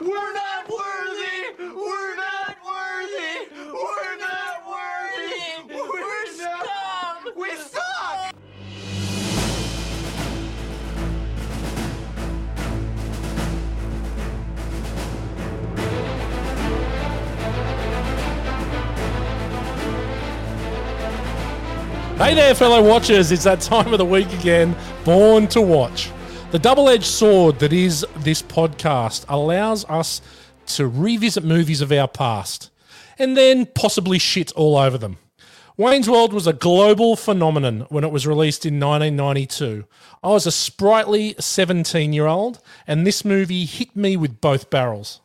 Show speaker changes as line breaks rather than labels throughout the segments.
We're not worthy! We're not worthy! We're not worthy! We're, scum! We suck!
Hey there, fellow watchers. It's that time of the week again, Born to Watch. The double edged sword that is this podcast allows us to revisit movies of our past and then possibly shit all over them. Wayne's World was a global phenomenon when it was released in 1992. I was a sprightly 17 year old, and this movie hit me with both barrels.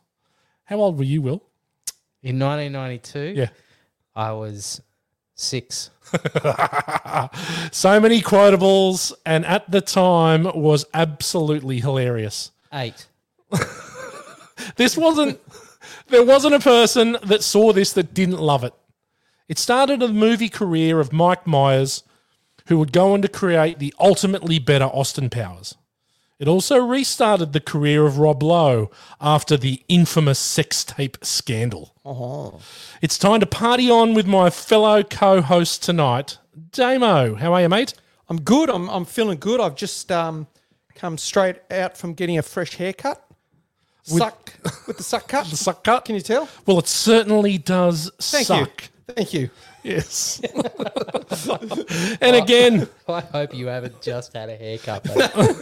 How old were you, Will?
In 1992,
Yeah.
I was six.
So many quotables, and at the time was absolutely hilarious.
Eight.
This wasn't. there wasn't a person that saw this that didn't love it. It started a movie career of Mike Myers, who would go on to create the ultimately better Austin Powers. It also restarted the career of Rob Lowe after the infamous sex tape scandal.
Uh-huh.
It's time to party on with my fellow co host tonight, Damo. How are you, mate?
I'm good. I'm, I'm feeling good. I've just um, come straight out from getting a fresh haircut. Suck with the suck cut. the
suck cut.
Can you tell?
Well, it certainly does
Thank
suck.
you. Thank you.
Yes. and again,
I hope you haven't just had a haircut. mate.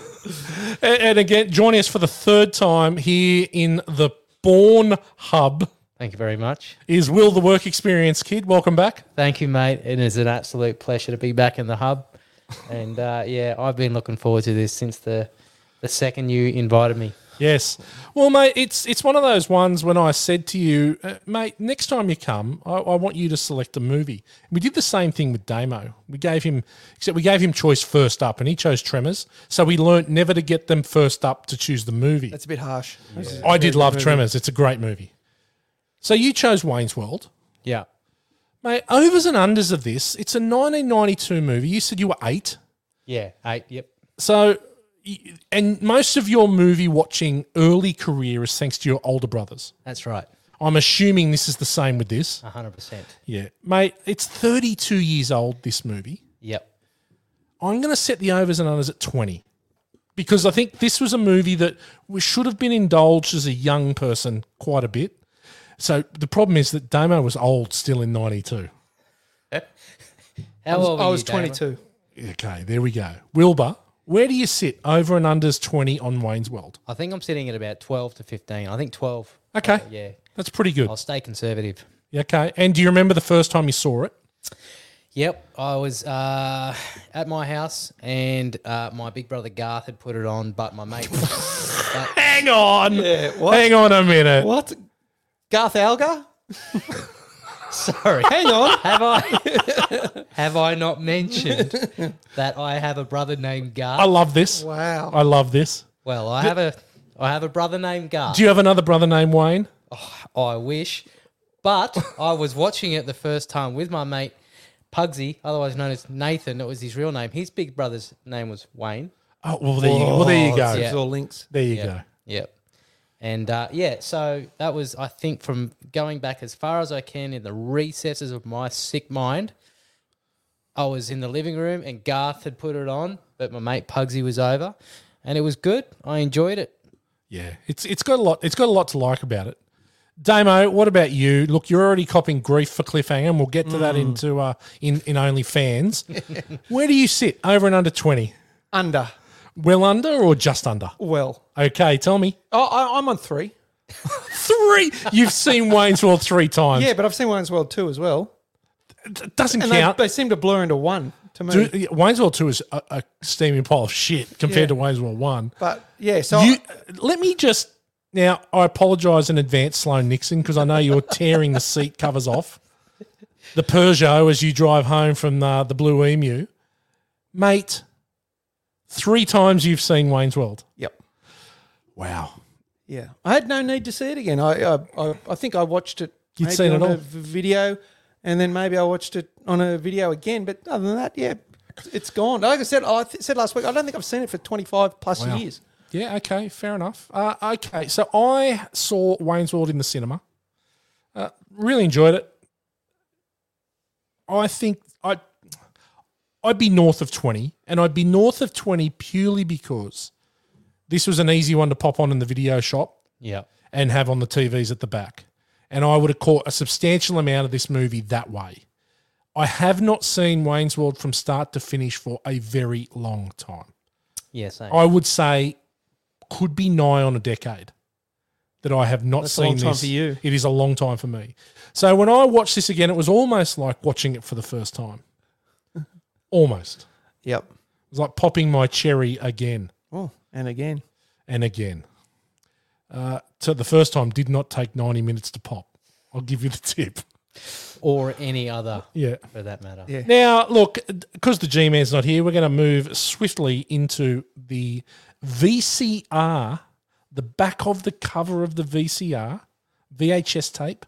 and and again, joining us for the third time here in the Born Hub
Thank you very much.
is Will, the work experience kid. Welcome back.
Thank you, mate. It is an absolute pleasure to be back in the hub. And uh, yeah, I've been looking forward to this since the the second you invited me.
Yes. Well, mate, it's it's one of those ones when I said to you, uh, mate, next time you come, I, I want you to select a movie. We did the same thing with Damo. We gave him, except we gave him choice first up, and he chose Tremors. So we learnt never to get them first up to choose the movie.
That's a bit harsh. This is-
I did love Tremors. It's a great movie. So you chose Wayne's World.
Yeah.
Mate, overs and unders of this. It's a 1992 movie. You said you were eight.
Yeah. Eight. Yep.
So, y- and most of your movie watching early career is thanks to your older brothers.
That's right.
I'm assuming this is the same with this.
100%.
Yeah. Mate, it's 32 years old, this movie.
Yep.
I'm going to set the overs and unders at 20 because I think this was a movie that we should have been indulged as a young person quite a bit. So the problem is that Damo was old still in 92.
How old were
I was
you, Damon?
22.
Okay, there we go. Wilbur, where do you sit over and unders 20 on Wayne's World?
I think I'm sitting at about 12 to 15. I think 12.
Uh,
Okay.
Yeah.
That's pretty good.
I'll stay conservative.
Okay. And do you remember the first time you saw it?
Yep, I was uh, at my house, and uh, my big brother Garth had put it on, but my mate
Hang on.
what?
Hang on a minute.
What? Garth Algar?
Sorry,
Hang on.
have I have I not mentioned that I have a brother named
I
Oh.
Garth?
love this.
Wow.
I love this.
Well, I have a I have a brother named Garth.
Do you have another brother named Wayne?
I wish, but I was watching it the first time with my mate Pugsy, otherwise known as Nathan. It was his real name. His big brother's name was Wayne.
Oh, well, there you, well, there you
Oh,
go.
It's all links.
There you go.
Yep. And uh, yeah, so that was, I think, from going back as far as I can in the recesses of my sick mind. I was in the living room and Garth had put it on, but my mate Pugsy was over, and it was good. I enjoyed it.
Yeah, it's it's got a lot. It's got a lot to like about it. Damo, what about you? Look, you're already copping grief for cliffhanger, and we'll get to
Mm.
that into uh, in in OnlyFans. Where do you sit? Over and under twenty?
Under.
Well under or just under?
Well.
Okay, tell me.
Oh, I, I'm on three.
Three. You've seen Wayne's World three times.
Yeah, but I've seen Wayne's World 2 as well.
it doesn't
And they,
count.
they seem to blur into one to me.
Do- Wayne's World two is a, a steaming pile of shit compared to Wayne's World one.
but yeah, so
You let me just now. I apologise in advance, Sloan Nixon, because I know you're tearing the seat covers off the Peugeot as you drive home from uh, the Blue Emu, mate. Three times you've seen Wayne's World.
yep.
Wow.
Yeah, I had no need to see it again. I I, I, I think I watched it.
You'd
maybe
seen it
on
all.
a v- video, and then maybe I watched it on a video again. But other than that, yeah, it's gone. Like I said, I th- said last week, I don't think I've seen it for twenty five plus
Wow.
years.
Yeah, okay, fair enough. Uh, okay, so I saw Wayne's World in the cinema. Uh, really enjoyed it. I think I I'd be north of 20, and I'd be north of 20 purely because this was an easy one to pop on in the video shop
Yeah.
and have on the TVs at the back. And I would have caught a substantial amount of this movie that way. I have not seen Wayne's World from start to finish for a very long time.
Yeah, same.
I would say could be nigh on a decade that I have not
That's a
seen
long time
this.
for you.
It is a long time for me. So when I watched this again, it was almost like watching it for the first time. almost. It
Yep.
was like popping my cherry again
Oh, and again.
and again. Uh, so the first time did not take 90 minutes to pop. I'll give you the tip.
or any other,
Yeah.
for that matter.
Yeah.
Now, look, because the G Man's not here, we're going to move swiftly into the VCR, the back of the cover of the VCR, VHS tape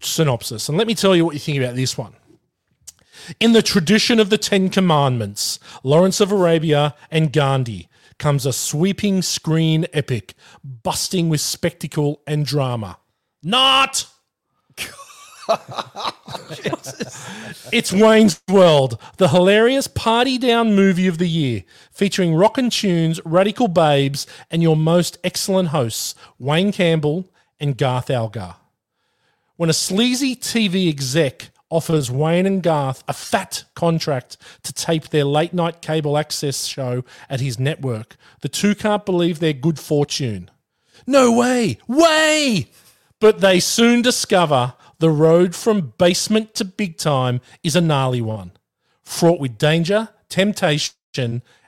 synopsis. And let me tell you what you think about this one. In the tradition of the Ten Commandments, Lawrence of Arabia and Gandhi comes a sweeping screen epic, busting with spectacle and drama. Not! It's Wayne's World, the hilarious party down movie of the year, featuring rockin' tunes, radical babes, and your most excellent hosts, Wayne Campbell and Garth Algar. When a sleazy TV exec offers Wayne and Garth a fat contract to tape their late night cable access show at his network, the two can't believe their good fortune. No way! Way! But they soon discover the road from basement to big time is a gnarly one, fraught with danger, temptation,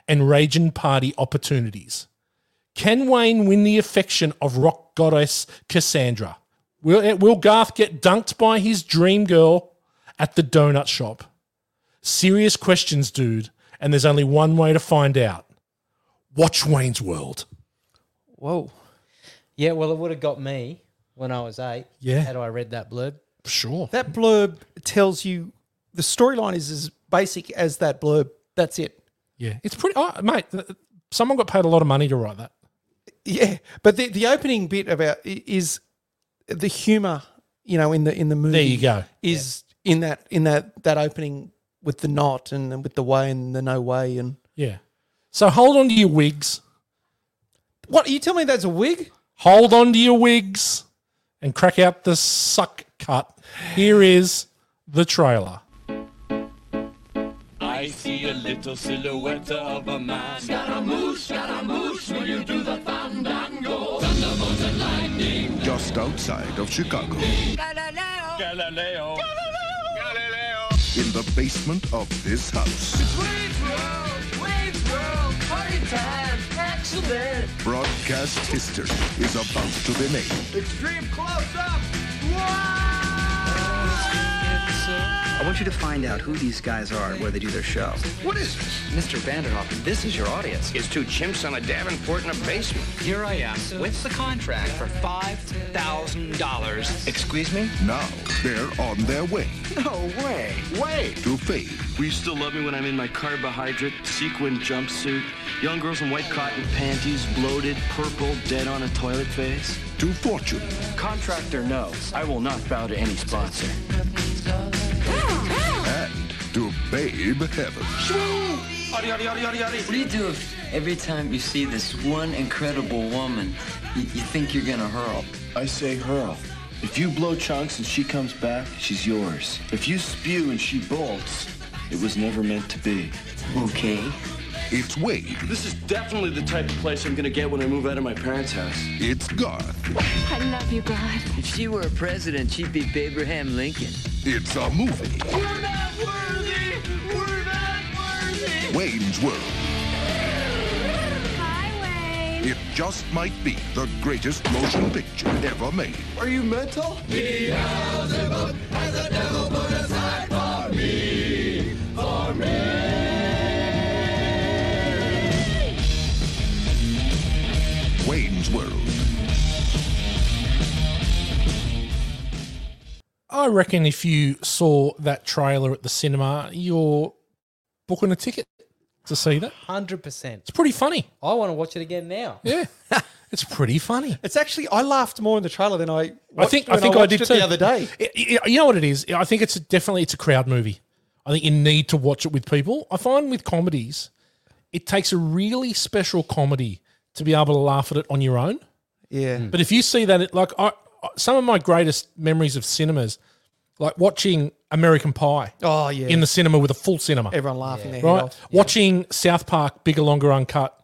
and raging party opportunities. Can Wayne win the affection of rock goddess Cassandra? Will, eh, will Garth get dunked by his dream girl at the donut shop? Serious questions, dude, and there's only one way to find out. Watch Wayne's World.
Whoa.
Yeah, well, it would have got me when I was eight.
Yeah.
Had I read that blurb.
Sure.
That blurb tells you the storyline is as basic as that blurb. That's it.
Yeah, it's pretty. Oh, mate, th- someone got paid a lot of money to write that.
Yeah, but the the opening bit about i- is the humor, you know, in the in the movie.
There you go.
Is in that in that that opening with the not and then with the way and the no way and
Yeah. So hold on to your wigs.
what you tell me that's a wig?
Hold on to your wigs and crack out the suck cut. Here is the trailer.
I see a little silhouette of a man.
just outside of Chicago,
Galileo. Galileo.
in the basement of this house, broadcast history is about to be made.
Extreme close up.
I want you to find out who these guys are and where they do their show.
What is this?
Mr. Vanderhoff, this is your audience.
It's two chimps on a Davenport in a basement.
Here I am with the contract for $5,000.
Excuse me?
Now they're on their way
No way.
Wait!
to fame.
Will you still love me when I'm in my carbohydrate sequin jumpsuit? Young girls in white cotton panties, bloated, purple, dead on a toilet face?
To fortune,
Contract or no, I will not bow to any sponsor.
and to babe heaven.
What do you do if every time you see this one incredible woman, you, you think you're gonna hurl?
I say hurl. If you blow chunks and she comes back, she's yours. If you spew and she bolts, it was never meant to be.
Okay.
It's Wayne,
This is definitely the type of place I'm gonna get when I move out of my parents' house.
it's Garth,
I love you, God.
If she were a president, she'd be Abraham Lincoln.
it's a movie.
We're not worthy. We're not worthy.
Wayne's World.
Highway.
It just might be the greatest motion picture ever made. Are you mental? He has the devil, has the devil put aside for me, for me. Wayne's World.
I reckon if you saw that trailer at the cinema, you're booking a ticket. to see that.
Hundred percent. It's
pretty funny.
I want to watch it again now.
Yeah, it's pretty funny.
It's actually I laughed more in the trailer than I.
I think I
when
think I,
watched
did
it
too.
the other day.
I- I- you know what it is? I think it's definitely it's a crowd movie. I think you need to watch it with people. I find with comedies, it takes a really special comedy to be able to laugh at it on your own.
Yeah.
But if you see that, it, like I, I- some of my greatest memories of cinemas, like watching American Pie.
Oh yeah.
In the cinema with a full cinema,
Everyone laughing their head
right?
off.
Watching South Park Bigger Longer Uncut,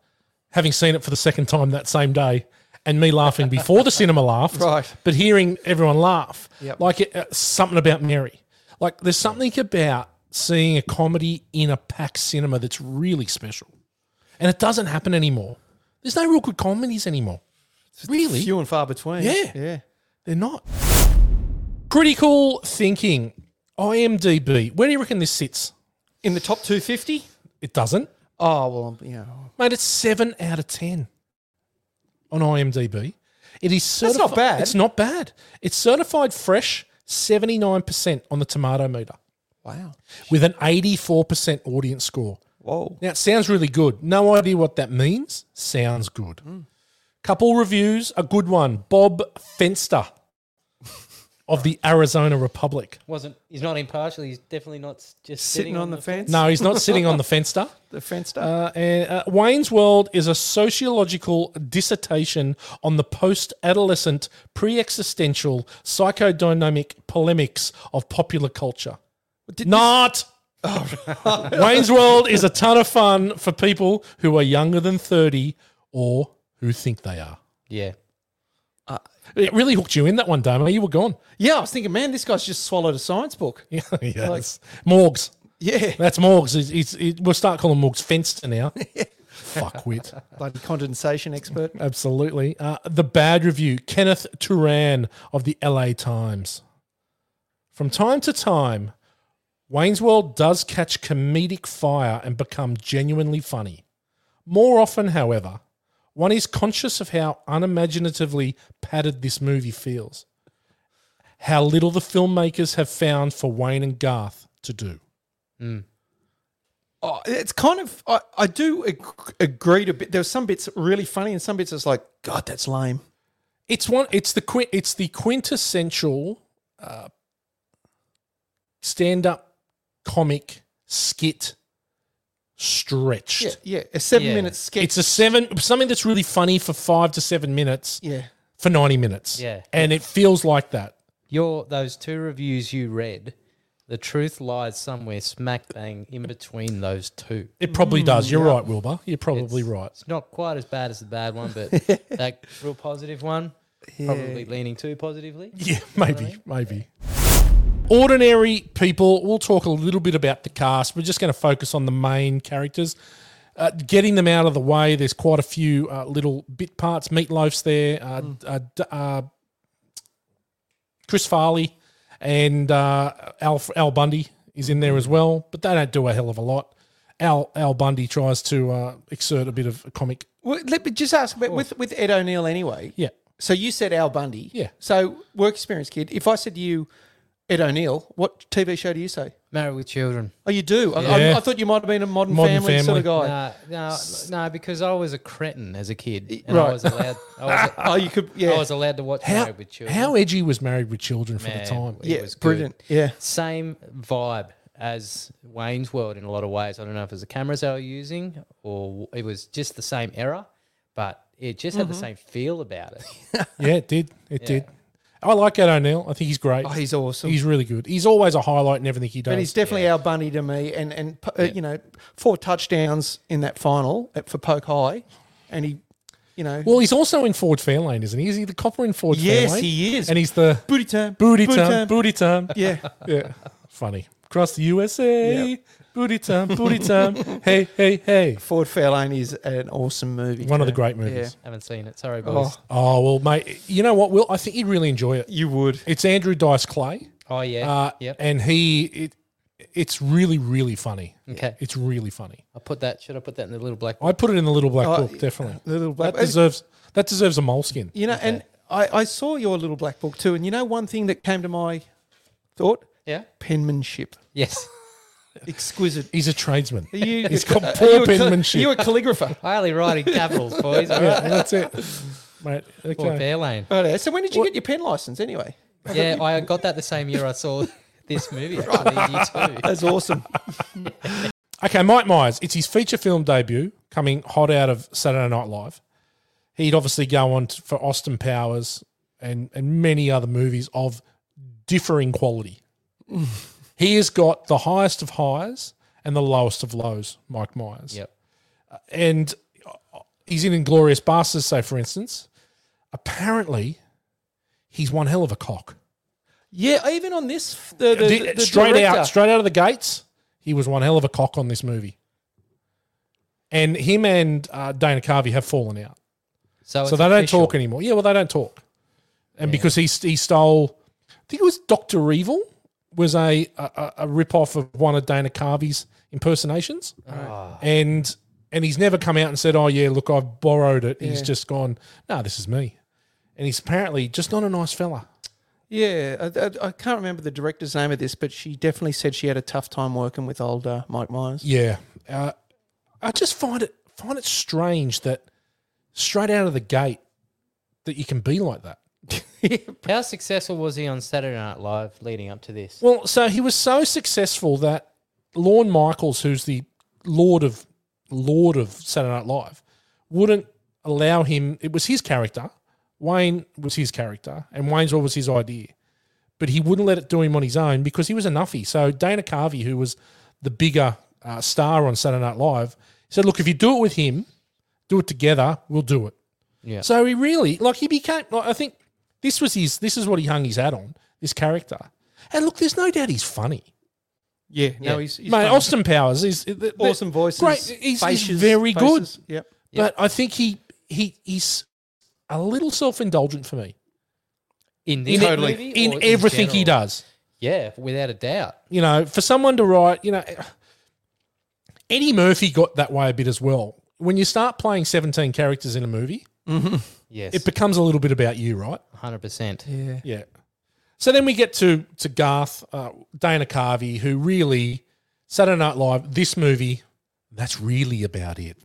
having seen it for the second time that same day, and me laughing before the cinema laughed,
Right.
But hearing everyone laugh,
Yep.
like it, uh, something about Mary, like there's something about seeing a comedy in a packed cinema that's really special, and it doesn't happen anymore. There's no real good comedies anymore. Really,
few and far between.
Yeah,
yeah,
they're not. Critical thinking, IMDb. Where do you reckon this sits?
In the top 250?
It doesn't.
Oh well, you know.
Mate, it's seven out of ten on IMDb. It is
That's
certified.
not bad.
It's not bad. It's certified fresh, seventy nine percent on the tomato meter.
Wow.
With an eighty four percent audience score.
Whoa.
Now it sounds really good. No idea what that means. Sounds good.
Hmm.
Couple reviews. A good one. Bob Fenster of the Arizona Republic.
Wasn't he's not impartial. He's definitely not s- just sitting, on, the, fence.
No, he's not sitting on the fenster.
The fenster.
Uh, and, uh, Wayne's World is a sociological dissertation on the post adolescent, pre existential, psychodynamic polemics of popular culture. Not! Wayne's World is a ton of fun for people who are younger than 30 or who think they are.
Yeah.
It really hooked you in that one, Damo. You were gone.
Yeah, I was thinking, man, this guy's just swallowed a science book.
Yeah, yeah. that's- Morgs.
Yeah.
That's Morgs. He's- he's- he- we'll start calling Morgs Fenster now. Fuckwit.
Bloody condensation expert.
Absolutely. Uh, the bad review Kenneth Turan of the LA Times. From time to time, Wayne's World does catch comedic fire and become genuinely funny. More often, however, one is conscious of how unimaginatively padded this movie feels, how little the filmmakers have found for Wayne and Garth to do.
Oh, it's kind of I, I do ag- agree to bit. There were some bits really funny, and some bits it's like, God, that's lame.
It's one. It's the qui- It's the quintessential uh, stand-up comic skit stretched.
Yeah, yeah, a seven-minute sketch.
It's a seven something that's really funny for five to seven minutes.
Yeah.
For ninety minutes.
Yeah.
And it feels like that.
Your those two reviews you read, the truth lies somewhere smack bang in between those two.
It probably does. You're right, Wilbur. You're probably right.
It's not quite as bad as the bad one, but that real positive one, probably leaning too positively.
Yeah, maybe, maybe. Ordinary people. We'll talk a little bit about the cast. We're just going to focus on the main characters, uh, getting them out of the way. There's quite a few uh, little bit parts. Meatloaf's there. Uh,
Hmm.
uh, d- uh, Chris Farley and uh, Al, Al Bundy is in
Hmm.
there as well, but they don't do a hell of a lot. Al Al Bundy tries to uh, exert a bit of comic.
Well, let me just ask but with with Ed O'Neill anyway.
Yeah.
So you said Al Bundy.
Yeah.
So work experience kid. If I said to you, Ed O'Neill, what TV show do you say?
Married with Children.
Oh, you do. I, I,
Yeah.
I thought you might have been a modern,
Modern
family, sort of
Family.
guy.
No, no, Uh, no, because I was a cretin as a kid, and
right.
I was allowed. I was,
Oh, you could. Yeah.
I was allowed to watch
How,
Married with Children.
how edgy was Married with Children for
Man,
the time?
it
Yeah,
was good.
brilliant. Yeah.
Same vibe as Wayne's World in a lot of ways. I don't know if it was the cameras they were using or it was just the same era, but it just
Mm-hmm.
had the same feel about it.
Yeah, it did. It did. I like Ed O'Neill. I think he's great.
Oh, he's awesome.
He's really good. He's always a highlight in everything he does.
But he's definitely Al Bundy to me, and and uh, you know, four touchdowns in that final at, for Poke High, and he, you know,
well, he's also in Ford Fairlane, isn't he? Is he the copper in Ford
Yes,
Fairlane?
he is.
And he's the
booty time,
booty time, booty time.
yeah,
yeah. Funny. Across the USA. Booty time, booty time. hey, hey, hey.
Ford Fairlane is an awesome movie.
One of the
too.
great movies.
Haven't seen it. Sorry, boys.
Oh, well, mate, you know what, Will? I think you'd really enjoy it.
You would.
It's Andrew Dice Clay.
Oh, yeah.
Uh,
yep.
And he, it, it's really, really funny.
Okay.
It's really funny.
I put that. Should I put that in the little black?
I put it in the little black
Oh,
book, definitely.
The Little Black
that
Book.
deserves that deserves a moleskin.
You know, and I, I saw your little black book too, and you know, one thing that came to my thought,
Yeah.
penmanship.
Yes.
Exquisite.
He's a tradesman.
You-
He's got
are
poor
you a cal-
penmanship.
you a calligrapher?
I only write in capitals, boys. all
Yeah,
right?
that's it. Mate, okay.
Or Fairlane.
Right, there. so when did you get your pen license anyway?
Yeah, I got that the same year I saw this movie. Actually, you too.
That's awesome.
Okay, Mike Myers. It's his feature film debut, coming hot out of Saturday Night Live. He'd obviously go on t- for Austin Powers and and many other movies of differing quality. he has got the highest of highs and the lowest of lows. Mike Myers.
Yep.
and uh, he's in Inglorious Bastards, say for instance. Apparently, he's one hell of a cock.
Yeah, even on this, f- the, the,
Di-
the
straight
director.
out, straight out of the gates, he was one hell of a cock on this movie. And him and uh, Dana Carvey have fallen out,
So,
so they don't talk anymore. Yeah, well, they don't talk, and because he st- he stole, I think it was Doctor Evil was a a- a, a rip off of one of Dana Carvey's impersonations,
Ah.
and and he's never come out and said, "Oh yeah, look, I've borrowed it." He's
Yeah.
just gone, "No, this is me," and he's apparently just not a nice fella.
Yeah, I, I, I can't remember the director's name of this, but she definitely said she had a tough time working with old uh, Mike Myers.
Yeah, uh, I just find it find it strange that straight out of the gate that you can be like that.
How successful was he on Saturday Night Live leading up to this?
Well, so he was so successful that Lorne Michaels, who's the lord of lord of Saturday Night Live, wouldn't allow him. It was his character. Wayne was his character, and Wayne's what was his idea, but he wouldn't let it do him on his own because he was a nuffy. So Dana Carvey, who was the bigger uh, star on Saturday Night Live, said, "Look, if you do it with him, do it together. We'll do it."
Yeah.
So he really like he became like I think this was his this is what he hung his hat on this character. And look, there's no doubt he's funny.
Yeah, no, he's, he's
Mate,
funny.
Austin Powers is
awesome voices.
Great, he's, he's
faces-
very good.
faces. Yep.
But I think he he he's a little self indulgent for me
In
in
this
totally.
movie?
in,
or
everything he
general?
does.
Yeah, without a doubt.
You know, for someone to write, you know, Eddie Murphy got that way a bit as well. When you start playing 17 characters in a movie,
Yes.
it becomes a little bit about you, right?
100%.
Yeah.
Yeah. So then we get to to Garth, uh, Dana Carvey, who really Saturday Night Live, this movie, that's really about it.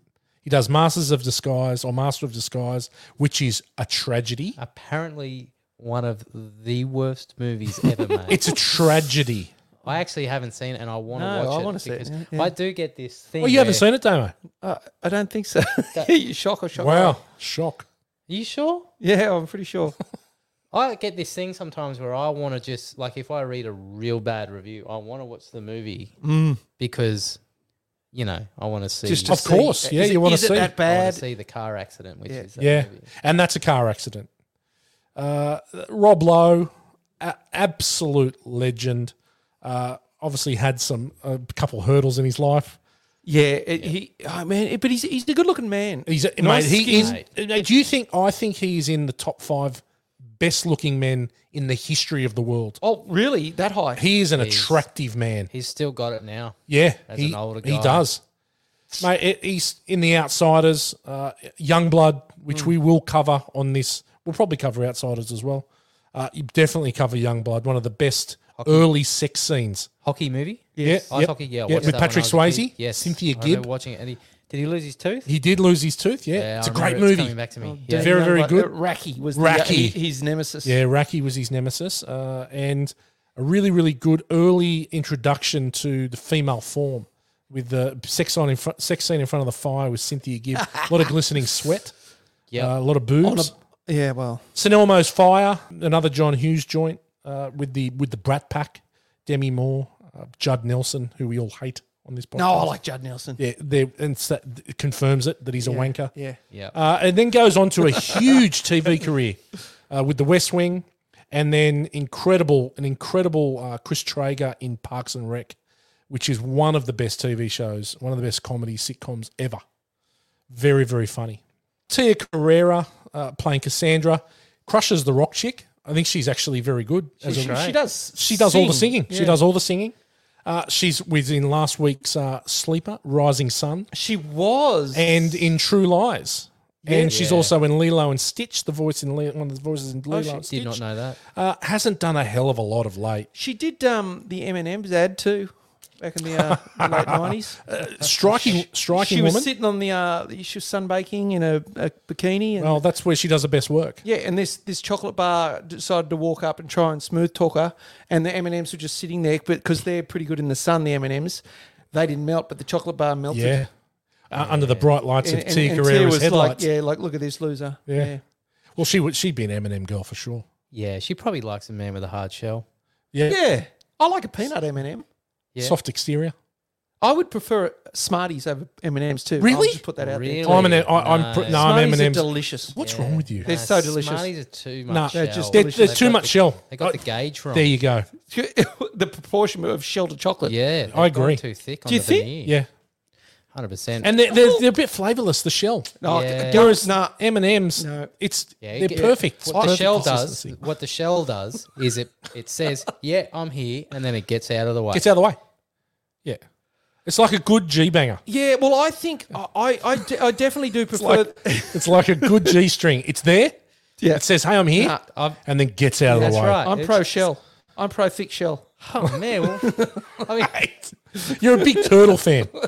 He does Masters of Disguise or Master of Disguise, which is a tragedy.
Apparently, one of the worst movies ever made.
It's a tragedy.
I actually haven't seen it, and I want to
No,
watch
I
it.
wanna see it,
because
yeah, yeah.
I do get this thing.
Well, Oh, you haven't
where-
seen it, Damo.
Uh, I don't think so. you shock or shock?
Wow, shock.
Are you sure?
Yeah, I'm pretty sure.
I get this thing sometimes where I want to just like if I read a real bad review, I want to watch the movie
Mm.
because you know I want to see
Just to
Of
see-
course, yeah,
is
you
it-
wanna
is
see.
it that
I want
bad?
to see the car accident, which is that
Yeah,
movie.
and that's a car accident. Uh, Rob Lowe, a- absolute legend. Uh, obviously had some a couple hurdles in his life.
Yeah, it, he. Oh man, it- but he's he's a good looking man.
He's a,
Nice
mate, he is.
skin.
uh, Do you think? I think he is in the top five best-looking men in the history of the world.
Oh, really? That high?
He is an attractive man.
He's still got it now.
Yeah,
As
he,
an older
he
guy.
does. Mate, it, he's in the Outsiders, uh, Youngblood, which
Hmm.
we will cover on this. We'll probably cover Outsiders as well. Uh, you definitely cover Youngblood, one of the best early sex scenes.
Hockey movie,
Yes.
ice
Yep.
hockey.
Yep,
Yeah, I watched
with
that when I
Patrick
was a kid.
Swayze,
Yes,
Cynthia
I remember
Gibb.
watching it. And he, did he lose his tooth?
He did lose his tooth. Yeah,
Yeah,
it's a
I
great
remember it's
movie.
coming back to me.
Yeah.
yeah.
Very, very good.
Racky uh, was
Racky.
The, his nemesis.
Yeah, Raki was his nemesis, uh, and a really, really good early introduction to the female form with the sex on in fr- sex scene in front of the fire with Cynthia Gibb. a lot of glistening sweat.
Yep.
uh, a lot of boobs.
On a, yeah. Well,
St Elmo's Fire, another John Hughes joint uh, with the with the Brat Pack, Demi Moore, uh, Judd Nelson, who we all hate on this podcast.
no, Oh, I like Judd Nelson.
Yeah, they- and so it confirms it that he's a wanker.
Yeah.
Yeah.
Uh, and then goes on to a huge TV career uh, with The West Wing, and then incredible, an incredible uh, Chris Traeger in Parks and Rec, which is one of the best TV shows, one of the best comedy sitcoms ever. Very, very funny. Tia Carrera uh, playing Cassandra crushes the rock chick. I think she's actually very good. as a-
She, she does.
she does all the singing. She
Yeah.
does all the singing. Uh, she's within last week's uh, Sleeper, Rising Sun,
She was.
and in True Lies. And
Yeah. Oh,
she's also in Lilo and Stitch, the voice in Lilo, one of the voices in Lilo.
she
and
did
Stitch.
not know that.
Uh, hasn't done a hell of a lot of late.
she did um the M and M's ad too. back in the, uh, the late nineties.
Uh, striking- striking
She
woman.
was sitting on the. Uh, she was sunbaking in a, a bikini. And,
Well, that's where she does her best work.
yeah, and this this chocolate bar decided to walk up and try and smooth talk her, and the M and M's were just sitting there, but because they're pretty good in the sun, the M and M's, they didn't melt, but the chocolate bar melted.
Yeah. Uh, under the bright lights
And-
of
and-
Tia
and
Guerrero's
was
headlights.
Like, yeah, like look at this loser.
Yeah. Well, she would. She'd be an Eminem girl for sure.
Yeah, she probably likes a man with a hard shell.
Yeah.
Yeah. I like a peanut M and m
Yeah.
Soft exterior.
I would prefer Smarties over M and M's too.
Really?
I'll just put that out
Really?
there.
I'm an. I, I'm.
No.
Pr- no, I'm
Smarties are
Eminem's.
delicious.
What's wrong with you?
They're so delicious.
Smarties are too much
Nah,
shell.
they're just They're- delicious. they're too
got
much
the-
shell.
They got
I-
the gauge wrong.
There you go.
the proportion of shell to chocolate.
Yeah, they've
I
gone
agree.
Too thick.
Do you think?
Yeah.
hundred percent.
And they're, they're, they're a bit flavourless. The shell.
No,
Yeah.
Whereas M and M's,
No.
it's
Yeah, you
they're
get-
perfect.
What the
Perfect
shell does,
consistency.
what the shell does, is it it says, "Yeah, I'm here," and then it gets out of the way.
gets out of the way. Yeah, it's like a good G banger.
Yeah, well, I think I I, I, de- I definitely do
It's
prefer.
like it's like a good G string. It's there.
Yeah.
It says, "Hey, I'm here,"
Nah, I've-
and then gets out of
That's
the way.
right.
I'm pro shell. I'm pro thick shell.
Oh man, well, I mean,
You're a big turtle fan.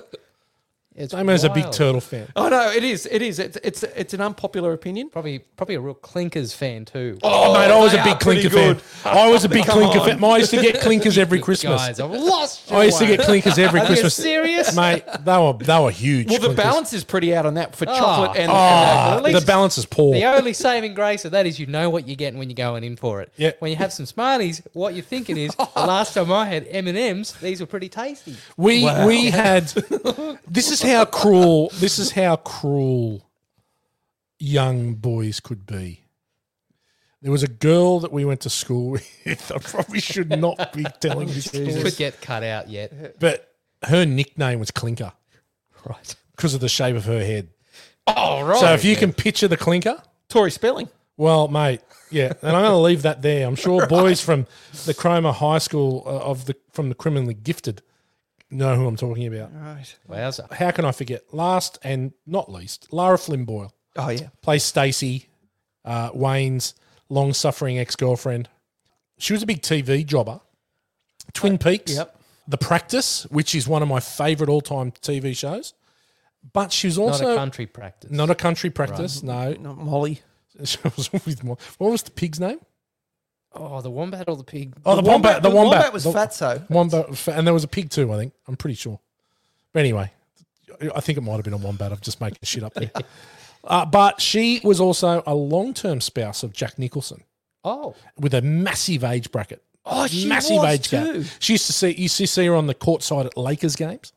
it's
Damo's a big
wild.
turtle fan.
Oh no, it is. It is. It's it's, it's an unpopular opinion.
Probably, probably a real clinkers fan too.
Oh, mate, I was
they
a big
are pretty
clinker fan.
good.
I was a big
Come
clinker
on.
fan. I used to get clinkers every Christmas.
guys, I've lost.
I used to
your
get clinkers every
Are you
Christmas.
serious?
mate? They were they were huge.
Well, the
clinkers.
balance is pretty out on that for chocolate and,
Oh.
Ah,
and that.
the balance is poor.
The only saving grace of that is you know what you're getting when you're going in for it.
Yeah.
When you have some Smarties, what you're thinking is, the last time I had M and M's, these were pretty tasty.
We we had this is how cruel this is how cruel young boys could be. There was a girl that we went to school with. I probably should not be telling this story,
Could get cut out yet.
but her nickname was Clinker
Right.
because of the shape of her head.
Oh right.
So if you can picture the Clinker,
Tory Spelling.
well, mate, yeah, and I'm going to leave that there. I'm sure boys from the Cromer High School uh, of the from the criminally gifted know who I'm talking about.
Right.
Wowza.
how can I forget? Last and not least, Lara Flynn Boyle
Oh yeah.
plays Stacy, uh, Wayne's long-suffering ex-girlfriend. She was a big TV jobber. Twin Peaks,
yep.
The Practice, which is one of my favourite all-time TV shows, but she was
Not
also
a country practice.
not a country practice. No,
Not Molly.
she was with more. What was the pig's name?
oh, the wombat or the pig.
Oh, the, wombat. The wombat,
was
the,
fatso.
Wombat, was fat, and there was a pig too. I think I'm pretty sure. But anyway, I think it might have been a wombat. I'm just making shit up there. Uh, but she was also a long-term spouse of Jack Nicholson
Oh,
with a massive age bracket.
Oh, she
massive
was
age
too.
gap. She used to see you used to see her on the court side at Lakers games.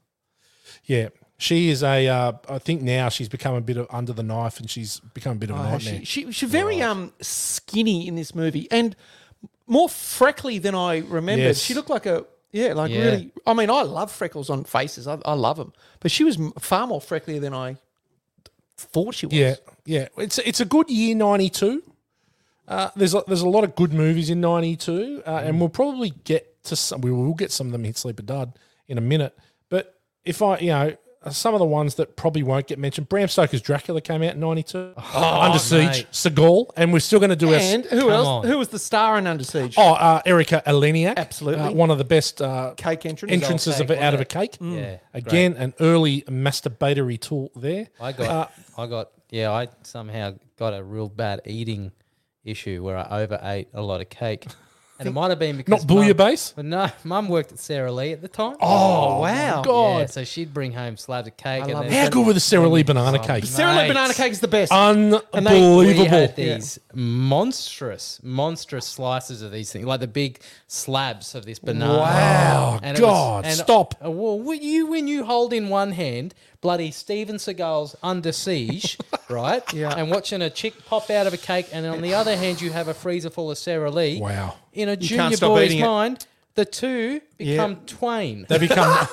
Yeah, she is a. Uh, I think now she's become a bit of under the knife, and she's become a bit of a
Oh,
nightmare.
she, she she's very um skinny in this movie and more freckly than I remembered.
Yes.
She looked like a yeah, like
Yeah.
really. I mean, I love freckles on faces. I, I love them, but she was m- far more freckly than I thought she was.
Yeah, yeah. It's it's a good year '92. Uh, there's a, there's a lot of good movies in '92, uh, and we'll probably get to some. We will get some of them hit sleeper dud in a minute. But if I, you know, some of the ones that probably won't get mentioned. Bram Stoker's Dracula came out in '92. Under Siege,
mate.
Seagal, and we're still going to do our.
And who else?
on.
Who was the star in Under Siege?
Oh, uh, Erica Eleniak.
Absolutely.
Uh, one of the best uh,
Cake entrance.
entrances of,
Cake,
out of a
wasn't
cake.
Yeah,
Again, an early masturbatory tool there. Uh,
I got, I got, yeah, I somehow got a real bad eating issue where I overate a lot of cake, and it might have been because
Not bouillabaisse?
But no, mum worked at Sara Lee at the time.
Oh, wow!
God.
yeah, so she'd bring home slabs of cake,
love
and
How
then
good were the Sara Lee banana cakes?
Sara Lee
Mate.
banana cake is the best.
Unbelievable.
we had these monstrous, monstrous slices of these things, like the big slabs of this banana.
Wow,
it was-
God, stop.
uh, well, when you when you hold in one hand bloody Steven Seagal's Under Siege, right?
Yeah.
And watching a chick pop out of a cake, and on the other hand you have a freezer full of Sarah Lee.
Wow.
In a
can't
junior
stop
boy's
eating it.
mind, the two become twain.
They become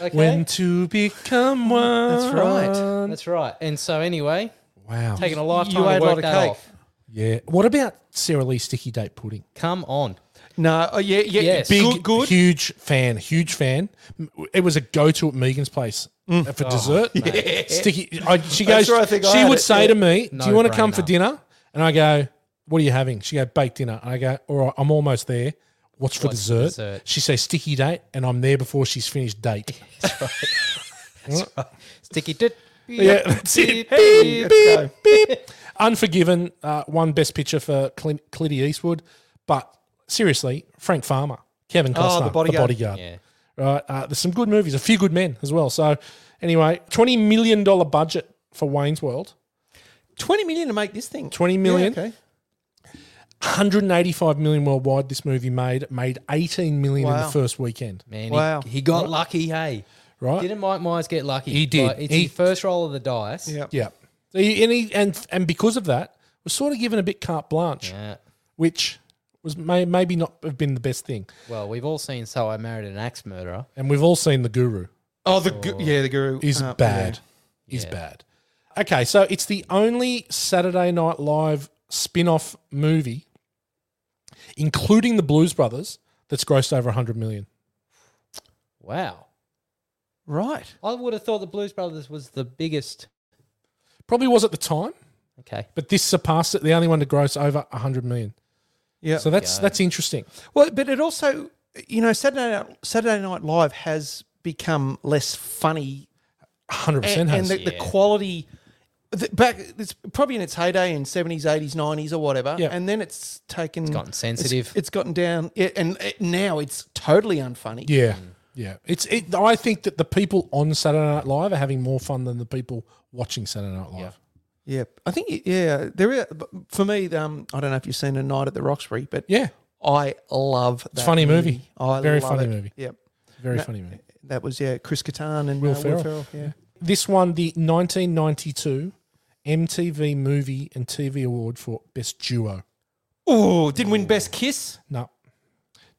Okay?
when to become one.
That's right.
That's right. And so anyway,
Wow.
taking a
ate
lifetime to
a
work
lot of
that
cake.
off.
yeah. What about Sara Lee sticky date pudding?
Come on.
No, oh, yeah, yeah,
Yes.
big, good,
Big,
good.
huge fan. Huge fan. It was a go-to at Megan's place uh, for dessert. Sticky. I, she
Mm. Oh,
goes.
That's where I think I
she
had
would
it,
say
yeah.
to me, "Do you want to come for
No-brainer.
dinner?" And I go, "What are you having?" She go, "Baked dinner." And I go, "All right, I'm almost there. What's for
What's for
dessert?
dessert?
She says sticky date, and I'm there before she's finished date.
Sticky dit.
Yeah, that's it. Beep,
Beep, beep,
beep, beep. Unforgiven uh, won Best Picture for Clint, Clint Eastwood, but seriously, Frank Farmer, Kevin
Oh,
Costner,
The
the bodyguard.
Bodyguard.
Yeah.
Right, uh, there's some good movies, a few good men as well. So, anyway, twenty million dollar budget for Wayne's World.
Twenty million to make this thing.
Twenty million.
Yeah, okay.
185 million worldwide this movie made made 18 million in
Wow.
the first weekend
Man, he- Wow. he got lucky, hey.
right
Didn't Mike Myers get lucky?
He did.
Like, it's
He-
his first roll of the dice.
Yeah. He- and, he, and and because of that, was sort of given a bit carte blanche, which was may, maybe not have been the best thing.
Well, we've all seen So I Married an Axe Murderer.
And we've all seen the Guru.
Oh, the gu- yeah, the Guru
is
uh,
bad.
yeah.
Is
Yeah.
bad. Okay, so it's the only Saturday Night Live spin-off movie, including the Blues Brothers, that's grossed over 100 million.
Wow.
Right.
I would have thought the Blues Brothers was the biggest.
Probably was at the time.
Okay.
But this surpassed it. The only one to gross over 100 million.
Yeah.
So that's
Go.
that's interesting.
Well, but it also, you know, Saturday Night, Saturday Night Live has become less funny.
100%
and,
has.
And the, the
Yeah.
quality, the, back, it's probably in its heyday in 70s, 80s, 90s, or whatever.
Yeah.
And then it's taken. It's
gotten sensitive.
it's gotten down. Yeah, and it, now it's totally unfunny.
Yeah. Yeah. It's it I think that the people on Saturday Night Live are having more fun than the people watching Saturday Night Live.
Yeah, I think yeah. There is for me. Um, I don't know if you've seen A Night at the Roxbury, but
yeah,
I love that
It's a funny movie.
I
Very
love
funny
it.
movie.
Yep,
Very
No,
funny movie.
That was yeah, Chris Kattan and
Will
uh,
Ferrell.
Yeah,
This one, the 1992 MTV Movie and TV Award for Best Duo.
Oh, didn't win Best Kiss.
No,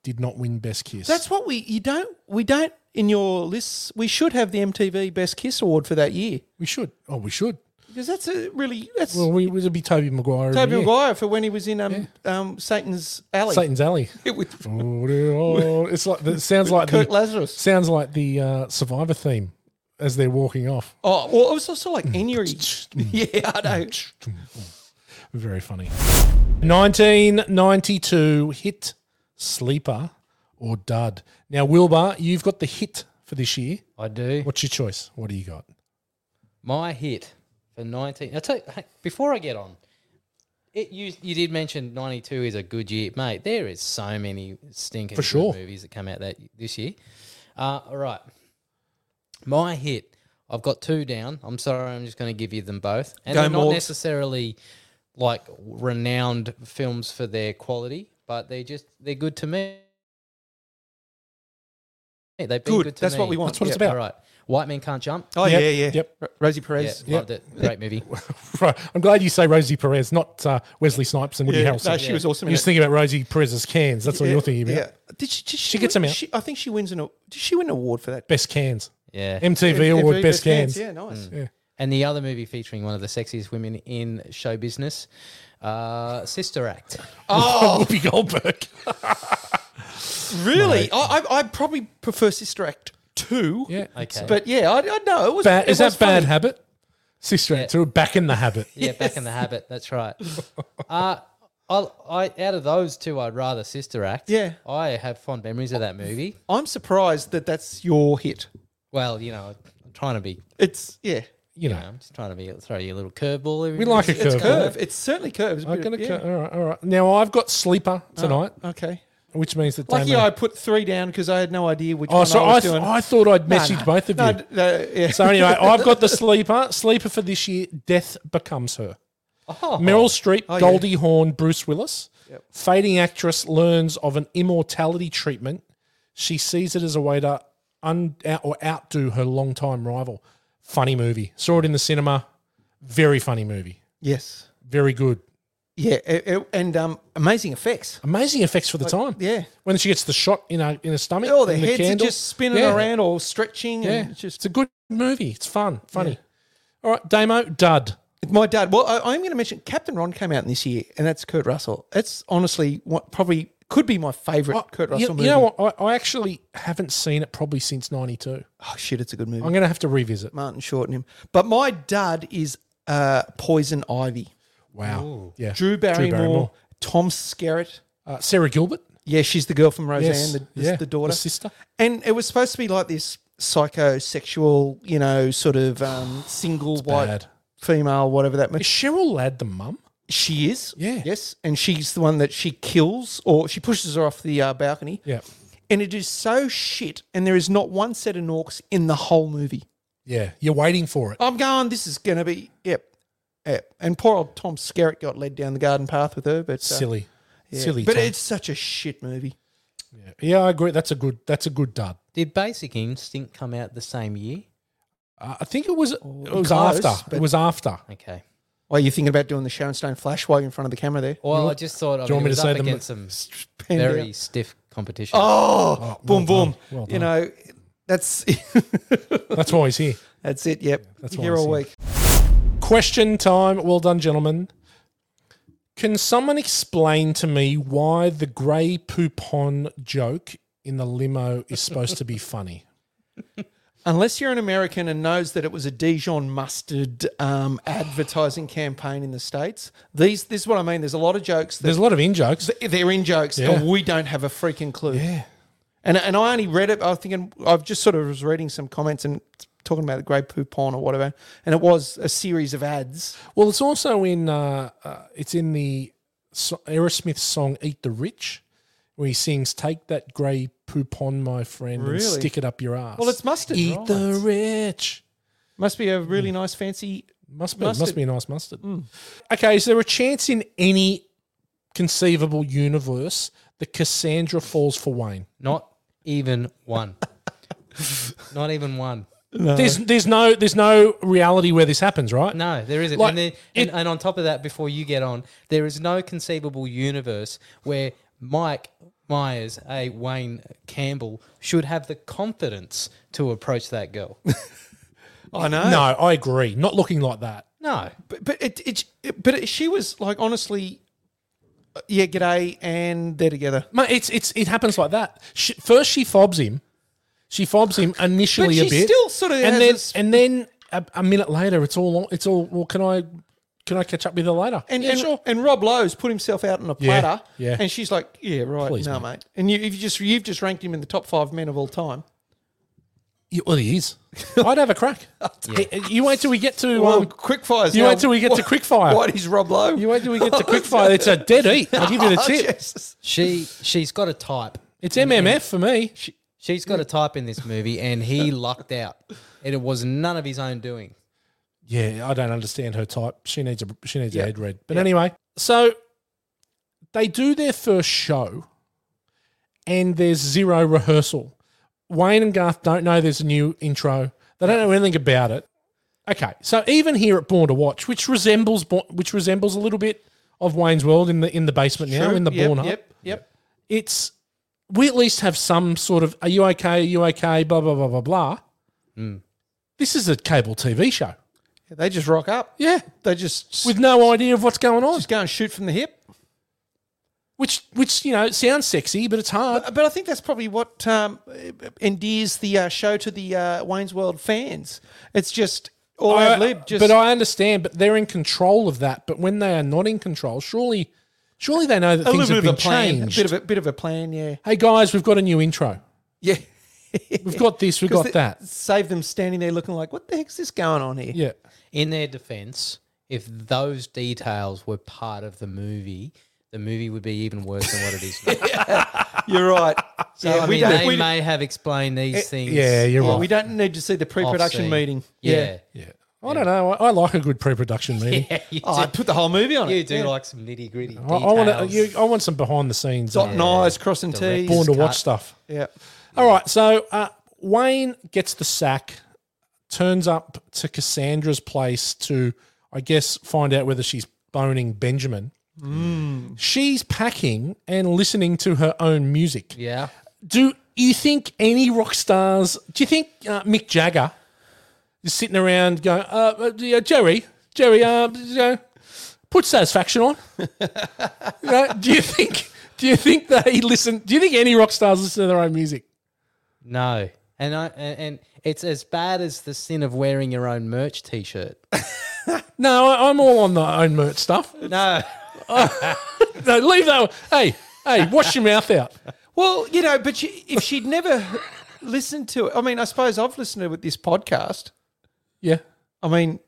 did not win Best Kiss.
that's what we you don't we don't in your lists. We should have the MTV Best Kiss award for that year
we should. Oh, we should.
because that's a really that's
Well, we would be Toby Maguire. every
Toby
year.
Maguire for when he was in um, um Satan's Alley.
Satan's Alley.
With-
Oh, dear, oh. it's like it sounds like
Kurt
the,
Lazarus.
Sounds like the uh, Survivor theme as they're walking off.
Oh well, it was also like Enury. yeah, I know.
Very funny. 1992 hit sleeper or dud. Now, Wilbur, you've got the hit for this year.
I do.
What's your choice? What do you got?
My hit for 19. I'll tell you, hey, before I get on, it, you you did mention 92 is a good year. Mate, there is so many stinking
For
good
sure.
movies that come out that this year. Uh, all right. My hit. I've got two down. I'm sorry, I'm just going to give you them both. And
Go,
they're not
Morgs.
necessarily like renowned films for their quality, but they're just, they're good to me. They've been good,
Good.
to
That's
me.
what we want. That's what it's
Yeah.
about.
All right. White Men Can't Jump.
Oh yeah, yeah.
Yep.
R- Rosie Perez. Oh,
Yeah, loved it. Great movie.
Right. I'm glad you say Rosie Perez, not uh, Wesley Snipes and Woody
Yeah,
Harrelson.
no, she was awesome in
You're
it.
just thinking about Rosie Perez's cans. That's what
Yeah,
you're thinking about.
Yeah. Did she? Did she,
She gets 'em out.
She, I think she wins an. a- Did she win an award for that?
Best cans.
Yeah.
MTV award, best, cans.
Yeah, nice.
Mm. Yeah.
And the other movie featuring one of the sexiest women in show business, uh, Sister Act.
Oh, Whoopi Goldberg.
Really, I, I I probably prefer Sister Act two. Yeah.
Okay.
But yeah, I, I know it was.
Bad,
it
is that
was
bad
funny.
habit? Sister Act 2, back in the habit.
Yeah, back in the habit. That's right. Uh, I'll, I out of those two, I'd rather Sister Act.
Yeah.
I have fond memories of that movie.
I'm surprised that that's your hit.
Well, you know, I'm trying to be.
It's yeah.
You know.
I'm just trying to be throw you a little curveball. every-
We like a
It's
curve.
curve. It's certainly curves.
I'm gonna
yeah. Oh.
cur- all right, all right. Now I've got sleeper tonight,
Okay.
which means that
Lucky
Damo-
I put three down because I had no idea which
Oh,
one I
so I,
was
th-
doing.
I thought I'd
No,
message
no.
both of
No,
you.
d- no, yeah.
So anyway, I've got the sleeper. Sleeper for this year: Death Becomes Her. Meryl Streep,
Oh, yeah.
Goldie Hawn, Bruce Willis. Fading actress learns of an immortality treatment. She sees it as a way to un- out- or outdo her longtime rival. Funny movie. Saw it in the cinema. Very funny movie.
Yes.
Very good.
Yeah, it- it- and um, amazing effects.
Amazing effects for the time.
yeah.
When she gets the shot in her in her stomach.
Oh, their
in the
heads
candle.
are just spinning
Yeah.
around or stretching.
Yeah,
And it's
just it's a good movie. It's fun, funny. All right, Damo Dud.
My dad. Well, I, I'm going to mention Captain Ron came out this year, and that's Kurt Russell. That's honestly what probably could be my favourite Kurt
Oh, You,
Russell
you
movie.
know what? I, I actually haven't seen it probably since '92.
Oh shit, it's a good movie.
I'm going to have to revisit.
Martin Short and him. But my dad is uh, Poison Ivy.
Wow. Yeah.
Drew Barrymore, Tom Skerritt.
Uh, Sarah Gilbert.
Yeah, she's the girl from Roseanne,
Yes,
the, the,
yeah,
the daughter,
the sister.
and it was supposed to be like this psychosexual, you know, sort of um, single white
bad.
female, whatever that means.
Is Cheryl Ladd the mum?
She is,
Yeah.
yes, and she's the one that she kills or she pushes her off the uh, balcony.
Yeah.
and it is so shit, and there is not one set of norks in the whole movie.
Yeah. You're waiting for it.
I'm going. This is going to be yep, yep. And poor old Tom Skerritt got led down the garden path with her, but uh,
Silly.
yeah.
Silly.
But
Tom.
it's such a shit movie.
yeah, I agree. That's a good that's a good dud.
Did Basic Instinct come out the same year?
Uh, I think it was it was
Oh, close,
after.
but-
It was after.
Okay.
Why are you thinking about doing the Sharon Stone flash while you're in front of the camera
Oh,
there?
Well, I just thought I
Do you want
mean, it
me to
was
say
up
the m-
against some
Panned
very
out.
stiff competition.
Oh, boom,
well done,
boom.
well
you
done.
know, that's
That's why he's here.
that's it. Yep,
That's
that's
why
here
I
all
see.
week.
Question time. Well done, gentlemen. Can someone explain to me why the grey poupon joke in the limo is supposed to be funny?
Unless you're an American and knows that it was a Dijon mustard um, advertising campaign in the states, these this is what I mean. There's a lot of jokes that
There's a lot of in jokes.
they're in jokes,
Yeah.
and we don't have a freaking clue. Yeah. And and I only read it. I was thinking I've just sort of was reading some comments and talking about the great poupon or whatever, and it was a series of ads.
Well, it's also in uh, uh, it's in the so- Aerosmith song "Eat the Rich," where he sings "Take that grey poupon, my friend,
Really?
and stick it up your ass."
Well, it's mustard.
Eat
right.
the rich.
Must be a really nice fancy.
Must be must
Mustard. Mm.
be a nice mustard. Okay, is there a chance in any conceivable universe that Cassandra falls for Wayne?
Not even one. Not even one.
There's there's no there's no reality where this happens, right?
No, there isn't.
Like,
and, then, and, and on top of that, before you get on, there is no conceivable universe where Mike Myers, a Wayne Campbell, should have the confidence to approach that girl.
I know.
No, I agree. Not looking like that.
No,
but but it, it, it but it, she was like honestly, uh, yeah, g'day, and they're together.
Mate, it's it's it happens like that. She, first, she fobs him. She fobs him initially
But she
a bit,
still sort of
and
has
then
this-
and then a, a minute later, it's all on- it's all. Well, can I can I catch up with her later?
And,
yeah,
and,
sure.
and Rob Lowe's put himself out on a
Yeah,
platter,
yeah.
and she's like, "Yeah, right,
Please,
no,
mate.
mate." And you, if you just you've just ranked him in the top five men of all time.
Yeah, well, he is. I'd have a crack. Eh, You wait till we get to
Well,
um,
quick fires.
you
now.
wait till we get to
What-
quickfire.
What is Rob Lowe?
you wait till we get to quickfire. It's a dead eat. I'll give you the
Oh,
tip.
Jesus.
she she's got a type.
It's MMF for me.
She's got a type in this movie, and he lucked out. And it was none of his own doing.
Yeah, I don't understand her type. She needs a she needs a
Yeah.
head read. But anyway, so they do their first show, and there's zero rehearsal. Wayne and Garth don't know there's a new intro. They don't know anything about it. Okay, so even here at Born to Watch, which resembles Bo- which resembles a little bit of Wayne's World in the in the basement now
True.
in the
yep,
Born Hut,
Yep, yep.
it's we at least have some sort of are you okay? Are you okay? Blah blah blah blah blah.
Hmm.
This is a cable TV show.
Yeah, They just rock up.
Yeah,
They just
with no idea of what's going on.
just go and shoot from the hip.
Which, which you know, sounds sexy, but it's hard.
But I think that's probably what um, endears the uh, show to the uh, Wayne's World fans. It's just all
I-
uh, ad lib. Just
but I understand. But they're in control of that. But when they are not in control, surely, surely they know that
a
things
little bit
have
of
been
a plan. A
changed.
bit of a bit of a plan. Yeah,
hey guys, we've got a new intro.
yeah.
We've got this. We've
'Cause
got
th-
that.
Save them standing there looking like, what the heck's this going on here?
Yeah.
In their defense, if those details were part of the movie, the movie would be even worse than what it is. Now.
You're right.
So
Yeah,
I
we
mean,
don't-
they
we- Eh,
may have explained these things.
Yeah, you're
Yeah,
right.
we don't need to see the pre-production
off-scene.
meeting.
Yeah,
yeah. I don't know. I, I like a good pre-production meeting.
you
Oh, I'd put the whole movie on
do, you
it.
do
Yeah.
like some nitty gritty
I, I want to. I want some behind the scenes. uh,
dotting I's, crossing T's.
Direct-
born to
cut.
watch stuff.
Yeah.
All right, so uh, Wayne gets the sack, turns up to Cassandra's place to, I guess, find out whether she's boning Benjamin. She's packing and listening to her own music.
yeah,
Do you think any rock stars? Do you think uh, Mick Jagger is sitting around going, uh, uh, yeah, "Jerry, Jerry, uh, you know, put satisfaction on"? You know, do you think? Do you think they listen? Do you think any rock stars listen to their own music?
no, and I and, and it's as bad as the sin of wearing your own merch T-shirt.
No, I- I'm all on the own merch stuff.
no,
No, leave that. One. Hey, Hey, wash your mouth out.
Well, you know, but she, if she'd never listened to it, I mean, I suppose I've listened to it with this podcast.
Yeah.
I mean,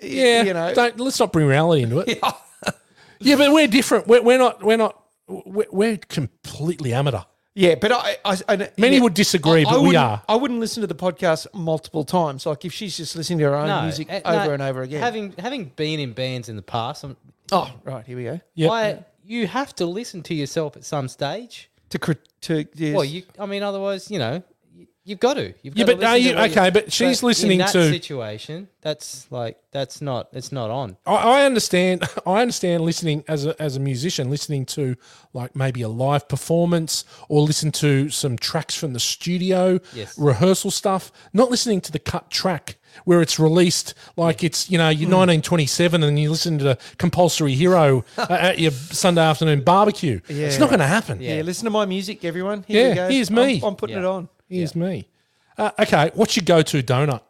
y-
Yeah,
you know,
don't, let's not bring reality into it. yeah. but we're different. We're, we're not. We're not. We're, we're completely amateur.
yeah, but I, I, I
Many would disagree, but we
wouldn't-
are.
I wouldn't listen to the podcast multiple times. Like if she's just listening to her own music
eh,
over
no,
and over again.
Having having been in bands in the past, I'm,
oh right, here we go.
I, you have to listen to yourself at some stage.
To crit- to yes.
Well, you, I mean, otherwise, you know, y- you've got to. You've
Yeah,
got
but
to
are
listen
you-
to what you-
okay, but she's listening
in that
to-
situation. That's like that's not it's not on.
I, I understand. I understand listening as a as a musician, listening to like maybe a live performance or listen to some tracks from the studio,
Yes.
rehearsal stuff. Not listening to the cut track where it's released like it's you know you're 1927 and you listen to Compulsory Hero uh, at your Sunday afternoon barbecue. It's not going to happen.
Yeah. listen to my music, everyone. Here
Yeah,
you go.
here's
I'm-
me.
I'm, putting it on.
Here's me. Uh, okay, what's your go-to donut?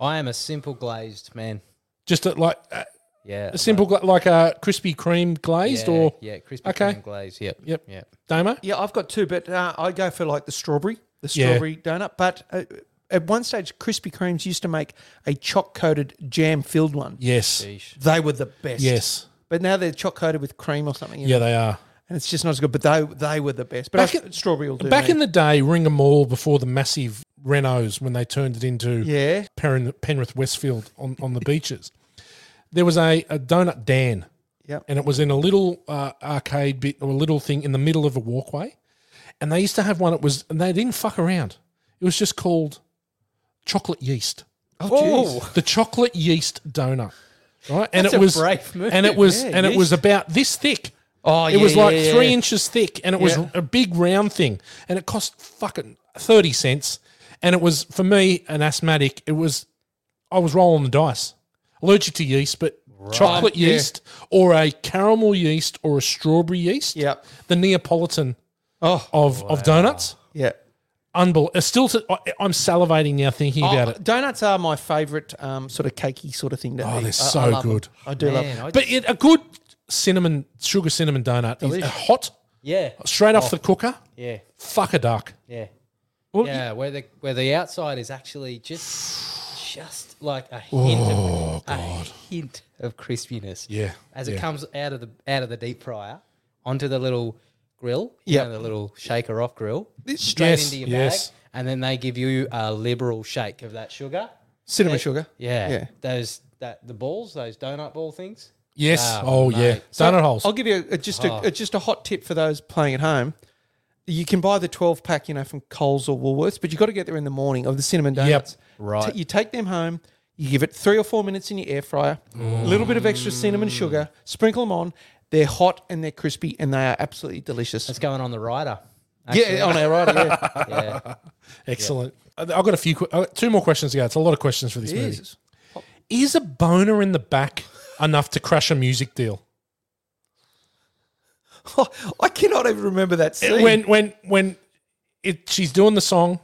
I am a simple glazed man.
Just a, like uh,
Yeah,
a simple gla- like a Krispy Kreme glazed
yeah,
or
yeah, crispy
okay,
glazed. Yep,
Yep.
yep.
Damo.
Yeah, I've got two, but uh, I go for like the strawberry, the
Yeah.
strawberry donut. But uh, at one stage, Krispy Kremes used to make a choc coated jam filled one.
Yes,
They were the best.
yes,
But now they're choc coated with cream or something. in
yeah,
it.
they are.
And it's just not as good, but they they were the best. But
Back
I- strawberry will do.
Back in the day, Ringham Mall before the massive renos when they turned it into
Yeah.
Pen- Penrith Westfield on, on the beaches, there was a, a donut Dan.
Yep.
And it was in a little uh, arcade bit or a little thing in the middle of a walkway. And they used to have one that was, and they didn't fuck around. It was just called chocolate yeast.
Oh,
The chocolate yeast donut. Right? And
That's
it
a
was
brave move.
and it was
Yeah,
and it was
yeast.
about this thick.
Oh,
It was
yeah,
like
yeah,
three
yeah.
inches thick, and it was
Yeah.
a big round thing, and it cost fucking thirty cents. And it was for me, an asthmatic. It was I was rolling the dice, allergic to yeast, but chocolate
Yeah.
yeast or a caramel yeast or a strawberry yeast.
Yep.
the Neapolitan
Oh,
of of donuts.
yeah.
Unbelievable. Still, to, I, I'm salivating now thinking about
Oh,
it.
Donuts are my favourite um, sort of cakey sort of thing to
Oh,
eat. I-
they're
I
so
love 'em.
good.
I do love
Man, I-
But it, a good cinnamon sugar cinnamon donut is
Delicious.
hot,
yeah,
straight
Oh.
off the cooker.
yeah,
Fuck a duck.
yeah. yeah, where the where the outside is actually just just like a
Oh,
hint, of, a hint of crispiness.
Yeah,
as
yeah.
it comes out of the out of the deep fryer onto the little grill.
Yeah.
Yeah, the little shaker off grill straight
yes,
into your
yes.
bag, and then they give you a liberal shake of that sugar.
Cinnamon sugar.
Yeah,
Yeah.
those that the balls, those donut ball things.
Yes.
Ah,
oh yeah.
mate.
So
Donut holes. Oh.
I'll give you a, just a, just a hot tip for those playing at home. You can buy the twelve pack, you know, from Coles or Woolworths, but you got to get there in the morning of the cinnamon donuts.
Right.
T- you take them home. You give it three or four minutes in your air fryer. A
Mm.
little bit of extra cinnamon sugar. Sprinkle them on. They're hot and they're crispy and they are absolutely delicious.
That's going on the rider.
yeah, on our right. Yeah.
Yeah,
Excellent. I've got a few, que- I've got two more questions to go. It's a lot of questions for this movie.
Jesus.
Is a boner in the back enough to crash a music deal?
I cannot even remember that scene.
When when when it, she's doing the song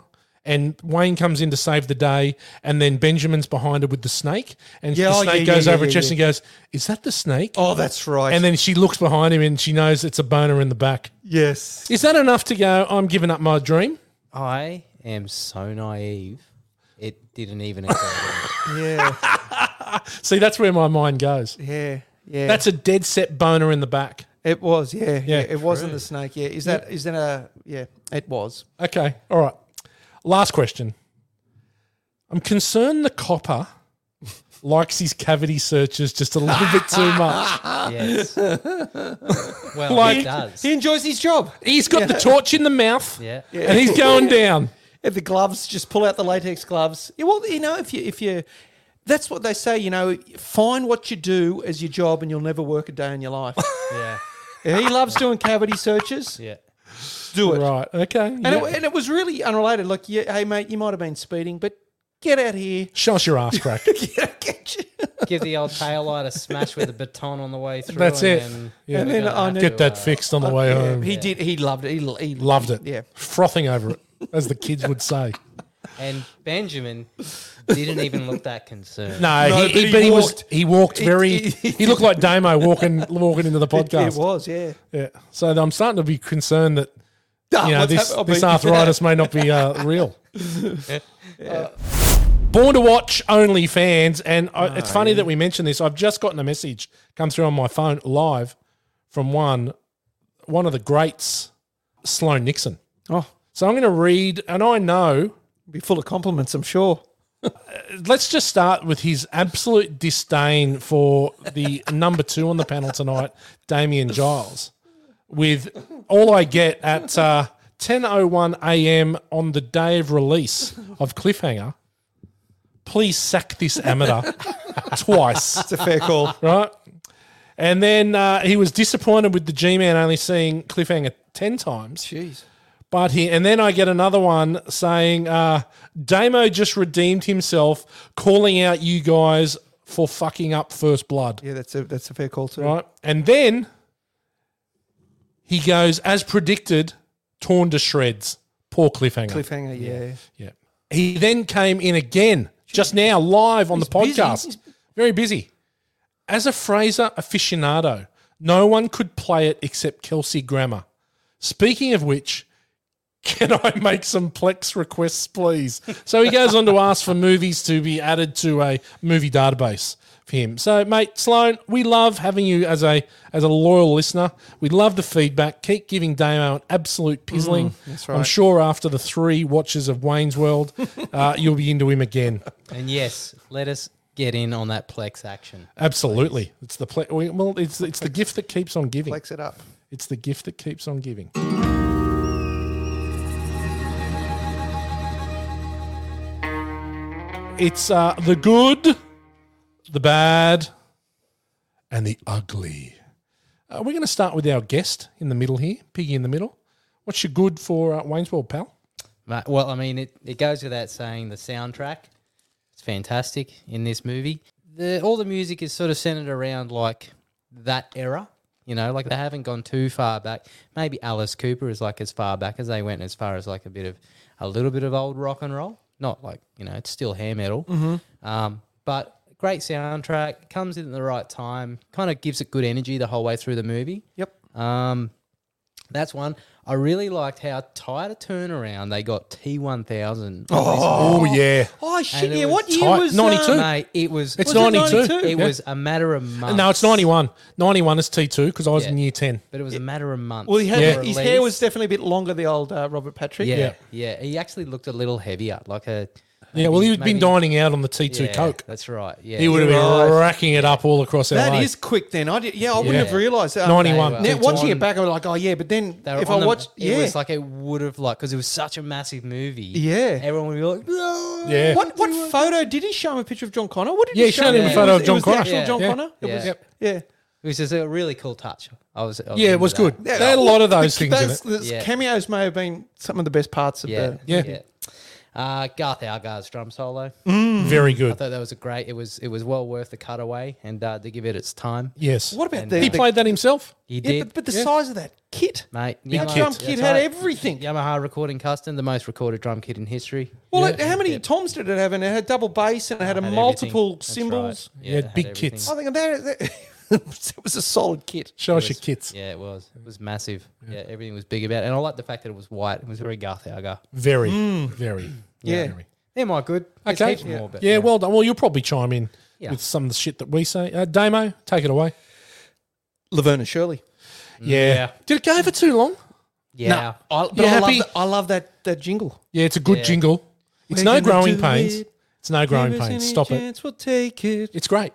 and Wayne comes in to save the day, and then Benjamin's behind her with the snake, and
Yeah,
the
oh,
snake
yeah,
goes
yeah,
over
yeah,
Jess
yeah.
and goes, "Is that the snake?"
oh, that's right.
And then she looks behind him and she knows it's a boner in the back.
yes,
Is that enough to go? I'm giving up my dream.
I am so naive. It didn't even occur.
yeah,
See, that's where my mind goes.
yeah, yeah.
That's a dead set boner in the back.
It was, yeah, yeah.
Yeah,
it wasn't the snake. Yeah, is that is that a yeah? It was.
Okay. All right. Last question. I'm concerned the copper likes his cavity searches just a little bit too much.
yes. Well,
Like-
it does.
He enjoys his job.
He's got the torch in the mouth
Yeah.
and he's going down.
If the gloves, just pull out the latex gloves. Yeah, well, you know, if you if you, that's what they say. You know, find what you do as your job, and you'll never work a day in your life.
Yeah.
Yeah, he loves doing cavity searches.
Yeah.
Do it.
Right. Okay.
And,
yeah.
it, and it was really unrelated. Like, yeah, hey mate, you might have been speeding, but get out here.
Show us your ass crack.
Get you-
Give the old tail light a smash with a baton on the way through.
That's
and
it.
Then
Yeah.
And then
Gonna
I
have
knew-
Get that fixed on the way
Yeah,
home.
he did. He loved it. He, he
Loved it.
Yeah.
Frothing over it, as the kids would say.
And Benjamin didn't even look that concerned.
No, he, he- but he was he walked very. He, looked like Damo walking walking into the podcast.
It was, yeah.
Yeah. So I'm starting to be concerned that
Ah,
you know
what's
this
happened?
this
I'll be-
arthritis may not be uh, real. Uh,
Yeah.
Born to watch only fans, and
Ah,
I, it's funny that we mentioned this. I've just gotten a message come through on my phone live from one one of the greats, Sloan Nixon.
Oh,
so I'm going to read, and I know
be full of compliments. I'm sure.
Let's just start with his absolute disdain for the number two on the panel tonight, Damien Giles. With all I get at uh, 10:01 a.m. on the day of release of Cliffhanger, please sack this amateur twice.
It's a fair call.
right? And then uh, he was disappointed with the G-Man only seeing Cliffhanger ten times.
Jeez.
But he, and then I get another one saying, uh, "Damo just redeemed himself, calling out you guys for fucking up First Blood."
Yeah, that's a that's a fair call too.
Right, and then he goes, as predicted, torn to shreds. Poor cliffhanger.
Cliffhanger, yeah.
yeah. He then came in again just now, live on the
busy.
podcast. Very busy. As a Fraser aficionado, no one could play it except Kelsey Grammer. Speaking of which, can I make some Plex requests, please? So he goes on to ask for movies to be added to a movie database for him. So, mate, Sloan, we love having you as a as a loyal listener. We love the feedback. Keep giving Damo an absolute pizzling.
Mm, that's
I'm
right.
sure after the three watches of Wayne's World, uh, you'll be into him again.
And yes, let us get in on that Plex action.
Absolutely, it's the ple- we- well, it's it's the gift that keeps on giving.
Flex it up.
It's the gift that keeps on giving. It's uh, the good, the bad, and the ugly. Uh, we're going to start with our guest in the middle here, Piggy in the middle. What's your good for uh, Wayne's World, pal?
Ma- Well, I mean, it, it goes without saying the soundtrack. It's fantastic in this movie. The, all the music is sort of centered around like that era, you know, like they haven't gone too far back. Maybe Alice Cooper is like as far back as they went, as far as like a bit of a little bit of old rock and roll. Not like you know, it's still hair metal,
Mhm.
um, but great soundtrack. Comes in at the right time. Kind of gives it good energy the whole way through the movie.
Yep.
Um, that's one. I really liked how tight a turnaround they got T1000.
Oh, yeah.
Oh, shit,
And it
yeah, what year uh,
tight. was, 92.
Mate, it was.
It's Was it 92? 92?
It
Yeah.
was a matter of months.
Uh, No, it's 91. 91 is T2 because I was
Yeah.
in year 10.
But it was a matter of months.
Well, he had,
for
his
release.
hair was definitely a bit longer. The old uh, Robert Patrick.
Yeah, yeah, He actually looked a little heavier, like a.
yeah, well, he'd been
maybe-
dining out on the T2
Yeah,
Coke.
That's right. Yeah,
he would have been
Right.
racking it up all across LA.
That is quick. Then I did, yeah, I wouldn't
Yeah.
have realised that.
91.
Now,
They were
watching
on-
it back, I was like, oh yeah, but then
They were
if
on
I
the-
watched, yeah,
it was like it would have like because it was such a massive movie.
Yeah.
everyone would be like,
Yeah.
What what photo did he show him a picture of John Connor? What did
Yeah,
he
he
show
showed him a
It
photo
was-
of John
it was the
Connor.
actual
Yeah.
John
Yeah.
Connor. It
Yeah.
was-
Yep.
yeah.
It was just a really cool touch. I was. I
Yeah, it was
into
good. They had a lot of those things in
Those,
it.
those
Yeah.
cameos may have been some of the best parts of
Yeah,
the.
Yeah.
Uh, Garth Algar's drum solo.
Very
I
good.
thought that was a great. It was it was well worth the cutaway and uh, to give it its time.
Yes.
What about
And,
the?
He
the-
played that himself.
He
yeah,
did,
but, but the size of that kit.
mate.
That
Yamaha-
drum
that's
kit had
right.
everything.
Yamaha recording custom, the most recorded drum kit in history.
Well, it, how many toms did it have? And it had double bass, and it had, a
Had everything.
multiple
That's
cymbals.
right.
Yeah,
it had
big
everything.
kits.
I think that, that it was a solid kit.
Show us
It
your
was-
kits.
Yeah, it was. It was massive. Yeah, everything was big about it. And I liked the fact that it was white. It was very Garth Algar.
Very, very.
Mm. Yeah.
very.
Am I good? There's
Okay.
heaps
Yeah.
more, but
Yeah, well done. Well, you'll probably chime in
Yeah.
with some of the shit that we say. Uh, Damo, take it away.
Mm. Laverna Shirley.
Yeah. Did it go for too long?
yeah.
I, but
You
I, love
happy?
that, I love that that jingle.
Yeah, it's a good
Yeah.
jingle. It's
We're
no
gonna
growing
do
pains.
it.
It's no growing
Give us
pains.
any
Stop it.
chance, We'll take it.
It's great.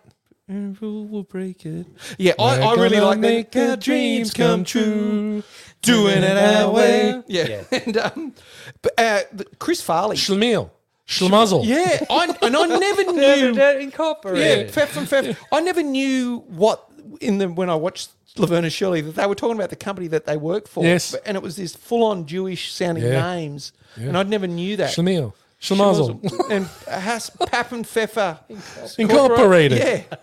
And rule will break it. Yeah, I, I really
gonna
like that.
make our dreams come true.
Doing it our way.
Yeah.
Yeah. and um, but, uh, but Chris Farley.
Schlemiel. Schlemazel.
Yeah, I, and I never knew. Yeah,
Incorporated.
Fef and Fef. I never knew what in the when I watched Laverna Shirley that they were talking about the company that they work for.
Yes.
but- and it was this full-on Jewish sounding
Yeah.
names, and I never knew that.
Schlemiel. Schlemazel.
and Hass Pappenpfeffer
Incorporated.
Yeah,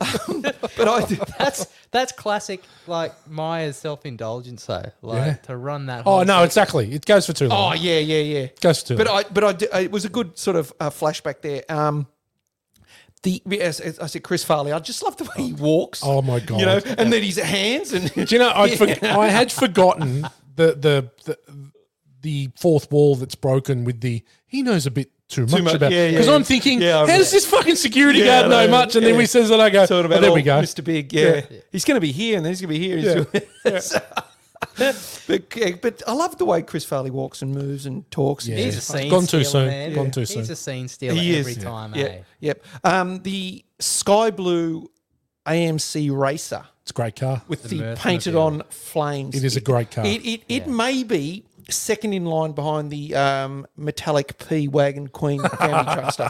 Um, but I
that's that's classic like Maya's self indulgence though. Like
Yeah.
to run that.
Oh
whole
no,
thing.
exactly. It goes for too long.
Oh yeah, yeah, yeah.
Goes to
But I, but I, di- it was a good sort of uh, flashback there. Um, the as, as I said, Chris Farley. I just love the way he walks.
Oh my god!
You know, and then his hands and
Do you know? I'd forg I had forgotten the, the the the fourth wall that's broken with the he knows a bit too much,
much,
about
yeah, yeah,
because I'm
yeah.
thinking
Yeah,
how
I'm-
does this fucking security
Yeah,
guard know
no,
much? And then
yeah.
we says that I go,
Sort of
oh, there
all
we go,
Mr. Big. Yeah, he's going to be here, and then he's going to be here. He's
Yeah.
gonna- but, yeah, but I love the way Chris Farley walks and moves and talks.
Yeah.
He's a
It's
scene
gone too
stealer,
soon.
Man.
Gone too
He's
soon.
a scene stealer
He is.
every time.
Yeah,
eh?
Yep. Um, the sky blue AMC racer
it's a great car.
with the,
Merc
painted on flames.
It is a great car.
It it, it may be second in line behind the um, metallic P wagon Queen family truckster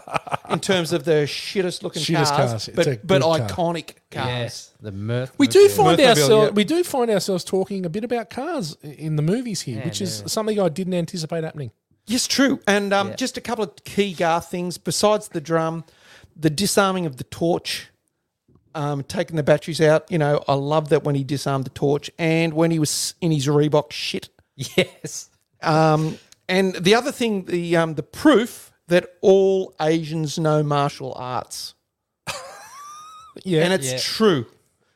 in terms of the shittest looking
Shittest
cars,
cars. It's a
but
good
but
car.
iconic cars.
Yes, the mirth.
We do find
Mercmobile,
ourselves
yeah.
we do find ourselves talking a bit about cars i- in the movies here, which is something I didn't anticipate happening.
Yes, true. And um,
Yeah.
just a couple of key Garth things besides the drum, the disarming of the torch, um, taking the batteries out. You know, I love that when he disarmed the torch and when he was in his Reebok shit.
Yes.
Um, and the other thing, the um, the proof that all Asians know martial arts,
Yeah,
and it's
Yeah.
true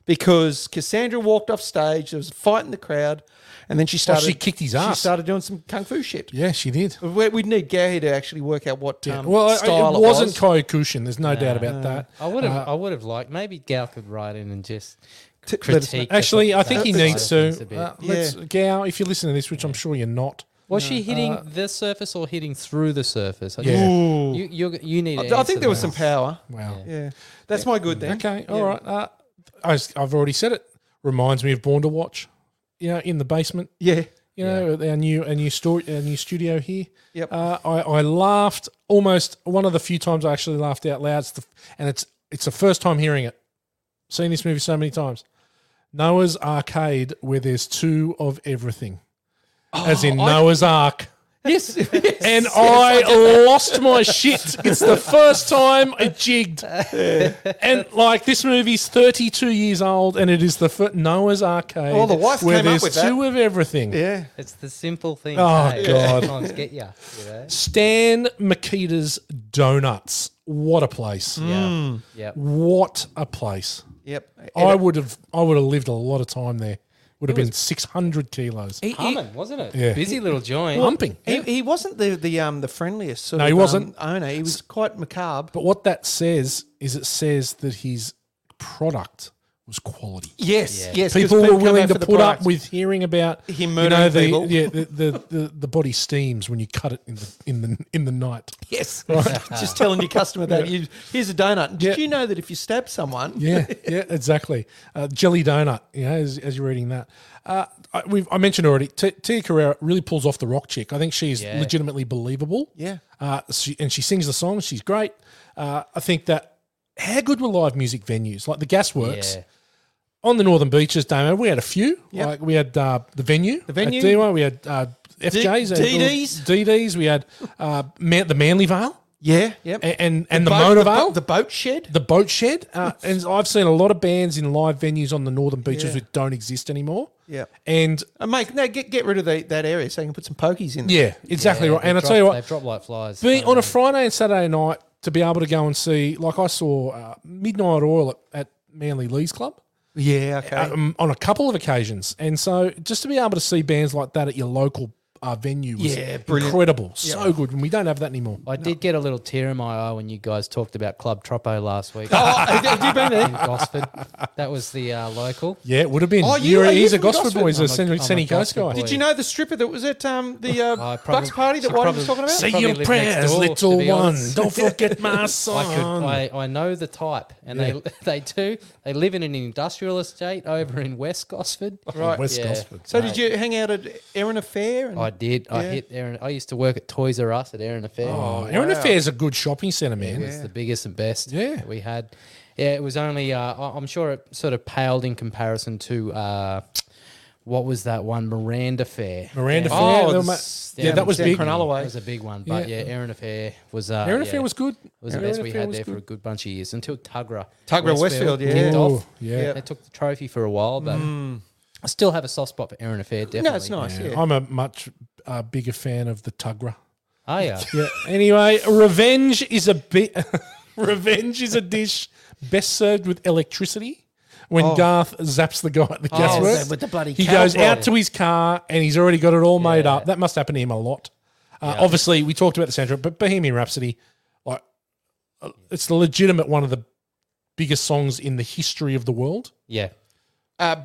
because Cassandra walked off stage. There was a fight in the crowd, and then she
Well,
started.
Oh, she kicked his
She
ass.
started doing some kung fu shit.
yeah, she did.
We- We'd need Gary here to actually work out what um,
well, I-
style
it wasn't
was.
Kyokushin. There's no doubt about that. Uh,
I would have. I would have liked. Maybe Gal could write in and just
T- let us know.
critique. the-
Actually, I think he
that side
needs
of
to.
things a bit.
Uh, let's, Gao, if you listen to this, which I'm sure you're not,
was she hitting the surface or hitting through the surface? I just-
uh, Yeah.
You, you, you need.
I think there was some power.
Wow.
Yeah, that's my good thing.
Okay. all right. Uh, I was, I've already said it. Reminds me of Born to Watch. You know, in the basement.
Yeah,
You know, our new our new store, our new studio here.
Yep.
Uh, I, I laughed almost one of the few times I actually laughed out loud. It's the, and it's it's the first time hearing it. Seen this movie so many times. Noah's Arcade, where there's two of everything, as in Noah's Ark.
Oh, yes,
and I lost my shit. It's the first time I jigged. And like this movie's 32 years old, and it is the fir- Noah's Arcade.
Well, Oh, the wife
where
came up
there's
with that.
two of everything.
yeah.
It's the simple thing.
Oh, God.
Sometimes get ya, you. know?
Stan Makita's Donuts. What a place!
Mm. Hmm.
Yeah. Yeah.
What a place!
Yep.
I would have, I would have lived a lot of time there. Would have been 600 kilos.
Humming, wasn't it?
Yeah.
Busy little joint.
Humping.
He, he wasn't the the um the friendliest sort
No,
of
he wasn't.
um, owner. He was quite macabre.
But what that says is it says that his product was quality.
yes, yes. 'cause
people were
come
willing
out
to
for the
put up
products.
with hearing about
Him
you know,
murdering
the,
people.
Yeah, the, the, the, the body steams when you cut it in the in the in the night.
Yes, just telling your customer that you here's a donut. Did you know that if you stab someone,
Yeah, yeah, exactly. Uh, jelly donut. You know, as, as you're eating that, uh, I, we've, I mentioned already. T- Tia Carrera really pulls off the rock chick. I think she's legitimately believable.
Yeah.
uh, she, and she sings the song. She's great. Uh, I think that how good were live music venues like the Gasworks.
Yeah.
on the northern beaches, Damo, we had a few. Like we had uh, the venue, the
venue.
at D1, we had uh, FJs,
D-
uh,
DDs.
DDs. We had uh, man, the Manly Vale
yeah, yep.
and and, and the,
boat- the,
Motor Vale,
boat- the boat shed.
the boat shed. Uh, and I've seen a lot of bands in live venues on the northern beaches
Yeah.
that don't exist anymore.
Yeah.
and
Uh, mate, no, get get rid of the, that area so you can put some pokies in. There.
yeah, exactly right.
They
And I
drop-
tell you
they
what,
drop like flies.
being
don't
on a
they?
Friday and Saturday night to be able to go and see, like I saw uh, Midnight Oil at, at Manly Lees Club.
yeah, okay.
um, on a couple of occasions. And so just to be able to see bands like that at your local uh, venue was
Yeah, brilliant.
incredible. So good. And we don't have that anymore.
I did get a little tear in my eye when you guys talked about Club Troppo last week.
Oh, have you been there?
in Gosford. That was the uh, local.
Yeah, it would have been.
Oh, you-
You're-
are you
he's a
from
Gosford boy. He's a
Gosford?
Sen-
I'm a
Sunny Coast
Gosford
guy.
boy.
Did you know the stripper that was at um, the uh,
I
Bucks
probably-
party that
she
Whitey was
probably-
talking about?
Say- Probably your lived next prayers, door, little to be one. honest. Don't
forget my
I, could, I, I know the type, and they they do. They live in an industrial estate over in West Gosford.
Right.
West
Yeah.
Gosford.
So did you hang out at Erin Affair? And,
I did. I
Yeah.
hit Aaron. I used to work at Toys R Us at Aaron Affair.
Oh, Erin Affair's a good shopping centre, man.
It was the biggest and best
Yeah.
that we had. Yeah, it was only, uh, I- I'm sure it sort of paled in comparison to uh, What was that one? Miranda Fair.
Miranda
Yeah.
Fair, they
Oh,
were ma- yeah, that was big.
That was a big one. But
Yeah.
yeah, Erin Affair was. Uh,
Erin
yeah,
Affair was good.
Was the
Erin
best we
Affair
had
was
there for a
good.
good bunch of years until Tugra.
Tugra Westfield, yeah.
kicked
Ooh,
off.
Oh, yeah.
They took the trophy for a while, but
Mm.
I still have a soft spot for Erin Affair. Definitely.
I'm a much uh, bigger fan of the Tugra.
Are ya?
Yeah. Anyway, revenge is a bit. revenge is a dish best served with electricity. When
Oh.
Garth zaps the guy at the
Oh,
gas works,
with the bloody
he
cowboy.
goes out to his car and he's already got it all made up. That must happen to him a lot. Uh, Obviously, we talked about the soundtrack, but Bohemian Rhapsody, like, uh, it's the legitimate one of the biggest songs in the history of the world.
Yeah.
Uh,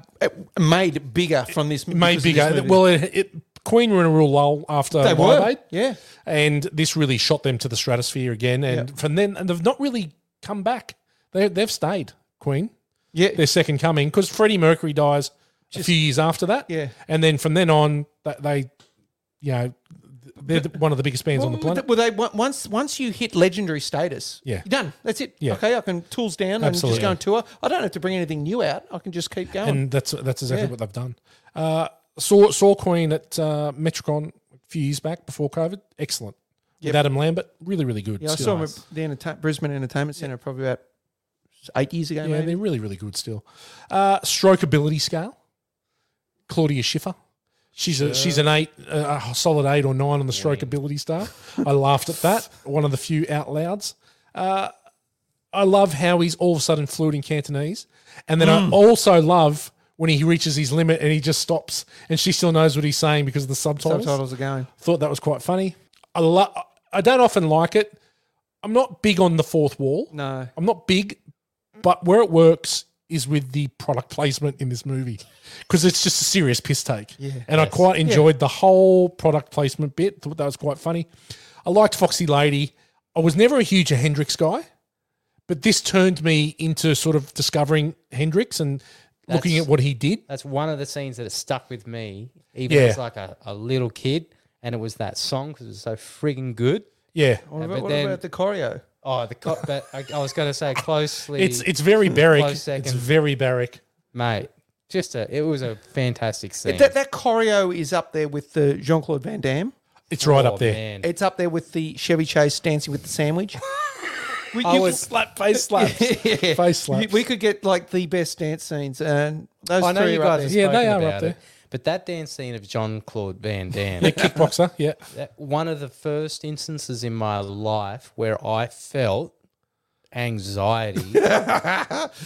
made bigger from this.
made
because of this
bigger.
movie.
Well, it, it, Queen were in a real lull after
They
Live
were,
Aid,
yeah.
and this really shot them to the stratosphere again. And from then, and they've not really come back. They they've stayed Queen.
Yeah,
their second coming because Freddie Mercury dies a few years after that.
Yeah.
and then from then on, they, they you know, they're the, one of the biggest bands on the planet.
Well, they on- once once you hit legendary status,
Yeah.
you're done. That's it.
Yeah.
Okay, I can tools down and
Absolutely.
just go on tour. I don't have to bring anything new out. I can just keep going.
and that's that's exactly
Yeah.
what they've done. Uh, saw saw Queen at uh, Metricon a few years back before COVID. Excellent
Yep.
with Adam Lambert. Really, really good.
yeah, I
Still
saw
nice.
them at the entertain- Brisbane Entertainment Centre probably about eight years ago.
Yeah,
maybe.
they're really, really good still. Uh, strokeability scale. Claudia Schiffer. She's a she's an eight, uh, a a solid eight or nine on the strokeability star. I laughed at that. One of the few out louds. Uh, I love how he's all of a sudden fluent in Cantonese, and then
Mm.
I also love when he reaches his limit and he just stops, and she still knows what he's saying because of the subtitles.
Subtitles are going.
Thought that was quite funny. I lo- I don't often like it. I'm not big on the fourth wall.
No.
I'm not big, but where it works is with the product placement in this movie because it's just a serious piss take. Yeah. And I quite enjoyed the whole product placement bit. Thought that was quite funny. I liked Foxy Lady. I was never a huge Hendrix guy, but this turned me into sort of discovering Hendrix and looking
That's-
at what he did.
That's one of the scenes that has stuck with me, even
Yeah.
as like a, a little kid. And it was that song because it was so frigging good.
Yeah.
What,
but
about, what
then-
about the choreo?
Oh, the cop. But I, I was going to say closely.
It's it's very Barrick.
Close second.
It's very Barrick.
mate. Just a. It was a fantastic scene.
That, that choreo is up there with the Jean Claude Van Damme.
It's right
Oh,
up there.
man.
It's up there with the Chevy Chase Dancing with the Sandwich. we,
I
you-
was slap face slaps.
Yeah.
Face slaps.
You- we could get like the best dance scenes, and those
I know
three
you
are up
guys.
there.
Have
Yeah, they
spoken
are up
about
there.
It, but that dance scene of John Claude Van Damme.
yeah, kickboxer. Yeah.
that- uh, one of the first instances in my life where I felt anxiety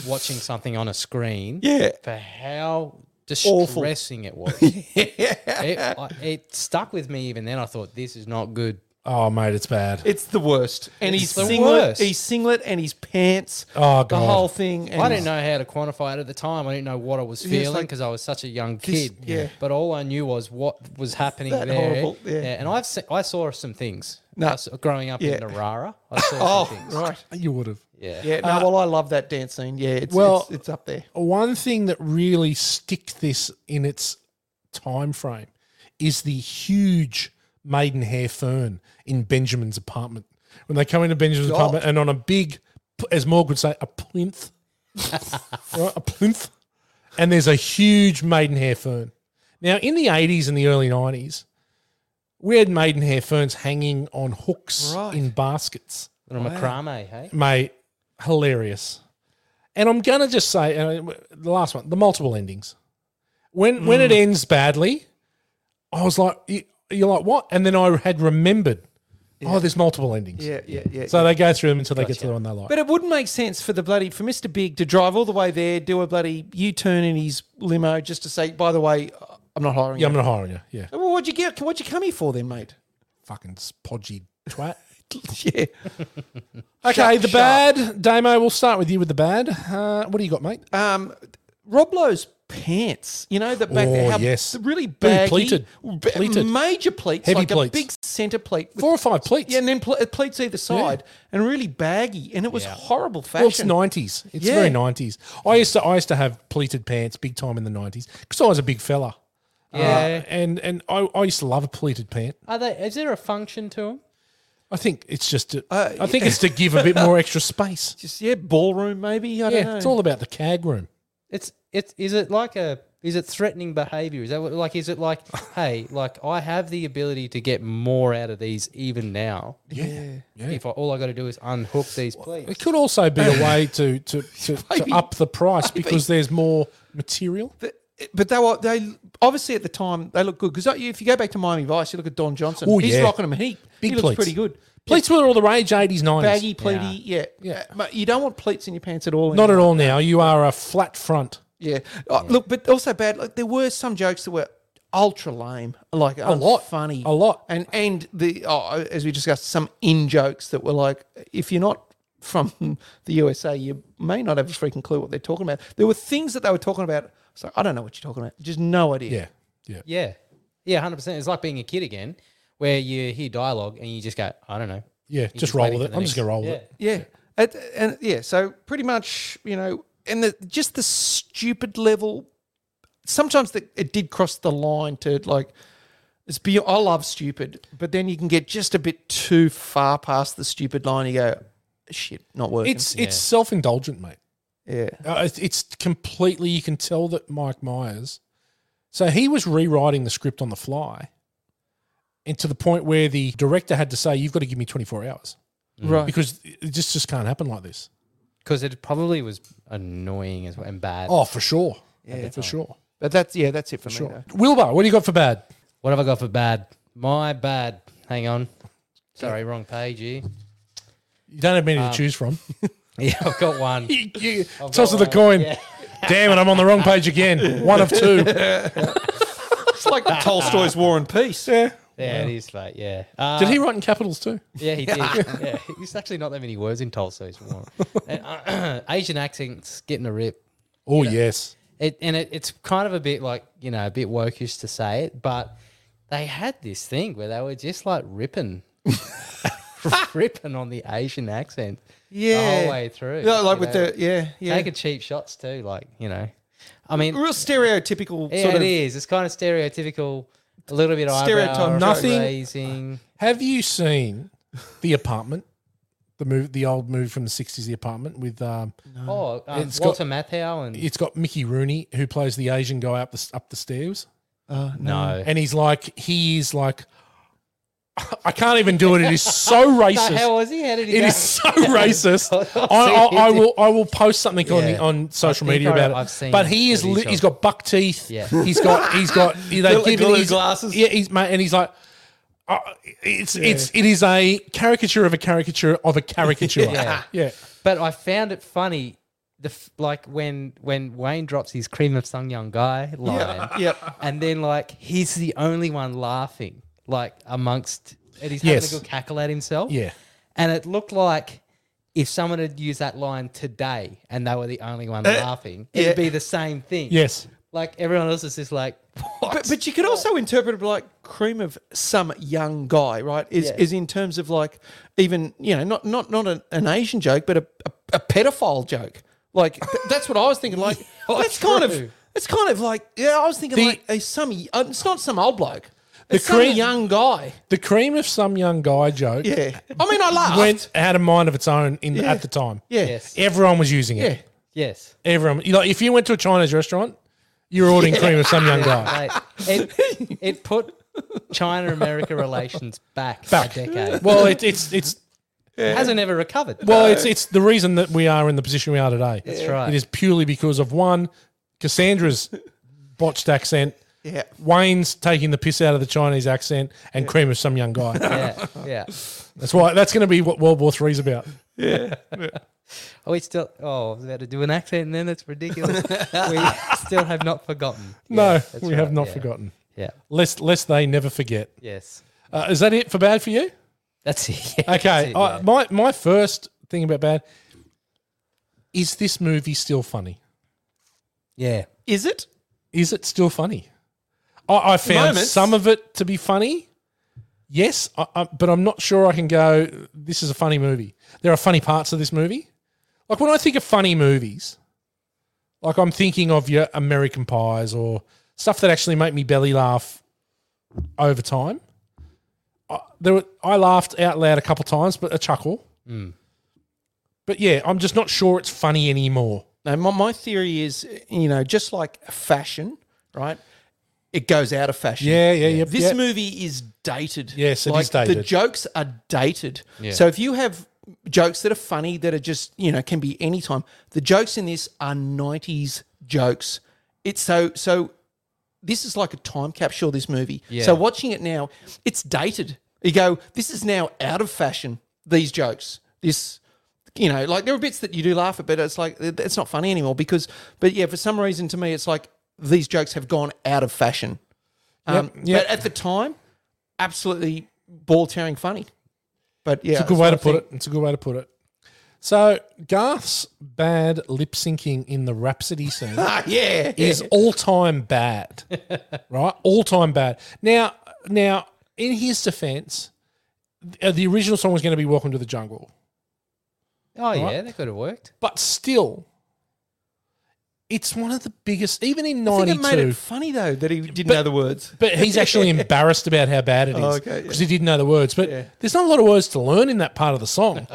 watching something on a screen.
Yeah.
For how distressing it was. it, I- it stuck with me even then. I thought, this is not good.
Oh mate, it's bad.
It's the worst. And
It's
he's
the
singlet,
worst.
he's singlet, and his pants,
Oh god.
the whole thing. And
I didn't know how to quantify it at the time. I didn't know what I was
it's
feeling
like
because I was such a young
this-
kid.
yeah.
But all I knew was what was happening
That
there.
horrible, yeah.
And I've se- I saw some things.
No.
I saw- growing up
Yeah.
in Narara, I saw
Oh,
some things.
right. Uh,
You would have.
Yeah.
Yeah. No. well, I love that dance scene. Yeah. It's,
Well-
it's, it's up there.
One thing that really sticked this in its time frame is the huge maidenhair fern in Benjamin's apartment. When they come into Benjamin's
God.
apartment and on a big, as Morg would say, a plinth, right, a plinth, and there's a huge maidenhair fern. Now, in the 80s and the early 90s, we had maidenhair ferns hanging on hooks
Right.
in baskets.
Little macrame, hey?
mate, hilarious. And I'm gonna just say, and I- the last one, the multiple endings. When when
Mm.
it ends badly, I was like, you- you're like what? And then I had remembered, oh, there's multiple endings.
Yeah. Yeah. Yeah.
So they go through them until they get to the one they like.
But it wouldn't make sense for the bloody for Mr. Big to drive all the way there, do a bloody U turn in his limo just to say, by the way, I'm not hiring
yeah, I'm
you.
not hiring you. Yeah,
Well, what'd you get? What'd you come here for then, mate?
fucking podgy twat.
yeah.
Okay,
Shut-
the
shut
bad Damo. We'll start with you with the bad. Uh, what do you got, mate?
Um, Rob Lowe's pants, you know, the back
Oh,
there, how
yes.
really baggy,
pleated.
ba-
Pleated.
major pleats,
Heavy
like
pleats.
a big centre pleat, with,
Four or five pleats.
yeah, and then ple- pleats either side, and really baggy, and it was horrible
Well, it's
fashion.
nineties. It's
Yeah.
very nineties. I used to I used to have pleated pants big time in the nineties because I was a big fella. Uh,
Yeah.
and and I, I used to love a pleated pant.
Are they? Is there a function to them?
I think it's just to,
Uh,
I think it's to give a bit more extra space.
Just yeah, ballroom maybe. I
yeah,
don't know.
it's all about the cag room.
It's it's is it like a Is it threatening behavior? Is that what, like? Is it like, hey, like I have the ability to get more out of these even now?
Yeah.
If I, all I got to do is unhook these, please.
It could also be a way to to, to, to up the price because there's more material.
But they were they obviously at the time they looked good because if you go back to Miami Vice, you look at Don Johnson.
Oh,
he's
yeah.
rocking them. and He,
Big
he looks
pleats.
pretty good.
Pleats were all the rage, eighties, nineties.
Baggy, pleaty, yeah, yeah. But you don't want pleats in your pants at all.
Not at
anymore.
all now. You are a flat front.
Yeah. Oh, Look, but also bad. Like there were some jokes that were ultra lame, like
A lot.
funny,
A lot.
and and the oh, as we discussed, some in jokes that were like, if you're not from the USA, you may not have a freaking clue what they're talking about. There were things that they were talking about. So I don't know what you're talking about. Just no idea.
Yeah.
Yeah. Yeah, 100%. It's like being a kid again, where you hear dialogue and you just go, I don't know.
Yeah,
You're
just roll
waiting
with
for
it.
the
I'm just
next-
gonna roll with
Yeah.
it.
Yeah. At, and yeah, so pretty much, you know, and the just the stupid level. Sometimes the, it did cross the line to like it's be I love stupid, but then you can get just a bit too far past the stupid line. You go, shit, not working.
It's it's self indulgent, mate.
Yeah,
uh, it's- it's completely. You can tell that Mike Myers. So he was rewriting the script on the fly, and to the point where the director had to say, "You've got to give me twenty four hours,
Mm.
Right.
Because it just just can't happen like this.
Because it probably was annoying as well and bad.
Oh, for sure, for sure.
But that's yeah, that's it for, me.
sure.
though.
Wilbur, what do you got for bad?
What have I got for bad? My bad. Hang on. Sorry, wrong page here.
You don't have many
Um,
to choose from.
Yeah, I've got one.
You- you-
I've
toss
got
of the
one.
coin.
Yeah.
Damn it, I'm on the wrong page again. One of two.
It's like the Tolstoy's War and Peace.
Yeah.
Yeah, it is, mate. Yeah. Uh,
Did he write in capitals too?
Yeah, he did. yeah, he's actually not that many words in Tulsa. He's more. And, uh, Asian accents getting a rip.
Oh yes.
It, and it, it's kind of a bit like, you know, a bit wokish to say it, but they had this thing where they were just like ripping, ripping on the Asian accent the
Yeah.
whole way through.
Yeah, like
you
with
know.
the- yeah, yeah.
Taking cheap shots too, like, you know. I mean,
Real stereotypical
yeah,
sort
it
of
is. It's kind of stereotypical, a little bit
Stereotype
eyebrow
Nothing-
raising.
Have you seen the apartment? The movie, the old movie from the sixties, the apartment with um,
Uh,
Oh, um,
It's got-
Walter Matthau and
it's got Mickey Rooney who plays the Asian guy up the up the stairs,
no.
and he's like he is like I can't even do it. It is so racist.
How was he? How did he
it
go?
is so racist. I,
I'll see
I, I
it.
will I will post something on
Yeah.
on social
I think
media
I-
about it.
I've seen
but he is
footage
li-
of
he's
it.
got buck teeth.
Yeah.
he's got he's got they
Little
give
glue
he's-
glasses.
Yeah, he's mate, and he's like. Uh, it's it's it is a caricature of a caricature of a caricature.
Yeah.
yeah.
But I found it funny, the f- like when when Wayne drops his cream of some young guy line,
yep.
and then like he's the only one laughing, like amongst, and he's having
Yes.
a good cackle at himself.
Yeah.
and it looked like. If someone had used that line today and they were the only one laughing, it'd
yeah.
be the same thing.
Yes.
Like everyone else is just like, what?
But, but you could also interpret it like cream of some young guy, right? Is
Yeah.
is in terms of like even you know not not not an, an Asian joke, but a, a, a pedophile joke. Like th- that's what I was thinking. Like that's kind
true.
of that's kind of like yeah. I was thinking
The-
like a, some uh, it's not some old bloke.
The
It's some
cream-
young guy.
The cream of some young guy joke.
Yeah. I mean, I laughed.
Went had a mind of its own in at the time.
yeah.
Yes.
Everyone was using it.
Yeah.
yes.
Everyone. you know, if you went to a Chinese restaurant, you were ordering cream of some young guy.
Mate, it, it put China America relations back,
Back.
a decade.
Well, it, it's it's
it hasn't ever recovered.
well, it's it's the reason that we are in the position we are today. That's
right.
It is purely because of one, Cassandra's botched accent.
Yeah.
Wayne's taking the piss out of the Chinese accent and cream of some young guy.
yeah, yeah.
That's why that's going to be what World War Three's about.
Are we still? Oh, I was about to do an accent, and then it's ridiculous. we still have not forgotten.
No,
Yeah, that's
we
right,
have not
yeah,
forgotten.
Yeah.
Lest lest they never forget.
Yes.
Uh, is that it for bad for you?
That's it. yeah, that's
Okay.
it,
I,
yeah.
my my first thing about bad is this movie still funny?
yeah.
Is it?
Is it still funny? I, I found
Moments.
some of it to be funny. Yes, I, I, but I'm not sure I can go. This is a funny movie. There are funny parts of this movie. Like when I think of funny movies, like I'm thinking of your American Pies or stuff that actually make me belly laugh over time. I, there were, I laughed out loud a couple times, but a chuckle. But yeah, I'm just not sure it's funny anymore.
No, my, my theory is, you know, just like fashion, right? It goes out of fashion.
Yeah, yeah, yeah.
This
yeah.
movie is dated.
Yes, it is
like, The
dated.
jokes are dated.
Yeah.
So if you have jokes that are funny that are just you know can be any time, the jokes in this are nineties jokes. It's so so. This is like a time capsule. This movie.
Yeah.
So watching it now, it's dated. You go, this is now out of fashion. These jokes. This you know, like there are bits that you do laugh at, but it's like it- it's not funny anymore because. But yeah, for some reason to me, it's like these jokes have gone out of fashion. Um,
Yep, yep.
But at the time, absolutely ball tearing funny. But yeah,
it's a good
that's
way
what
to
I
put
think.
it. It's a good way to put it. So Garth's bad lip syncing in the Rhapsody scene,
Ah, yeah.
is all time bad, right? All time bad. Now, now, in his defense, uh, the original song was going to be "Welcome to the Jungle,"
Oh yeah,
Right.
that could have worked.
but still, it's one of the biggest. Even in
I think
'92,
it made it funny though that he didn't know the words.
but he's actually embarrassed about how bad it
Oh,
is because
okay, yeah.
he didn't know the words. But there's not a lot of words to learn in that part of the song.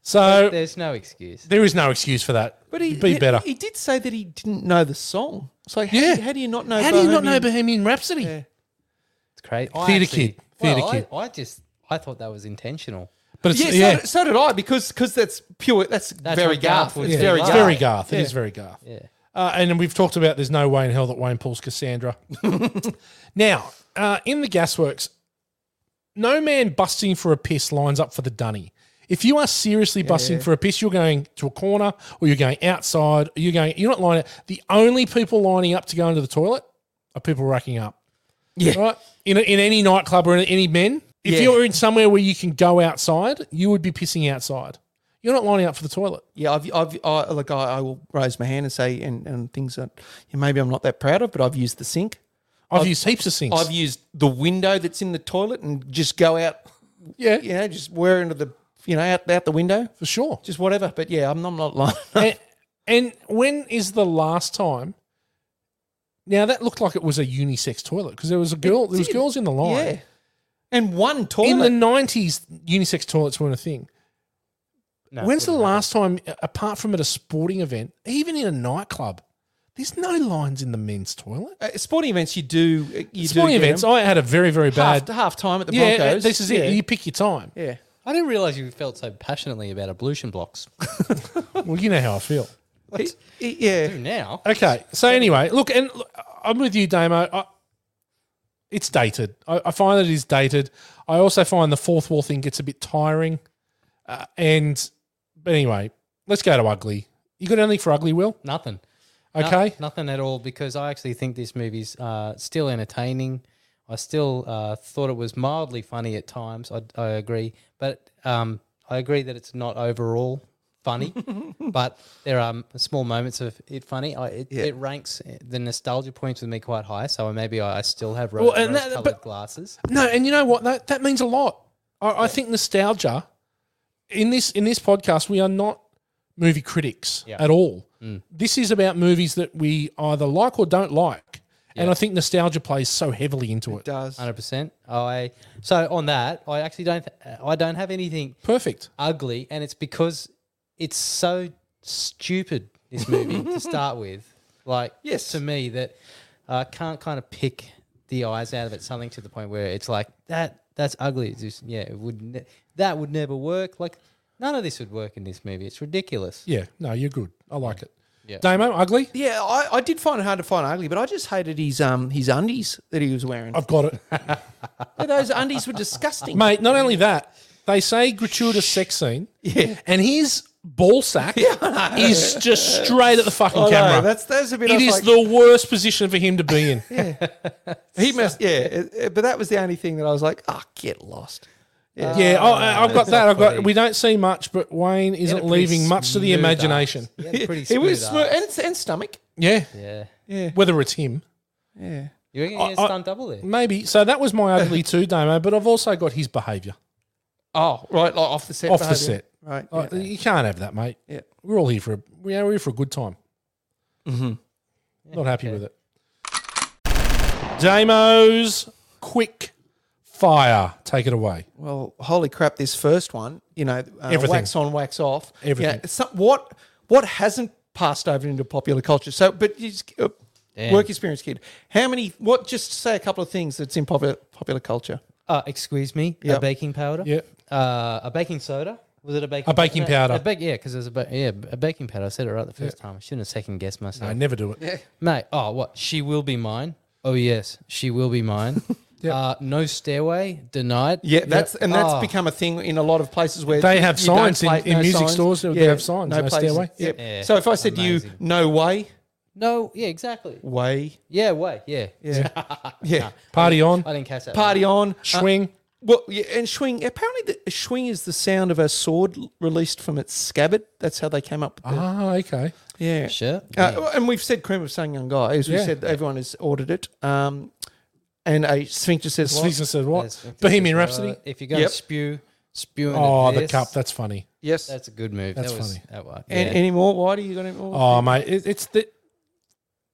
So
There's no excuse.
there is no excuse for that.
But he
be
he-
better.
He did say that he didn't know the song. So how,
Yeah.
how do you not know?
How do you not know Bohemian Rhapsody?
It's crazy. I
Theatre
actually-
kid. Theatre
well, I-
kid.
I, just I thought that was intentional.
But it's,
yeah,
yeah,
So, did, so did I because because that's pure. That's, very
what Garth
Garth.
would
It's
do.
very
it's
Garth.
very Garth. It
Yeah.
is very Garth.
Yeah.
Uh, and then we've talked about there's no way in hell that Wayne pulls Cassandra. now, uh, in the gasworks, no man busting for a piss lines up for the dunny. If you are seriously busting for a piss, you're going to a corner or you're going outside. Or you're going. You're not lining. up. The only people lining up to go into the toilet are people racking up.
Yeah.
Right? In, in any nightclub or in any men, if
Yeah.
you're in somewhere where you can go outside, you would be pissing outside. You're not lining up for the toilet.
Yeah, I've, I've, I, look, I, I will raise my hand and say, and, and things that yeah, maybe I'm not that proud of, but I've used the sink.
I've, used heaps of sinks.
I've used the window that's in the toilet and just go out.
Yeah.
You know, just wear into the, you know, out, out the window.
For sure.
Just whatever. But yeah, I'm, I'm not lying.
and, and when is the last time? Now that looked like it was a unisex toilet because there was a girl. There was
did.
girls in the line.
Yeah. And one toilet.
In the nineties, unisex toilets weren't a thing.
No,
When's the last time, a- apart from at a sporting event, even in a nightclub, there's no lines in the men's toilet?
Uh, sporting events, you do. uh, You
sporting
do get
events.
them.
I had a very very
Half-
bad
half time at the
yeah,
Broncos.
This is
Yeah.
it. You pick your time.
Yeah.
I didn't realize you felt so passionately about ablution blocks.
Well, you know how I feel.
yeah.
now.
Okay. So anyway, look, and look, I'm with you, Damo. I, it's dated. I, I find that it is dated. I also find the fourth wall thing gets a bit tiring. Uh, and but anyway, let's go to ugly. You got anything for ugly, Will?
Nothing. No-
Okay.
nothing at all because I actually think this movie's uh, still entertaining. I still uh, thought it was mildly funny at times. I, I agree, but um, I agree that it's not overall funny. but there are um, small moments of it funny. I, it, it ranks eh, the nostalgia points with me quite high, so maybe I, I still have rose,
Well, and that-
colored
but-
glasses.
No, and you know what? That that means a lot. I, I think nostalgia in this in this podcast we are not movie critics
Yeah.
at all.
Mm.
This is about movies that we either like or don't like. And
Yeah.
I think nostalgia plays so heavily into it.
does.
Hundred percent. I so on that I actually don't I don't have anything
Perfect.
ugly, and it's because it's so stupid this movie to start with. Like yes. to me that uh, I can't kind of pick the eyes out of it. Something to the point where it's like that that's ugly. It's just yeah, it would ne- that would never work. Like none of this would work in this movie. It's ridiculous.
Yeah, no, you're good. I like it.
Yeah.
Damo, ugly?
Yeah, I, I did find it hard to find ugly, but I just hated his um his undies that he was wearing.
I've got it.
Those undies were disgusting.
Mate, not only that, they say gratuitous sex scene.
Yeah.
And his ball sack is just straight at the fucking
I know,
camera.
that's- that's a bit I
It
was
is
like-
the worst position for him to be in.
He must, yeah. it- it- But that was the only thing that I was like, ah, get lost.
yeah,
Ah,
I, I've got that. I've got. We don't see much, but Wayne
a
isn't
pretty
leaving much to the
smooth
imagination.
ass. He had a pretty
It was
smooth
smooth
ass.
and, and stomach.
Yeah.
Yeah.
Yeah.
whether it's him,
Yeah.
You reckon he
I- I-
stunt double there?
maybe. So that was my ugly too, Damo. But I've also got his behaviour
Oh, right, like off the set.
off the
behaviour.
set.
Right.
Like,
yeah.
Uh, You can't have that, mate.
Yeah.
We're all here for a, we are here for a good time.
Mm-hmm.
Not happy with it. Damo's quick fire. Take it away.
Well, holy crap! This first one, you know, uh,
Everything.
wax on, wax off. You know,
Everything.
it's not- what what hasn't passed over into popular culture? So, but you just, uh,
Damn.
Work experience kid. How many? What? Just say a couple of things that's in popular popular culture.
Uh, excuse me.
Yep.
A baking powder.
Yep.
Uh, a baking soda. Was it a baking?
A baking powder.
A ba- yeah, because there's a ba- yeah a baking powder. I said it right the first
Yeah.
time. I shouldn't have second guessed myself.
I never do it.
Mate, oh what? She will be mine. Oh yes, she will be mine. uh, no stairway denied.
Yeah, that's and that's
Oh.
become a thing in a lot of places where
ah. They have
you don't
signs in-
play-
in music stores, they have signs, no
places.
stairway.
Yep.
Yeah.
So if I said to you, no way,
no. Yeah, exactly.
way,
Yeah, wait. Yeah,
Yeah. yeah,
Party on.
I didn't catch that.
party on,
Swing.
Uh, well, yeah, and swing. Apparently, the swing is the sound of a sword l- released from its scabbard. That's how they came up. with the-
Ah, okay.
Yeah.
Sure.
Uh, and we've said cream of Sang Young Guy, as we
Yeah.
said, everyone has ordered it. Um, and a sphincter says what?
Sphincter said what?
That's- that's-
Bohemian
that's
Rhapsody.
right. If you're going
Yep.
to spew, spewing. at
Oh, the
this,
cup. That's funny.
Yes.
That's a good move.
That's
that was,
funny.
That was,
And
yeah.
any more? Why do you got any more?
Oh, mate, it, it's the.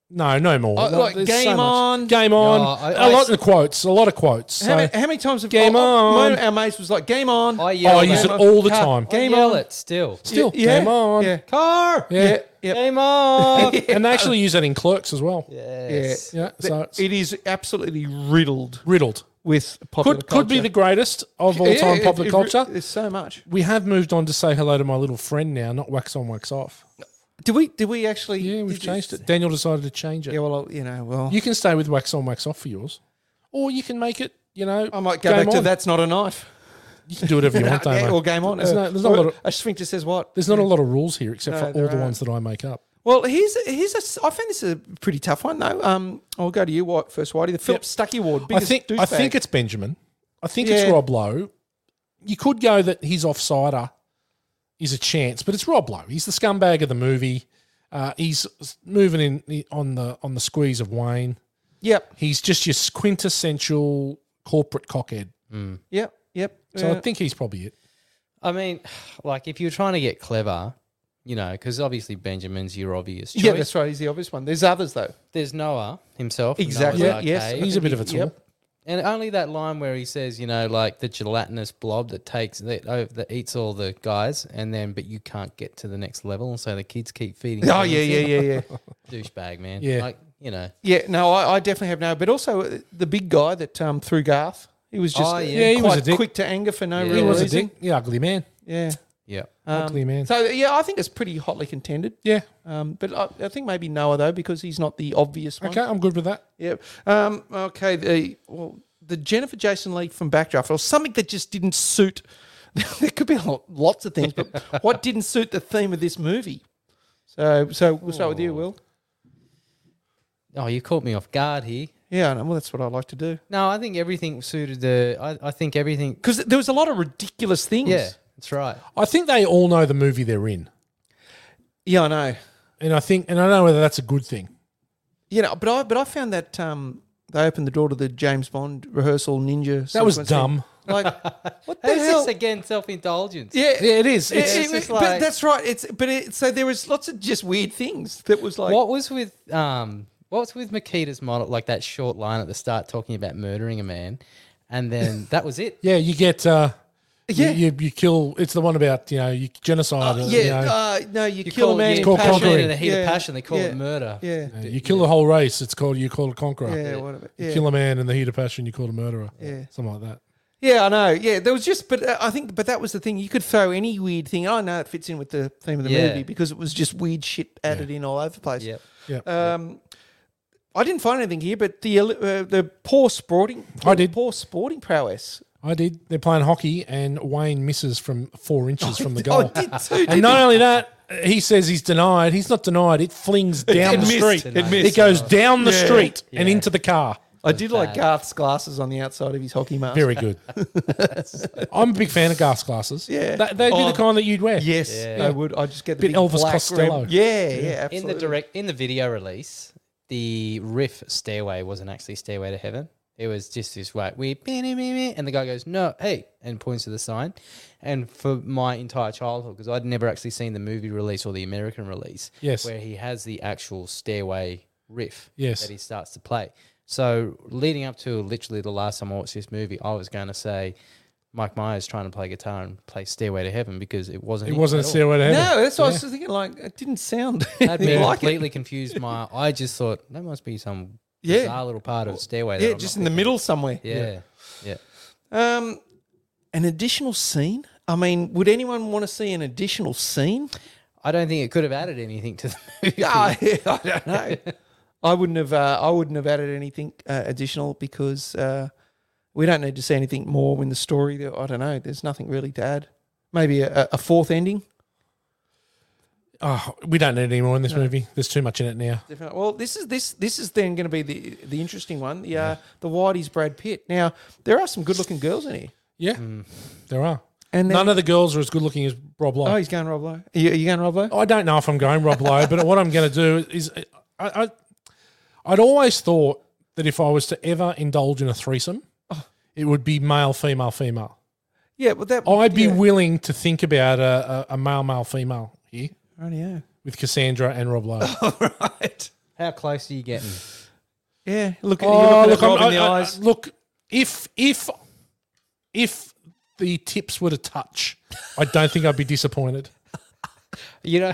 No, no more.
Oh,
No,
like,
there's
game
much.
on.
Game on.
No, I-
A
I
lot
s-
of quotes. A lot of quotes.
how,
so-
many, how many times have
Game
oh, oh,
on.
my- Our mates was like game on.
I
oh,
yell.
I
at
use
it.
it all the
Car-
time.
I
Game
yell
on.
it still.
Still,
Yeah,
game on.
Yeah. Oh, Car.
Yeah.
Yeah. yeah.
Game off.
And they actually use that in Clerks as well.
yes.
Yeah, so it's
It is absolutely riddled
riddled.
with popular
Could could be the
culture.
greatest of all
Yeah,
time
it-
popular
it-
culture.
There's so much.
we have moved on to say hello to my little friend now, not wax on, wax off.
Did we? Did we actually?
Yeah, we've
did
changed
this-
it. Daniel decided to change it.
Yeah. Well, you know. Well,
You can stay with wax on, wax off for yours, or you can make it. You know,
I might go
game
back to
on.
that's not a knife.
You can do whatever you want, though.
Yeah,
mate.
or game on.
There's,
Uh,
no, there's not a
or-
lot of,
a sphincter says what?
there's not a lot of rules here, except
No,
for all
there
the ones that I make up.
Well, here's a, here's a. s- I found this a pretty tough one though. Um, I'll go to you White, first, Whitey. The Philip Stuckey Award.
I
Biggest
think I
douchebag.
think it's Benjamin. I think
Yeah.
it's Rob Lowe. You could go that his offsider is a chance, but it's Rob Lowe. He's the scumbag of the movie. Uh, he's moving in on the on the squeeze of Wayne.
Yep.
He's just your quintessential corporate cockhead.
Yep. Yep.
So
yeah.
I think he's probably it.
I mean, like if you're trying to get clever, you know, because obviously Benjamin's your obvious choice.
Yeah, that's right. He's the obvious one. There's others though.
There's Noah himself. from
Exactly.
Noah's
Yeah, yes.
Arcade.
He's a bit of a tool.
Yep.
And only that line where he says, you know, like the gelatinous blob that takes that, oh, that eats all the guys, and then but you can't get to the next level, and so the kids keep feeding.
Oh
him.
yeah, yeah, yeah, yeah.
douchebag man.
Yeah.
like you know,
Yeah, no, I, I definitely have no. But also uh, the big guy that um, threw Garth, he was just
Oh, yeah.
Yeah, he was
quite
a dick.
quick to anger for no
Yeah.
real
He was a
reason.
dick. Yeah, ugly man.
Yeah.
yeah.
Um,
Ugly man.
so yeah, I think it's pretty hotly contended.
Yeah.
Um, but I, I think maybe Noah though because he's not the obvious one.
Okay, I'm good with that.
Yeah. Um, okay. The well, the Jennifer Jason Lee from Backdraft or something that just didn't suit. there could be a lot, lots of things, but what didn't suit the theme of this movie? So, so we'll start with you, Will.
Oh, you caught me off guard here.
Yeah, I know. well, that's what I like to do
No, I think everything suited the. I, I think everything.
because there was a lot of ridiculous things.
Yeah, that's right.
I think they all know the movie they're in,
Yeah, I know.
and I think, and I don't know whether that's a good thing.
You know, but I but I found that um, they opened the door to the James Bond rehearsal ninja.
That was
sequence thing.
dumb.
Like, what the
Who's
hell?
this again? Self indulgence.
Yeah,
Yeah, it is.
It's,
It's,
it's just
but
like-
that's right. It's but it, so there was lots of just weird things that was like
what was with um what was with Makita's model like that short line at the start talking about murdering a man and then that was it.
yeah, you get. Uh,
Yeah.
You, you, you kill. It's the one about you know you genocide.
Uh,
uh,
yeah,
you, know,
uh, no, you,
You
kill
call
a
it-
man.
you
in
call
call
passion.
it
conquering.
in the heat
Yeah,
of passion, they call
yeah,
it murder.
Yeah,
uh, you kill the whole race. It's called you call it conqueror.
yeah, whatever.
You
Yeah.
kill a man in the heat of passion. You call it murderer.
Yeah.
something like that.
yeah, I know. Yeah, there was just, but uh, I think, but that was the thing. You could throw any weird thing. I know it fits in with the theme of the
Yeah.
movie because it was just weird shit added in all over the place.
Yep.
Yep.
Um, I didn't find anything here, but the uh, the poor sporting,
I did.
poor sporting prowess.
I did. They're playing hockey, and Wayne misses from four inches from the
I
goal.
Oh, did too.
and not only that, he says he's denied. He's not denied. It flings down
it
the
missed.
street.
It missed.
goes down the
Yeah.
street and into the car.
I did like
bad.
Garth's glasses on the outside of his hockey mask.
Very good. I'm a big fan of gas glasses.
Yeah.
That, they'd be
Oh.
the kind that you'd wear.
Yes,
Yeah.
I would. I just get the
Bit
big
Elvis
black
Costello.
rim. Yeah, yeah,
In the
absolutely.
direct in the video release, the riff stairway wasn't actually stairway to heaven. It was just this right we and the guy goes, No, hey, and points to the sign. And for my entire childhood, because I'd never actually seen the movie release or the American release,
Yes.
where he has the actual stairway riff
Yes.
that he starts to play. So leading up to literally the last time I watched this movie, I was going to say, Mike Myers trying to play guitar and play Stairway to Heaven because it wasn't.
It wasn't
at
a
all.
Stairway to Heaven.
No, that's what I was just thinking. Like, it didn't sound
That
anything
bit
like it.
completely confused my. I just thought that must be some
Yeah.
bizarre little part of Stairway. that
Yeah,
I'm
just
not
in the
thinking.
middle somewhere.
Yeah, yeah.
Um, an additional scene. I mean, would anyone want to see an additional scene?
I don't think it could have added anything to the movie.
Ah, yeah, I don't know. I wouldn't have. Uh, I wouldn't have added anything uh, additional because uh, we don't need to see anything more in the story. That I don't know. There's nothing really to add. Maybe a, a fourth ending.
Oh, we don't need any more in this
No.
movie. There's too much in it now.
Different- Well, this is this this is then going to be the the interesting one. The uh, the Whitey's Brad Pitt. Now there are some good looking girls in here.
Yeah, there are.
And then-
none of the girls are as good looking as Rob Lowe.
Oh, he's going Rob Lowe. Are you, are you going Rob Lowe?
I don't know if I'm going Rob Lowe, but what I'm going to do is I, I, I'd always thought that if I was to ever indulge in a threesome,
Oh.
it would be male, female, female.
Yeah, but that
I'd be
yeah.
willing to think about a, a, a male, male, female here
Oh, yeah.
with Cassandra and Rob Lowe.
How close are you getting?
Yeah, look at
Oh,
you look,
look,
at Rob
I'm-
in the
I- I-
eyes.
look, if if if the tips were to touch, I don't think I'd be disappointed.
You know,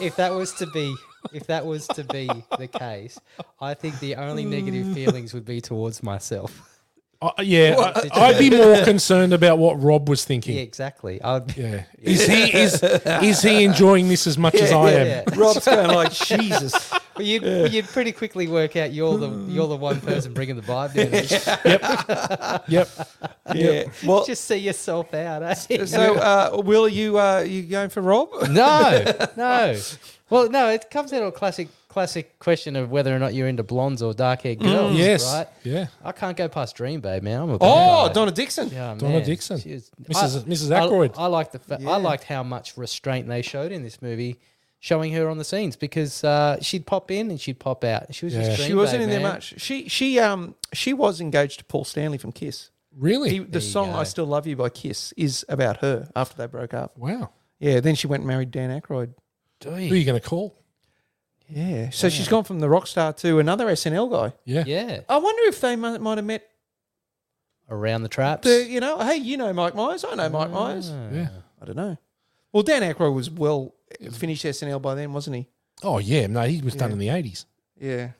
if that was to be, if that was to be the case, I think the only negative feelings would be towards myself.
Uh, yeah,
What?
I, would be more concerned about what Rob was thinking.
Yeah, exactly. I would,
Yeah. Is he is is he enjoying this as much as I am?
Rob's going like Jesus.
But you'd, you'd pretty quickly work out you're the you're the one person bringing the vibe down.
Yep.
Yeah. Well,
Just see yourself out. Eh?
so uh, Will, are you uh, you going for Rob?
no, no. Well, no. It comes down to a classic classic question of whether or not you're into blondes or dark haired girls.
Mm. Yes.
Right.
Yeah.
I can't go past Dream Babe, man. I'm a
Oh,
vampire.
Donna Dixon.
Yeah,
Donna
man,
Dixon.
she is-
Mrs. Mrs.
I-
Ackroyd.
I, liked the fa- I liked how much restraint they showed in this movie, showing her on the scenes because uh, she'd pop in and she'd pop out. She was
Yeah.
just
She wasn't in there much. She she um she was engaged to Paul Stanley from Kiss.
Really?
He, the
you
song
go.
"I Still Love You" by Kiss is about her after they broke up.
wow.
Yeah, then she went and married Dan Aykroyd.
Who are you going to call?
Yeah, so she's gone from the rock star to another SNL guy.
Yeah.
Yeah,
I wonder if they might, might have met
around the traps.
the you know hey you know Mike Myers I know Mike Myers
Yeah.
I don't know. Well, Dan Aykroyd was well finished SNL by then, wasn't he?
Oh yeah. No, he was done in the eighties.
Yeah.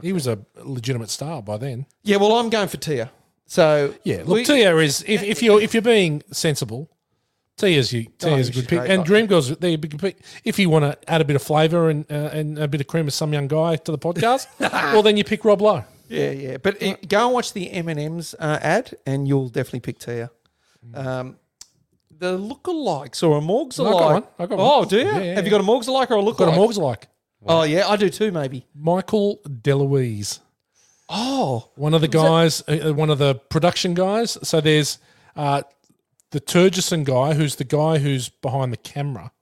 He was a legitimate star by then.
Yeah. Well, I'm going for Tia. So
Yeah. Look,
we-
Tia is if, if you're if you're being sensible, Tia's you Tia's a
she's
good pick.
great.
And Dream Girls, they if you want to add a bit of flavour and uh, and a bit of cream of some young guy to the podcast, well then you pick Rob Lowe.
Yeah, yeah. But uh, go and watch the M and M's uh, ad, and you'll definitely pick Tia. Um, the lookalikes or a morgue's
Mm. No, I
alike.
got one. I got one.
Oh, do you?
Yeah, yeah,
Have you got a morgue's alike or a lookalike?
Got a morgue's like
Oh, yeah, I do too. Maybe.
Michael Deluise.
Oh,
one of the guys, uh, one of the production guys. So there's uh, the Turgeson guy, who's the guy who's behind the camera,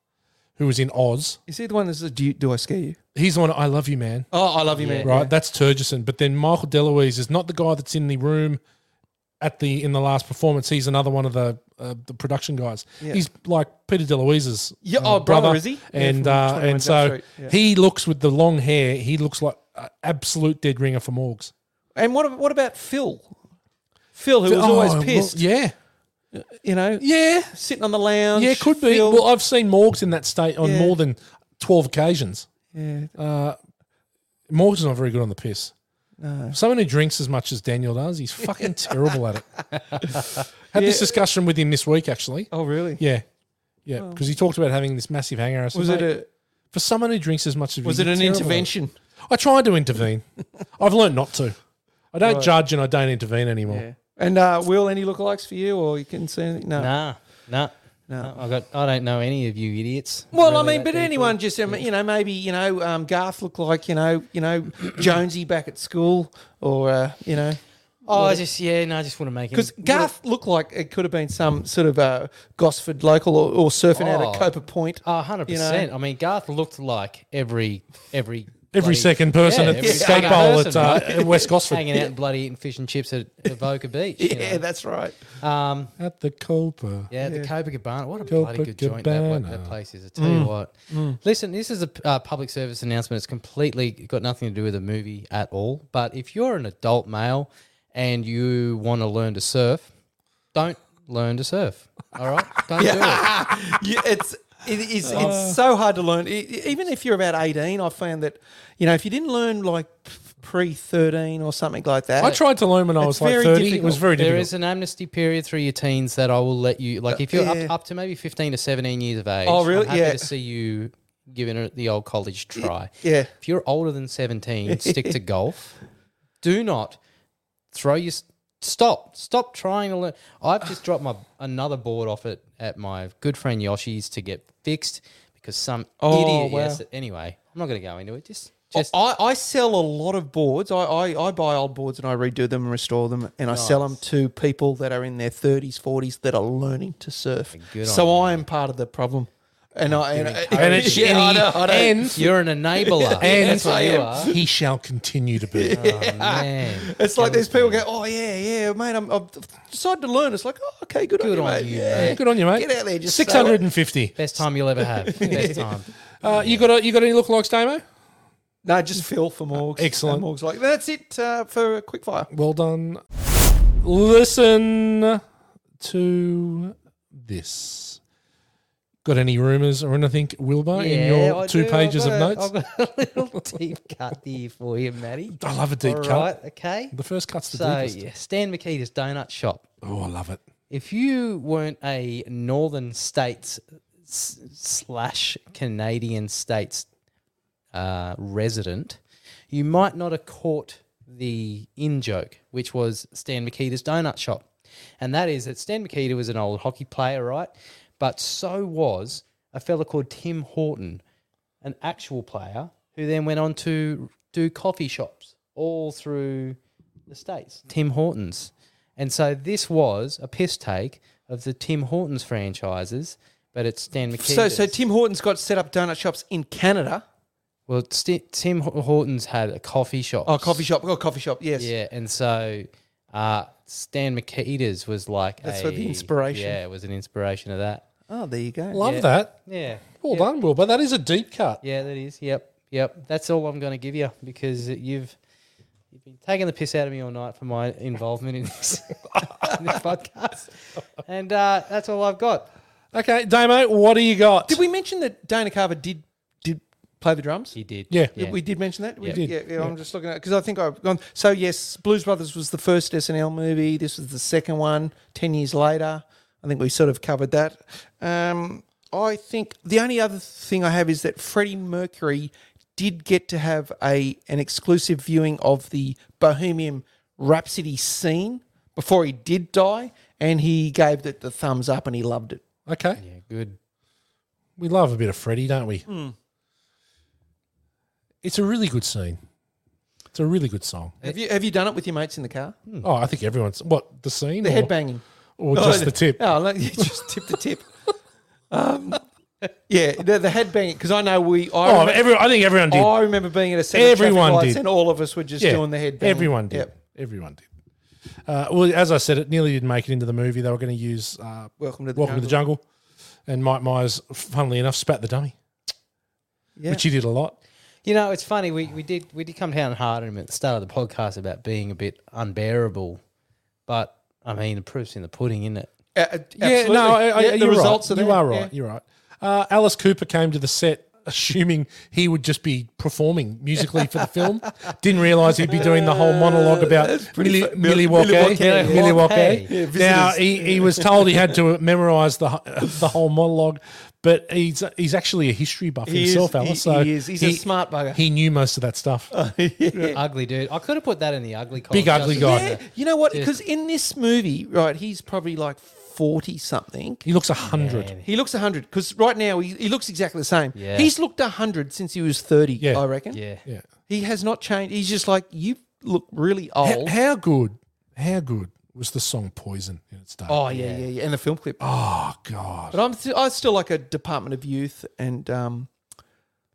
who was in Oz.
is he the one that says, "Do, you, do I scare you?"
He's the one. I love you, man.
Oh, I love you, man.
Right, that's Turgeson. But then Michael DeLuise is not the guy that's in the room at the in the last performance. He's another one of the uh, the production guys. He's like Peter DeLuise's
Yeah,
uh,
oh, brother, is he? Yeah,
And
from
uh,
21
and
Jump
so
Street, yeah.
he looks with the long hair. He looks like an absolute dead ringer for Morgs.
And what? ab- What about Phil? Phil, who was always
Oh, well,
pissed,
yeah,
you know,
yeah.
sitting on the lounge.
Yeah, it could be.
Phil-
Well, I've seen Morgs in that state on
Yeah.
more than 12 occasions.
yeah.
Morgs is not very good on the piss. Someone who drinks as much as Daniel does, he's fucking terrible at it. Had this discussion with him this week, actually.
oh, really?
Yeah. Yeah, because he talked about having this massive hangover. I said,
Oh. Was it
"Mate,
a?
for someone who drinks as much as you,
Was it
you're
an
terrible at
intervention?
I tried to intervene. I've learned not to. I don't judge and I don't intervene anymore.
Yeah. And uh, Will, any lookalikes for you, or you can see anything? No.
Nah, nah. No, I got. I don't know any of you idiots.
Well,
really
I mean,
that
but
deeply.
anyone just, um, you know, maybe, you know, um, Garth looked like, you know, you know, Jonesy back at school, or, uh, you know,
Oh, I just yeah, no, I just want to make it
because Garth looked like it could have been some sort of uh, Gosford local or, or surfing out
Oh.
at Copa Point.
Oh, 100
you know?
percent. I mean, Garth looked like every every
Every
bloody-
second person
Yeah,
at
every
the skate
second
bowl at,
person,
uh,
right?
at West Gosford.
hanging out and bloody eating fish and chips at, at Boca Beach. you
yeah,
know.
that's right.
Um,
At the Copa.
yeah, the Copacabana. What a bloody good joint that,
Copacabana.
that place is. I tell
Mm.
you what. Listen, this is a uh, public service announcement. It's completely got nothing to do with the movie at all. But if you're an adult male and you want to learn to surf, don't learn to surf. All right, don't do it.
yeah, it's it is
Uh.
it's so hard to learn. E- e- even if you're about eighteen, I found that you know if you didn't learn like pre thirteen or something like that.
I tried to learn when I was
It's
like
very
30. It
difficult.
was very
There
difficult.
is an amnesty period through your teens that I will let you. Like, if you're
Yeah.
up, up to maybe fifteen to seventeen years of age,
Oh, really?
I'm happy
Yeah.
to see you giving it the old college try.
yeah.
If you're older than seventeen, stick to golf. Do not throw your s- stop. Stop trying to learn. I've just dropped my another board off at at my good friend Yoshi's to get fixed because some
Oh,
idiot.
wow. Oh,
Yes. Anyway, I'm not going to go into it. Just just
I, I sell a lot of boards. I, I, I buy old boards and I redo them and restore them, and I sell them to people that are in their 30s, 40s that are learning to surf.
Good
So
on
I am part of the problem. And I and,
And it's
yeah, I
any-
know, I know.
and-
You're an enabler.
and
That's what you are. Oh,
he shall continue to be.
man.
It's like these people go, oh yeah, yeah, mate. I'm, I've decided to learn. It's like, oh, okay, good,
Good
on you,
on
mate.
you,
yeah.
mate.
Good on you, mate.
Get out there, just
six hundred and fifty.
Best time you'll ever have. Best time.
Uh, you got a, you got any lookalikes, Damo?
No, just Phil for Morgs.
Excellent.
And Morgs like that's it uh, for quickfire.
Well done. Listen to this. Got any rumours or anything, Wilbur, in your
I
two
do.
pages of
I've
notes?
got a- I've got a little deep cut here for you, Matty.
I love a deep
All
cut.
right, okay.
The first cut's the
So,
deepest.
yeah, Stan Makita's Donut Shop.
Oh, I love it.
If you weren't a Northern States s- slash Canadian States uh, resident, you might not have caught the in joke, which was Stan Makita's donut shop. And that is that Stan Makita was an old hockey player, right? But so was a fella called Tim Horton, an actual player who then went on to do coffee shops all through the States, Tim Hortons. And so this was a piss take of the Tim Hortons franchises, but it's Stan Makita's.
So, so Tim Horton's got set up donut shops in Canada.
Well, St- Tim Ho- Hortons had a coffee shop.
Oh, coffee shop. Oh, coffee shop. Yes.
Yeah, and so uh, Stan Makita's was like
That's
a,
where the inspiration-
Yeah, it was an inspiration of that.
Oh, there you go.
Love
Yeah.
that.
Yeah,
Well done, Wilbur. That is a deep cut.
yeah, that is. Yep, yep. That's all I'm going to give you because you've you've been taking the piss out of me all night for my involvement in this, in this podcast, and uh, that's all I've got.
Okay, Damo, what do you got?
Did we mention that Dana Carver did did play the drums?
He did.
Yeah.
Yeah, We did mention that. We
Yeah.
did. Yeah, yeah, I'm just looking at because I think I've gone. So yes, Blues Brothers was the first SNL movie. This was the second one. Ten years later, I think we sort of covered that. Um, I think the only other thing I have is that Freddie Mercury did get to have a an exclusive viewing of the Bohemian Rhapsody scene before he did die, and he gave it the thumbs up and he loved it.
Okay.
Yeah, Hmm. good.
We love a bit of Freddy, don't we? It's a really good scene. It's a really good song.
Have you have you done it with your mates in the car?
Hmm.
Oh, I think everyone's what the scene,
The
or,
headbanging.
or just
Oh,
the tip.
Oh, no, you just tip the tip. Um, yeah, the, the headbanging because I know we. I,
Oh,
remember,
every, I think everyone did.
I remember being at a set
Everyone
everyone lights
did.
and all of us were oh, just doing the headbanging.
Everyone did.
Yep.
Everyone did. Uh, well, as I said, it nearly didn't make it into the movie. They were going to use uh,
Welcome to the
Welcome to the Jungle, and Mike Myers, funnily enough, spat the dummy,
Yeah.
which he did a lot.
You know, it's funny. We, we did we did come down hard on him at the start of the podcast about being a bit unbearable, but I mean the proof's in the pudding, isn't it?
Uh, uh, absolutely.
Yeah, no, I, I,
Yeah,
you're
results
right.
are there.
You are right.
Yeah.
You're right. Uh, Alice Cooper came to the set assuming he would just be performing musically for the film. Didn't realise he'd be doing the whole monologue about Milli-
fu- Mil-
Milliwoke.
Milwaukee, yeah.
Milliwoke.
Yeah, visitors.
now he, he was told he had to memorise the hu- the whole monologue, but he's he's actually a history buff
He is.
himself, Alice.
He-
so
he is. He's a smart bugger. Oh,
He knew most of that stuff.
Ugly dude. I could have put that in the ugly column.
Big ugly
just-
guy.
Yeah, you know what?
Just-
Because in this movie, right, he's probably like forty something.
He looks a hundred.
He looks 100 because right now he, he looks exactly the same.
Yeah.
He's looked 100 since he was 30,
Yeah.
I reckon.
Yeah.
Yeah.
He has not changed. He's just like, you look really
H-
old.
How good? How good was the song Poison in its day?
Oh yeah, yeah, yeah, and the film clip.
Oh, god.
But I'm st- I still like a Department of Youth and um,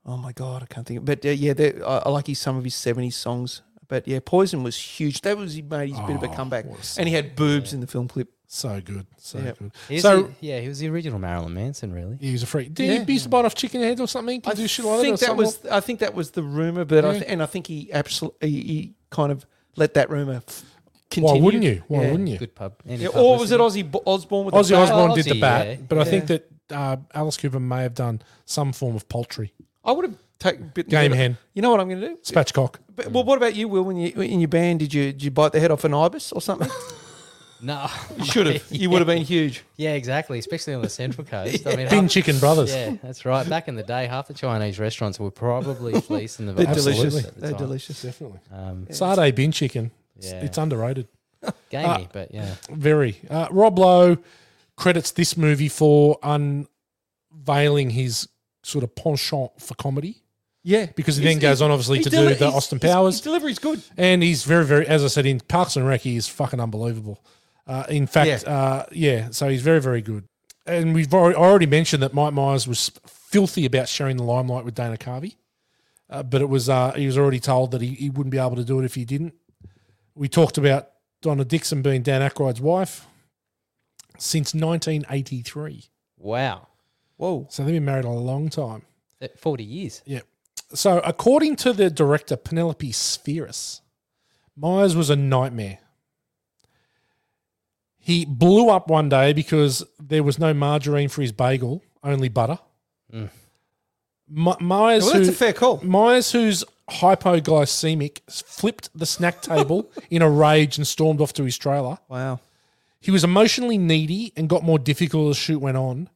oh my god, I can't think. Of, but uh, yeah, they- I, I like his some of his '70s songs. But yeah, Poison was huge. That was he made his bit of a comeback,
Oh, what a song.
and he had boobs in the film clip.
So good. So
Yeah.
good.
He's
so
the- yeah, he was the original Marilyn Manson, really.
He was a freak. Did he used to bite off chicken head or something? Could do shit like
think
that, or
that was I think that was the rumor, but I
Yeah.
th- and I think he absolutely he, he kind of let that rumor f- continued.
Why wouldn't you? Why
Yeah.
wouldn't you?
Good pub.
Yeah, or was it Ozzy Bo- Osbourne with
Ozzy
the bat?
Osbourne did the
Ozzy,
bat,
yeah.
but I think
Yeah.
that uh, Alice Cooper may have done some form of poultry
I would have taken bit
Game hen.
You know what I'm going to do?
spatchcock.
But, well, what about you, Will? When you in your band, did you did you bite the head off an ibis or something?
No,
You should have. You would have been huge.
Yeah, exactly. Especially on the Central Coast. I mean,
Thin
half-
chicken brothers.
Yeah, that's right. Back in the day, half the Chinese restaurants were probably fleecing the
They're
Vipers
delicious.
at the
They're
time.
delicious.
Definitely.
Um,
Sade bin chicken. It's,
Yeah.
it's underrated.
Gamey,
Uh,
but yeah.
Very. Uh, Rob Lowe credits this movie for unveiling his sort of penchant for comedy.
Yeah,
Because he
He's-
then goes on, obviously,
he
to
deli-
do the
he's-
Austin
he's-
Powers.
His delivery's good.
And he's very, very, as I said, in Parks and Rec, he is fucking unbelievable. Uh, in fact, yeah. Uh, yeah, so he's very, very good. And we've alre- already mentioned that Mike Myers was filthy about sharing the limelight with Dana Carvey, uh, but it was uh, he was already told that he, he wouldn't be able to do it if he didn't. We talked about Donna Dixon being Dan Aykroyd's wife since 1983.
Wow.
Whoa.
So they've been married a long time.
Uh, 40 years.
Yeah. So, according to the director Penelope Spheris, Myers was a nightmare. He blew up one day because there was no margarine for his bagel, only butter.
Mm.
My- Myers,
Well, that's
who-
a fair call.
Myers, who's hypoglycemic, flipped the snack table in a rage and stormed off to his trailer.
Wow.
He was emotionally needy and got more difficult as shoot went on.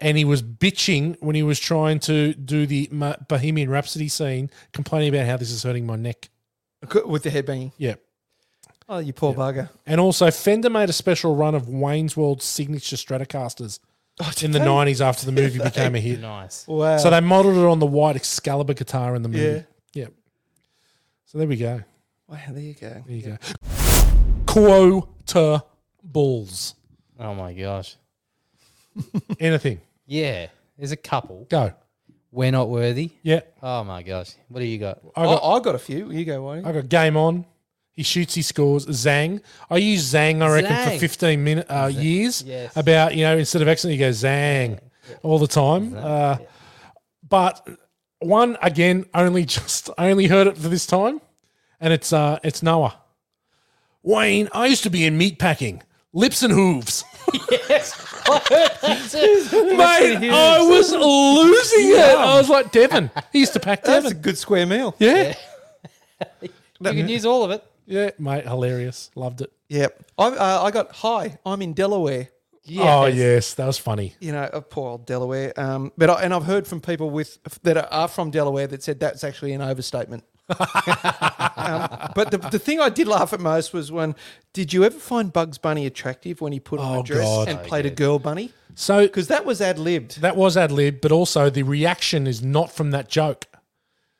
And he was bitching when he was trying to do the Ma- Bohemian Rhapsody scene, complaining about how this is hurting my neck.
Good- With the head banging.
Yeah.
Oh, you poor bugger.
And also, Fender made a special run of Wayne's World signature Stratocasters in the
Oh, they?
90s after the movie became a hit.
Nice.
Wow.
So they modeled it on the white Excalibur guitar in the movie.
Yeah.
Yeah. So there we go.
wow, there you go.
There you go. Quota balls.
Oh, my gosh.
Anything.
Yeah. There's a couple.
Go.
We're not worthy.
Yeah.
Oh, my gosh. What do you got?
I got,
I, I got a few. You go, why don't you?
I got game on. He shoots, he scores. Zang. I use Zang, I reckon, for
Zang.
15 minute, uh, years.
Yes.
About, you know, instead of accident, you go Zang all the time. Uh, But one, again, only just, I only heard it for this time, and it's uh, it's Noah. Wayne, I used to be in meat packing. Lips and hooves. Mate, I was losing it. I was like, Devon. He used to pack
That's a
Devon.
good square meal.
Yeah.
You can use all of it.
Yeah, mate, hilarious. Loved it.
Yep. I, uh, I got, hi, I'm in Delaware.
Oh yes, that was funny.
You know, oh, poor old Delaware. Um, but I, and I've heard from people with that are from Delaware that said that's actually an overstatement. um, but the, the thing I did laugh at most was when did you ever find Bugs Bunny attractive when he put on
Oh,
a dress
God.
and played a girl bunny?
So
Because that was ad libbed,
that was ad lib, but also the reaction is not from that joke.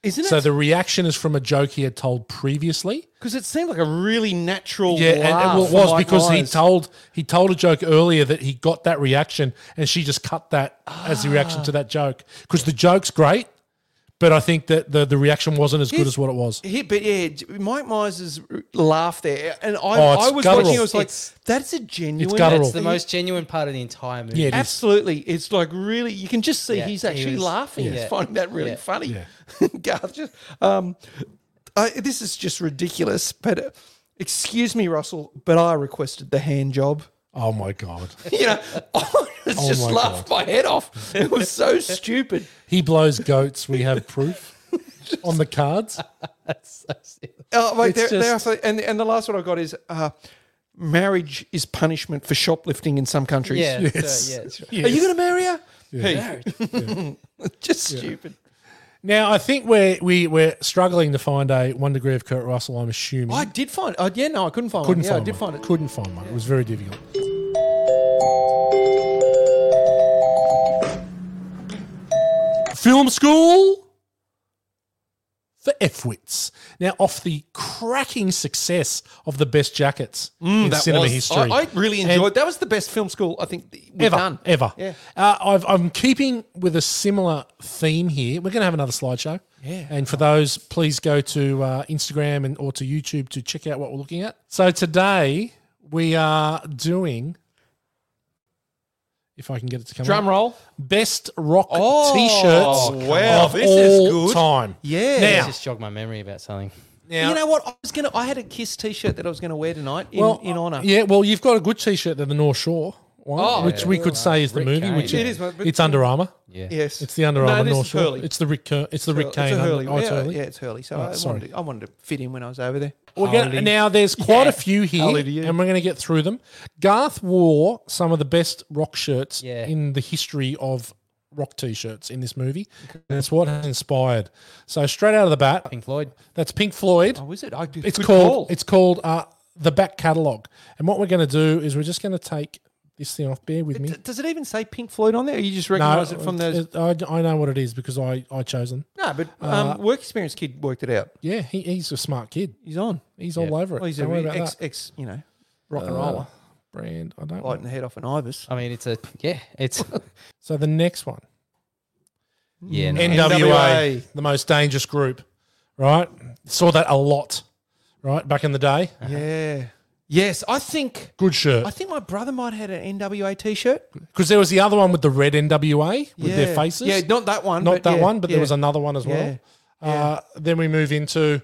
isn't
So
it?
the reaction is from a joke he had told previously.
Because it seemed like a really natural.
Yeah, and
laugh
and well, it
from
was
Mike
because he
Myers.
told he told a joke earlier that he got that reaction, and she just cut that as the reaction to that joke because the joke's great, but I think that the the reaction wasn't as good
Here's-
as what it was.
He, but yeah, J- Mike Myers' laugh there, and I,
Oh, it's
I was
guttural.
watching. I was like,
It's-
"That's a genuine."
guttural.
It's the most genuine part of the entire movie.
Yeah, it is.
Absolutely, it's like really. You can just see
Yeah,
he's
he
actually
was-
laughing. He's
yeah.
finding that really
Yeah.
funny.
Yeah.
Garth, just, um, I, this is just ridiculous. But uh, excuse me, Russell, but I requested the hand job.
Oh my god,
You know, I was
Oh
just
my
laughed my head off. It was so stupid.
he blows goats. We have proof on the cards.
Oh, wait, there,
It's
there are
just-
so- and and the last one I got is uh, marriage is punishment for shoplifting in some countries.
Yeah, that's right,
Yes.
yeah, that's right.
Yes.
Are you going to marry her? Hey. just stupid.
Now I think we're we, we're struggling to find a one degree of Kurt Russell. I'm assuming.
I did find. Uh, yeah, no, I couldn't find.
couldn't
one. Yeah,
find.
I did
one.
find it.
Couldn't find one. It was very difficult. Film school for F-wits. Now, off the cracking success of the best jackets in
Mm, That
cinema
was-
history,
I, I really
And-
enjoyed. that was the best film school I think that we've
ever,
done.
ever.
Yeah.
Uh, I've, I'm keeping with a similar theme here. We're going to have another slideshow.
Yeah.
And for those, please go to uh, Instagram and or to YouTube to check out what we're looking at. So today we are doing, if I can get it to come
Drum
up,
roll.
best rock
Oh,
t-shirts
wow,
of
this is
all
good.
time.
Yeah.
Now,
This
Just jog my memory about something.
Now-
you know what? I was gonna. I had a Kiss T-shirt that I was gonna wear tonight in, in honor.
Yeah, well, you've got a good T-shirt that the North Shore, one,
Oh,
which
yeah.
we could say is the
Rick
movie,
Kane.
which
It is, but-
it's Under Armour.
Yeah. Yes.
it's the Under
No,
Armour
this
North
is
Shore.
Hurley.
It's the Rick. Ker- it's the Rick
It's a
Kane. Under-
Hurley.
oh, it's
yeah,
Hurley.
yeah, it's Hurley. So
Oh,
I,
sorry.
wanted to, I wanted to fit in when I was over there.
We're gonna, now there's quite a few here,
Holiday.
and we're going to get through them. Garth wore some of the best rock shirts
Yeah.
in the history of rock t-shirts in this movie, and it's what has inspired. So straight out of the bat,
Pink Floyd.
That's Pink Floyd.
Oh, is it? I-
it's
good
called.
call.
It's called uh, the back catalogue. And what we're going to do is we're just going to take this thing off. Bear with me.
Does it even say Pink Floyd on there? Or you just recognise it from those?
it- I, I know what it is because I I chose them.
No, but um,
Uh,
work experience kid worked it out.
Yeah, he, he's a smart kid.
He's on.
He's
Yeah.
all over it.
Well, he's
Don't
a
worry
re-
about
ex,
that.
ex, you know, rock and
Uh,
roller.
Brand. I don't. want-
Biting the head off an Ibis.
I mean, it's a yeah. It's
So the next one.
yeah. no.
NWA, the most dangerous group, right? Saw that a lot, right? Back in the day.
Yeah. Yes, I think.
Good shirt.
I think my brother might have had an NWA T-shirt.
Because there was the other one with the red NWA with
Yeah.
their faces.
Yeah, not that one,
Not
but
that
yeah,
one, but
yeah.
there was another one as well. Uh, then we move into.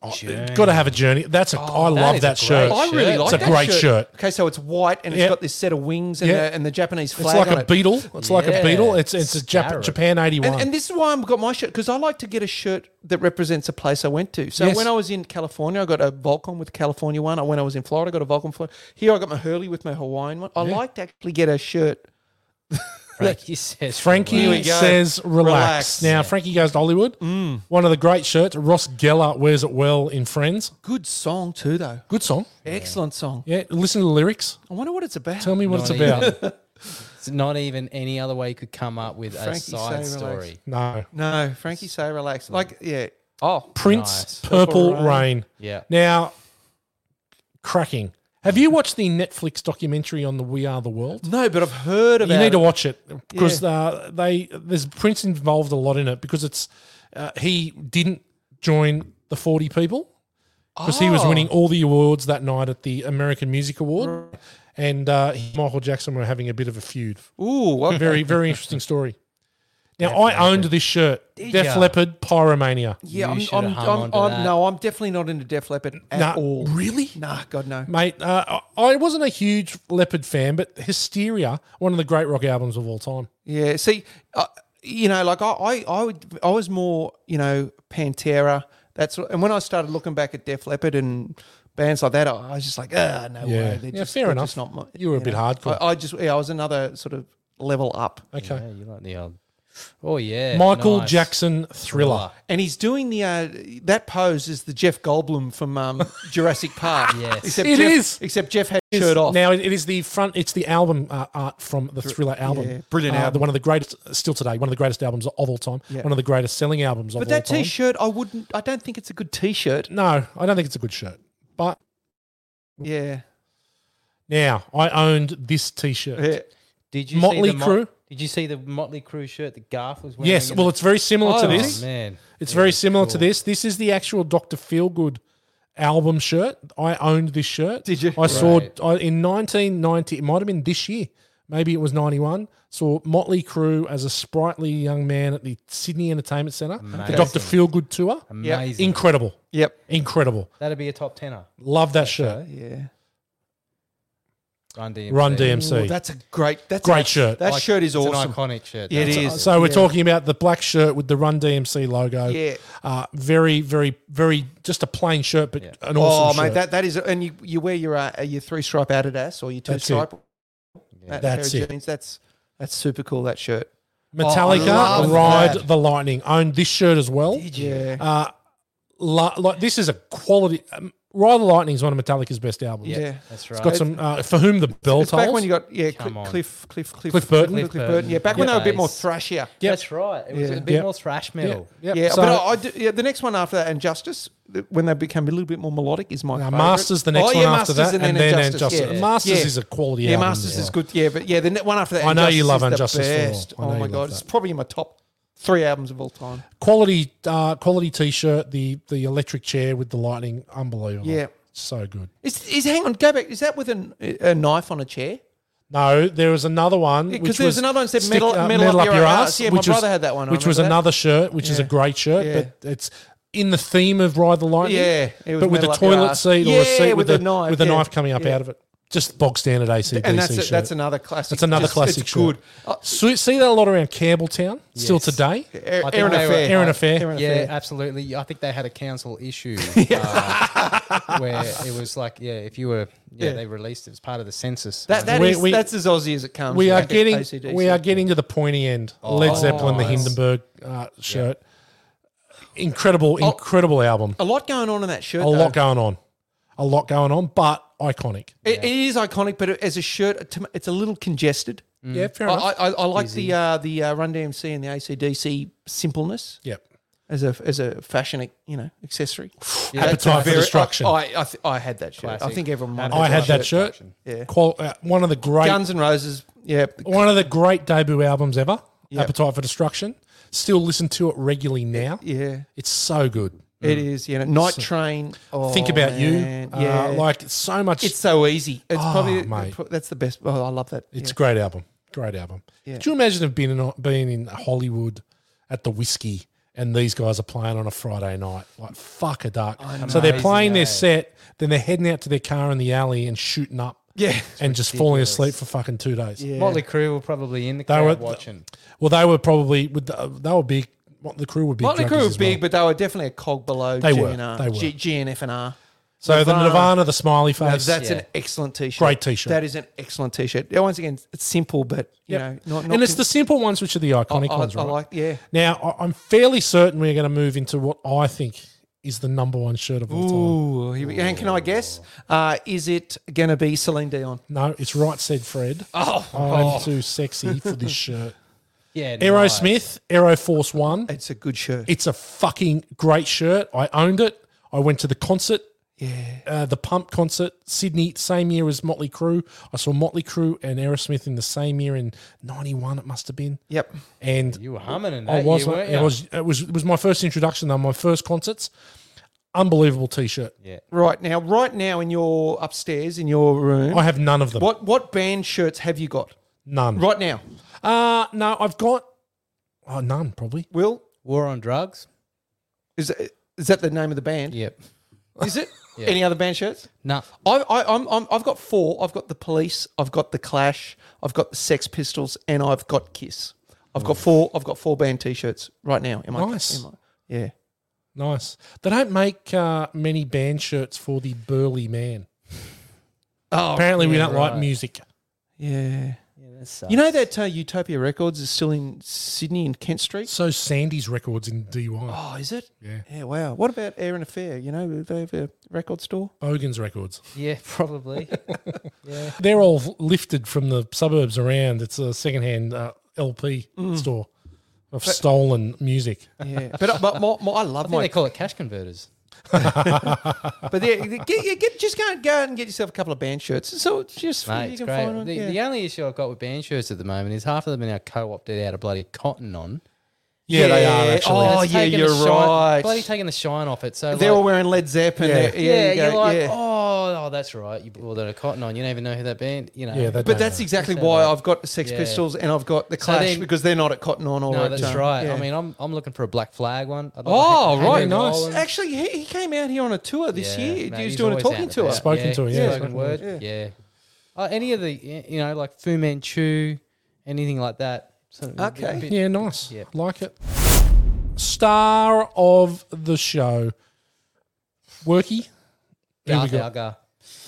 Oh,
Journey.
Got to have a journey. That's a.
Oh,
I
that
love
is a
that
great
shirt.
I really
it's
like
a
that
great shirt.
Okay, so it's white and
Yeah.
it's got this set of wings and,
Yeah.
the, and the Japanese
It's
flag.
like
on
a
it.
beetle. It's like a
Yeah.
beetle. It's it's a Jap-
Scarab.
Japan eighty one.
And, and this is why I've got my shirt because I like to get a shirt that represents a place I went to. So
Yes.
when I was in California, I got a Volcom with a California one. I- When I was in Florida, I got a Volcom. Florida. Here, I got my Hurley with my Hawaiian one. I
Yeah.
like to actually get a shirt.
Frankie says
Here we
Frankie
go.
says relax.
Relax. Mm.
Now, Frankie goes to Hollywood. One of the great shirts. Ross Geller wears it well in Friends.
Good song too, though.
Good song.
Excellent song.
Yeah, listen to the lyrics.
I wonder what it's about.
Tell me what it's
Not even-
about.
It's not even any other way you could come up with a
Frankie
side
say
story.
relax.
No.
No, Frankie, say relax. Like, yeah. Oh,
Prince
Nice.
Purple
Purple
Rain.
Rain.
Yeah.
Now, cracking. Have you watched the Netflix documentary on the We Are the World?
no, but I've heard about.
You need to
it.
watch it because uh, they there's Prince involved a lot in it because it's uh, he didn't join the 40 people because he was
Oh.
winning all the awards that night at the American Music Award, and uh, he, Michael Jackson were having a bit of a feud.
Ooh, okay.
Very very interesting story. Now I owned this shirt, Def
ya?
Leppard Pyromania.
Yeah, I'm, I'm,
You should've hung
I'm,
onto
I'm
that.
no, I'm definitely not into Def Leppard at
Nah,
all.
really?
Nah, God no.
Mate, uh, I I wasn't a huge Leopard fan, but Hysteria, one of the great rock albums of all time.
Yeah, see, uh, you know, like I, I, I, would, I was more, you know, Pantera. That's what, and when I started looking back at Def Leppard and bands like that, I, I was just like, ah, no
Yeah.
way. They're
Yeah,
just,
fair
they're
enough.
Just not my,
You were a bit hardcore.
I, I just, yeah, I was another sort of level up.
Okay.
Yeah, you like the old. Oh yeah.
Michael
nice.
Jackson Thriller.
And he's doing the uh, that pose is the Jeff Goldblum from um, Jurassic Park.
Yes.
except
It
Jeff,
is.
Except Jeff had
Is-
shirt off.
Now it it is the front. It's the album uh, art from the Thriller album.
yeah, brilliant
Uh, the-
album.
One of the greatest, still today, one of the greatest albums of all time.
Yeah.
One of the greatest selling albums of
but
all
that
time.
T-shirt, I wouldn't. I don't think it's a good T-shirt.
No, I don't think it's a good shirt. But
Yeah.
now I owned this T-shirt.
yeah.
Did you
Motley
see the
Crue?
Did you see the Motley Crue shirt that Garth was wearing?
Yes,
in
well,
the-
it's very similar to
Oh,
this.
man,
It's
Yeah,
very similar to
cool.
this. This is the actual Doctor Feelgood album shirt. I owned this shirt.
Did you?
I saw
Right.
I, in 1990. It might have been this year. Maybe it was 91. Saw Motley Crue as a sprightly young man at the Sydney Entertainment Centre. The
Amazing.
Doctor Feelgood tour.
Amazing.
Incredible.
Yep.
Incredible.
That'd be a top tenner.
Love that shirt.
Yeah.
Run DMC.
Run
Ooh,
DMC.
that's a great. That's
Great
an-
shirt.
That
Like,
shirt is
it's an
awesome.
iconic shirt.
Yeah, it
That's
is.
awesome.
So we're
Yeah.
talking about the black shirt with the Run DMC logo.
Yeah.
Uh, very, very, very, just a plain shirt, but
Yeah.
an
Oh
awesome
mate,
shirt.
that that is. And you you wear your uh, your three stripe Adidas or your two
That's it.
stripe. That pair
That's
of
it.
jeans. That's that's super cool. That shirt. Oh, I
Metallica,
love
Ride
that.
the Lightning. Owned this shirt as well.
Yeah.
Uh, li- like this is a quality. Um, Ride the Lightning is one of Metallica's best albums.
yeah.
That's
It's
right.
got some uh, for whom the bell
It's
tolls.
back when you got yeah,
Come
Cl-
on.
Cliff, Cliff, Cliff,
Cliff Burton.
Cliff,
Cliff
Burton. Yeah, back when they were a bit more
Bass.
thrashier.
Yep.
That's right. It was
Yeah.
a bit
Yep.
more thrash
yeah,
metal.
yep.
Yeah,
So-
but I, I do, yeah, the next one after that, and Justice, th- when they become a little bit more melodic, is my Oh,
Now,
favorite.
uh, Masters the next
one
one after that, and then Injustice. Masters is a quality
Yeah,
album
Masters
as
is
well.
good. Yeah, but yeah, the ne- one after that.
I know you love
is the
Injustice for All.
best.
I know
Oh
you
my
love
god, it's
that.
probably in my top three albums of all time.
quality uh, quality T-shirt. The the electric chair with the lightning, unbelievable.
Yeah.
so good.
Is, is hang on, go back. Is that with an, a knife on a chair?
No, there was another one.
Yeah, 'cause
which
there was
was
another one that said metal- metal up your arse. Yeah, my
which was-
brother had that one, I
Which was
remember that.
another shirt, which is a
Yeah.
great shirt,
Yeah.
but it's in the theme of Ride the Lightning.
Yeah, it was
but with a
metal up your
toilet
ass.
seat or a
Yeah,
seat with,
with
a
a knife,
with a
yeah.
knife coming up
Yeah.
out of it. Just bog standard ACDC
And that's
shirt.
that's another classic.
That's another
Just-
classic
it's
shirt. Uh,
good.
So, see that a lot around Campbelltown still today.
Air-
I think
Aaron
they were-
Affair.
Aaron Affair. Aaron
Yeah,
Affair.
absolutely. I think they had a council issue uh, where it was like, yeah, if you were, yeah,
Yeah.
they released it as part of the census.
That, that
We-
is-
we-
that's as Aussie as it comes.
We are
like,
getting
AC/DC.
we are getting to the pointy end. Led
Oh,
Zeppelin, the
nice.
Hindenburg uh, shirt. Incredible,
Oh.
incredible album.
a lot going on in that shirt.
a lot
though.
going on, a lot going on, but iconic.
It, it is iconic, but as a shirt, to me, it's a little congested.
Yeah, fair
Mm. I,
enough.
I, I, I like
Easy.
the uh, the uh, Run DMC and the ACDC simpleness.
Yep.
As a as a fashion, you know, accessory.
Yeah. Appetite for destruction.
I I, th- I had that shirt. I
Classic.
think everyone.
I
wanted
I had that shirt.
Yeah.
Qual- uh, one of the great
Guns and Roses. Yeah.
one of the great debut albums ever.
Yeah.
Appetite for Destruction. Still listen to it regularly now.
Yeah.
It's so good.
It is, you know, Night Train. Oh,
Think about
man,
you. Yeah. like it's so much.
It's so easy. It's
Oh,
probably
mate.
that's the best. Oh, I love that.
It's a great album. Great album.
Yeah.
Could you imagine have been in, being in Hollywood at the whiskey and these guys are playing on a Friday night? Like fuck a duck. So they're
Amazing,
playing
eh?
their set, then they're heading out to their car in the alley and shooting up.
Yeah.
And just falling asleep for fucking two days.
Yeah.
Motley Crue were probably in the
They
crowd
were
watching.
Well, they were probably with the, they were big. What the crew were big.
Motley
junkies
Crue were
as well.
big, but they were definitely a cog below
They were,
GNR.
they were.
G- GNF and R.
So the Nirvana, the smiley face.
Now, that's an excellent T-shirt.
Great T-shirt.
That is an excellent T-shirt. Yeah, Once again, it's simple, but you
Yep.
know, not,
and it's the simple ones which are the iconic
I- I-
ones,
I
right?
like- yeah.
Now I- I'm fairly certain we're going to move into what I think is the number one shirt of all time.
Ooh, here we- and can I guess? Uh, is it gonna be Celine Dion?
No, it's right said Fred.
Oh.
I'm
Oh.
too sexy for this shirt.
Yeah,
Aerosmith, Aero Force One.
It's a good shirt.
It's a fucking great shirt. I owned it. I went to the concert.
Yeah.
Uh, the Pump concert, Sydney, same year as Motley Crue. I saw Motley Crue and Aerosmith in the same year in '91. It must have been.
Yep.
And
You were humming in that
I Oh, was.
year, weren't
It
you?
was. It was. It was my first introduction. though, my first concerts. Unbelievable T-shirt.
Right now, right now in your upstairs in your room,
I have none of them.
what what band shirts have you got
None.
right now?
Uh no. I've got. Oh, none probably.
Will
War on drugs.
is is that the name of the band?
Yep.
Is it? Any other band shirts?
No.
I, I, I'm, I'm, I've got four. I've got the Police. I've got the Clash. I've got the Sex Pistols, and I've got Kiss. I've got four. I've got four band T-shirts right now. Am I?
Nice.
am I- yeah.
Nice. They don't make uh, many band shirts for the burly man.
Oh,
Apparently, we
yeah,
don't like
right.
music.
Yeah. You know that uh, Utopia Records is still in Sydney and Kent Street.
So Sandy's records in DY.
Oh, is it?
Yeah.
Yeah. Wow. What about Air and Affair? You know, they have a record store.
Bogan's records.
Yeah, probably.
They're all lifted from the suburbs around. It's a secondhand uh, LP
Mm.
store of stolen music.
Yeah. But, but my, my, I love
I
my
think they call it cash converters.
But yeah, get, yeah, get, just go, go out and get yourself a couple of band shirts. So it's just
Mate,
you
it's
can
great.
find one.
the,
yeah.
the only issue I've got with band shirts at the moment is half of them are now co-opted out of bloody cotton on.
Yeah, they are
Yeah.
actually.
Oh,
And it's
yeah,
taking the
you're
shine-
right.
Bloody taking the shine off it. So
They
like-
were wearing Led Zeppelin.
Yeah.
Yeah, yeah,
yeah, you are like,
yeah.
oh, oh, that's right. You bought a cotton on. You don't even know who that band. You know.
Yeah, they
But
don't
that's
know.
exactly
That's
why
how they-
I've got the Sex
Yeah.
Pistols and I've got the
So
Clash
then-
because they're not at Cotton On or
no,
at,
that's
um,
right.
yeah.
I mean, I'm, I'm looking for a black flag one. I'd like
oh
to hang-
right,
hang
nice.
rolling.
Actually, he, he came out here on a tour this
Yeah,
year.
mate,
he was
he's
doing a
always out
talking
and
tour.
about.
Spoken
yeah,
to him,
he's
yeah.
Spoken
Spoken
word.
word.
Yeah. Uh, any of the you know like Fu Manchu, anything like that. So it'd be a
Okay.
bit-
Yeah, nice.
Yeah.
Like it. Star of the show. Worky. Who we
Darth
got?
Algar.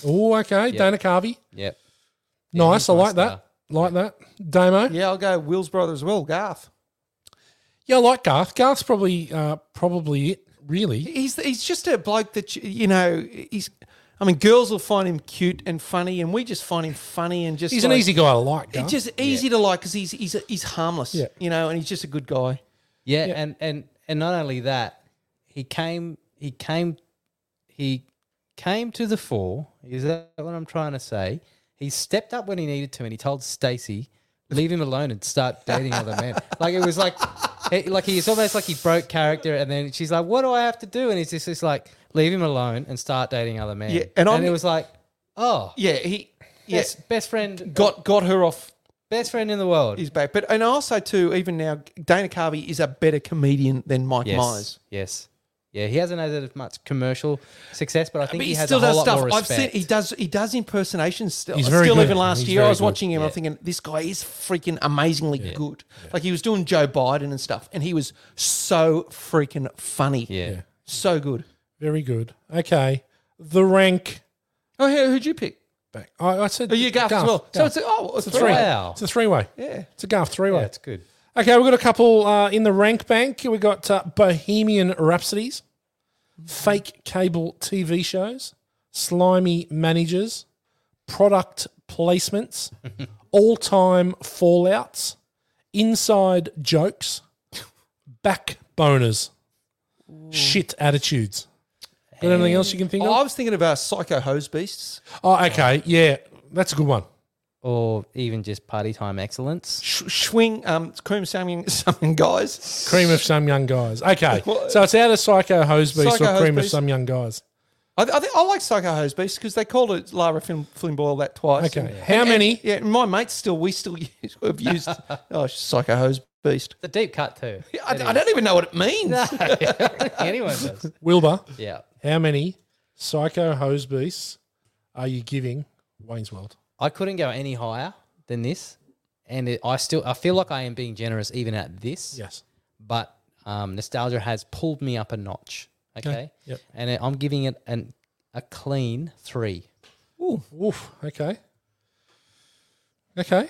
Oh, okay. Dana Carvey.
Yep.
Nice.
he's
I
my
like
star.
that. Like that. Damo.
Yeah, I'll go Will's brother as well, Garth.
Yeah, I like Garth. Garth's probably uh, probably it, really.
He's he's just a bloke that you- you know. He's, I mean, girls will find him cute and funny, and we just find him funny and just
He's an
like-
easy guy to like.
It's
Garth.
just easy to like because he's he's he's harmless,
Yeah.
you know, and he's just a good guy.
Yeah, and and and not only that, he came, he came, he came to the fore. Is that what I'm trying to say? He stepped up when he needed to, and he told Stacy, "Leave him alone and start dating other men." Like it was like, it, like he's almost like he broke character, and then she's like, "What do I have to do?" And he's just, just like, "Leave him alone and start dating other men."
Yeah, and
and,
I'm-
it was like, "Oh,
Yeah, he
yes,
yes
best friend,
got got her off
best friend in the world."
his back, but and also too even now Dana Carvey is a better comedian than Mike
yes,
Myers.
yes, Yeah, he hasn't had as much commercial success, but I think
But
he,
he
has
still
a whole
does
lot
stuff.
more
I've
respect.
seen he does he does impersonations still.
He's very
still
good.
even last
He's
year, I
very
was
good.
watching him. I'm
Yeah.
thinking this guy is freaking amazingly good. Like he was doing Joe Biden and stuff, and he was so freaking funny.
Yeah,
so good.
Very good. Okay. The rank.
Oh, who, who'd you pick?
Back. I, I said.
Oh, you Garth, as well. So it's a, oh,
it's a
three.
three. It's a three-way.
Yeah.
It's a Garth three-way.
Yeah, it's good.
Okay, we've got a couple uh, in the rank bank. We've got uh, Bohemian Rhapsodies, fake cable TV shows, slimy managers, product placements, all time fallouts, inside jokes, back boners, shit attitudes. Got anything else you can think
Oh,
of?
I was thinking about Psycho Hose Beasts.
Oh, okay. Yeah, that's a good one.
or even just party time excellence.
Sh- Swing, um, Cream Salmon, Salmon Guys.
Cream of some young guys. Okay.
What?
So it's out of Psycho Hosebeast
Psycho
or Cream of
Hosebeast.
some young guys.
I, I, think, I like Psycho Hose Beasts because they called it Lara Flynn, Flynn Boyle that twice.
Okay.
And-
How
and-
many-
yeah, and my mates still, we still use, have used oh, Psycho Hose Beast.
The deep cut too.
I, I don't even know what it means.
Anyone does.
Wilbur.
Yeah.
How many psycho hose beasts are you giving Wayne's World?
I couldn't go any higher than this, and it, I still I feel like I am being generous even at this.
Yes.
But um, nostalgia has pulled me up a notch. Okay.
Yep.
And it- I'm giving it an a clean three.
Ooh.
Oof. Okay. Okay.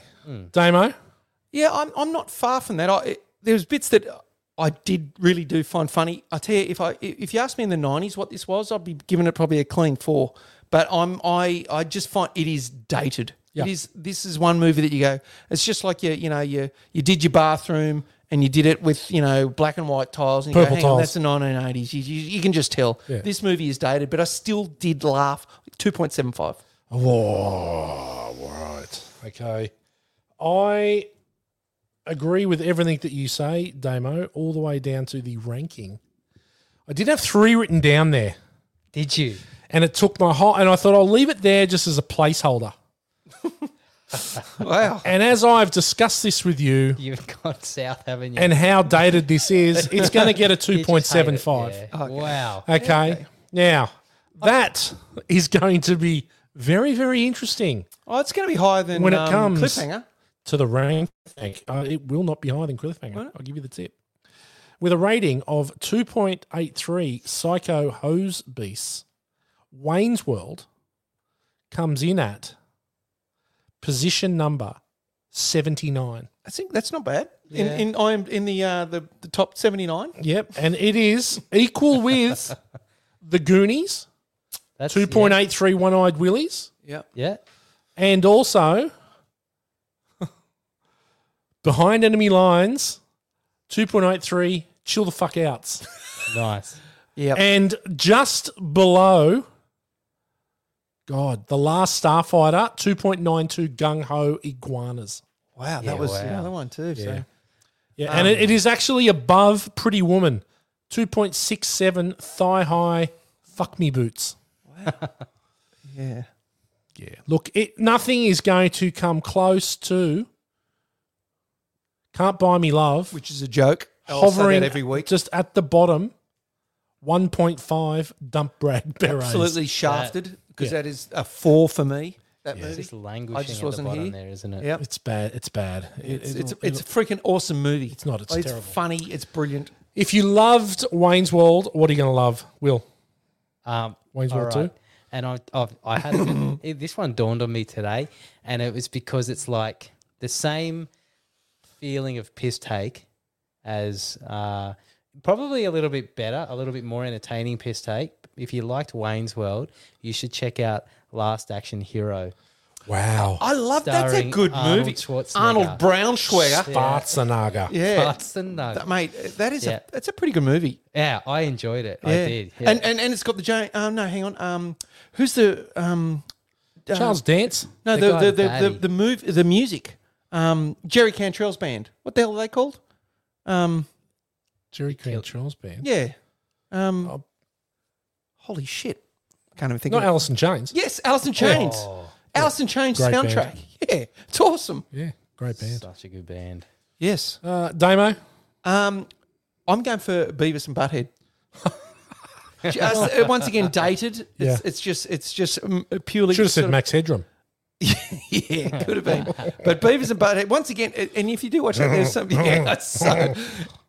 Damo.
Yeah, I'm, I'm not far from that. I, it, there was bits that I did really do find funny. I tell you, if I if you asked me in the '90s what this was, I'd be giving it probably a clean four. But I'm I I just find it is dated.
Yeah.
It is. This is one movie that you go. It's just like you you know you you did your bathroom and you did it with you know black and white tiles and you
Purple
go, Hang on,
tiles.
that's the 1980s. You, you, you can just tell
Yeah.
this movie is dated. But I still did laugh. Two point seven five.
Whoa. Right. Okay. I agree with everything that you say, Damo, all the way down to the ranking. I did have three written down there,
Did you?
and it took my whole, and I thought I'll leave it there just as a placeholder.
Wow.
And as I've discussed this with you
You've gone south, haven't you?
and how dated this is, it's going to get a
You just hate it,
2.75.
Oh,
yeah. Wow.
Okay. Now, that is going to be very, very interesting
Oh, it's going to be higher than
When it
um,
comes-
cliffhanger.
to the rank. Uh, it will not be higher than Cliffhanger. I'll give you the tip. With a rating of 2.83, Psycho Hose Beasts, Wayne's World comes in at position number 79.
I think that's not bad.
Yeah.
In in I'm in the uh the, the top seventy nine.
Yep. And it is equal with The Goonies,
That's
Two point eight three one eyed willies,
Yep.
Yeah. yeah.
and also behind enemy lines, two point eight three chill the fuck outs,
Nice.
Yep.
and just below. God, the last Starfighter, two point nine two gung ho iguanas.
wow, that
Yeah,
was
wow.
another one too. So
Yeah, and it, it is actually above Pretty Woman, two point six seven thigh high fuck me boots.
yeah.
Yeah. Look, it nothing is going to come close to Can't Buy Me Love,
Which is a joke. I'll say that
hovering
every week.
just at the bottom. 1.5 dump brag berets.
Absolutely shafted because
Yeah.
that is a four for me. That
Yeah.
movie.
Just languishing
I just wasn't
at the bottom
here.
there, isn't it?
Yep.
It's bad. It's bad. It-
It's,
it'll-
it's, it's a
it'll-
freaking awesome movie.
It's not, it's
Like,
terrible.
funny. It's brilliant.
if you loved Wayne's World, what are you going to love? Will.
Um,
Wayne's
all
World too?
And I, I've, I had a good- it- this one dawned on me today, and it was because it's like the same feeling of piss take as uh, probably a little bit better, a little bit more entertaining piss take. If you liked Wayne's World, you should check out Last Action Hero.
Wow.
I love that's a
Starring
good
Arnold
movie.
Schwarzenegger.
Arnold Braunschweiger.
Schwarzenegger.
Yeah.
Farts and nugs.
That, mate, that is
Yeah.
a that's a pretty good movie.
yeah, I enjoyed it. I
Yeah.
did.
And, and and it's got the Jane. Um, no, hang on. Um, who's the um, uh,
Charles Dance.
No,
The
the
guy
the the,
with the
the,
baddie.
the move the music. Um, Jerry Cantrell's band. What the hell are they called? Um,
Jerry Cantrell's band.
yeah. Um,
Oh.
holy shit! Can't even think.
Not
of it.
Alice in Chains.
Yes, Alice in Chains. Alice in Chains
Great band.
soundtrack. Yeah, it's awesome.
Yeah. Great band.
Such a good band.
Yes.
Uh, Damo.
Um, I'm going for Beavis and Butthead. Just, uh, once again, dated. It's,
Yeah.
it's just it's just um, purely.
Should have said
sort of-
Max Headroom.
yeah, could have been. But Beavers and Butthead, once again, a- and if you do watch that, there's some. Yeah, so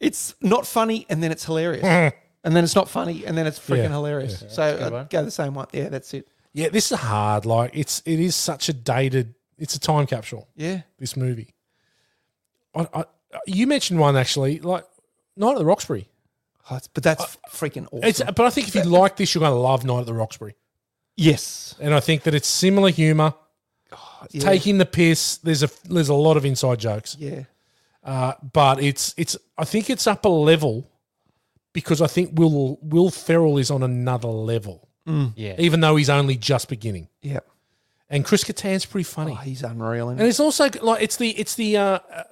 it's not funny, and then it's hilarious, and then it's not funny, and then it's freaking
Yeah,
hilarious.
yeah.
So I'd go the same one. Yeah, that's it.
Yeah, this is hard. Like it's it is such a dated. It's a time capsule.
Yeah.
this movie. I, I, you mentioned one actually, like Night at the Roxbury.
Oh, it's- but that's freaking awesome.
It's, but I think if you like this, you're going to love Night at the Roxbury.
Yes,
and I think that it's similar humor,
yeah.
taking the piss. There's a there's a lot of inside jokes.
Yeah.
uh, but it's it's I think it's up a level because I think Will Will Ferrell is on another level.
Mm. Yeah.
even though he's only just beginning.
Yeah,
and Chris Kattan's pretty funny.
Oh, he's unreal, isn't
and it's also like it's the it's the uh, uh,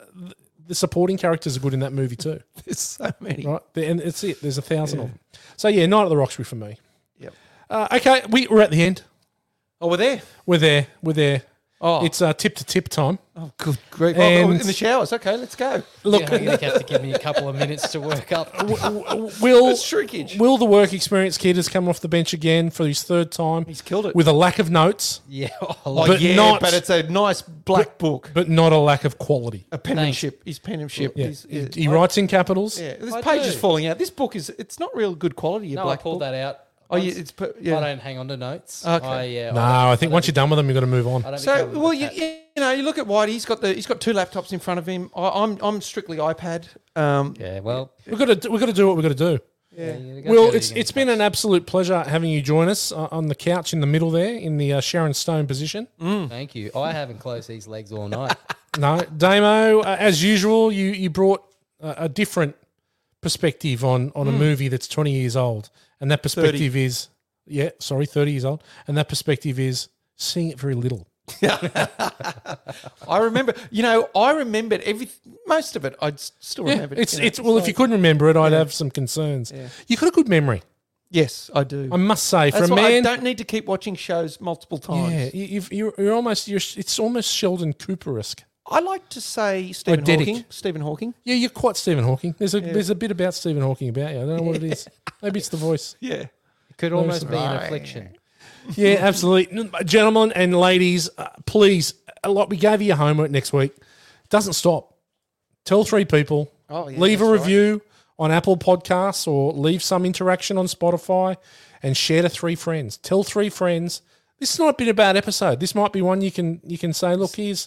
the supporting characters are good in that movie too.
There's so many,
right? And it's it. There's a thousand of them. So yeah, Night at the Roxbury for me.
Yep.
Uh, okay, we, we're at the end.
Oh, we're there.
We're there. We're there.
Oh.
it's uh, tip to tip time.
Oh, good grief! Oh,
And
oh, in the showers. Okay, let's go.
Look-
You're going to have to give me a couple of minutes to work up.
will
shrinkage.
will the work experience kid has come off the bench again for his third time? He's
killed it
with a lack of notes.
Yeah,
Oh,
but
yeah,
not
But it's a nice black book.
but not a lack of quality.
A penmanship. His penmanship.
Yeah.
He's,
He- he writes in capitals.
Yeah, there's
I
pages
do.
falling out. This book is it's not real good quality. your
No, I
black
pulled
book.
that out.
Oh, yeah,
once.
it's put- yeah.
I don't hang on to notes.
Okay.
I, yeah,
no,
I don't-
I think once you're done with them, you've got to move on.
I don't
So
become-
well, you, you know, you look at Whitey. He's got the he's got two laptops in front of him. I, I'm I'm strictly iPad. Um,
yeah, well,
We've got to do- we've got to do what we've got to do.
yeah.
Will, it's it's been an absolute pleasure having you join us uh, on the couch in the middle there in the uh, Sharon Stone position.
Mm.
Thank you. I haven't closed these legs all night.
No, Damo, uh, as usual, you you brought uh, a different perspective on
Mm.
on a movie that's twenty years old, and that perspective is yeah, sorry, thirty years old, and that perspective is seeing it very little.
I remember. You know, I remembered every most of it. I still
Yeah,
remember.
it's it's well, if you couldn't remember it, I'd have some concerns. You got a good memory,
yes, I do.
I must say, for
That's
a
why I
man.
don't need to keep watching shows multiple times.
yeah, you- you've, you're, you're almost you're it's almost Sheldon Cooper-esque.
I like to say Stephen
Dedic.
Hawking. Stephen Hawking.
Yeah, you're quite Stephen Hawking. There's a there's a bit about Stephen Hawking about you. I don't know what it is. Maybe it's the voice.
Yeah.
It could almost be an affliction.
Yeah, absolutely. N- uh, Gentlemen and ladies, uh, please, uh, like we gave you your homework next week. Doesn't stop. Tell three people.
Oh, yeah,
leave a
that's right.
review on Apple Podcasts or leave some interaction on Spotify and share to three friends. Tell three friends. This is not a bit of bad episode. This might be one you can you can say, look, here's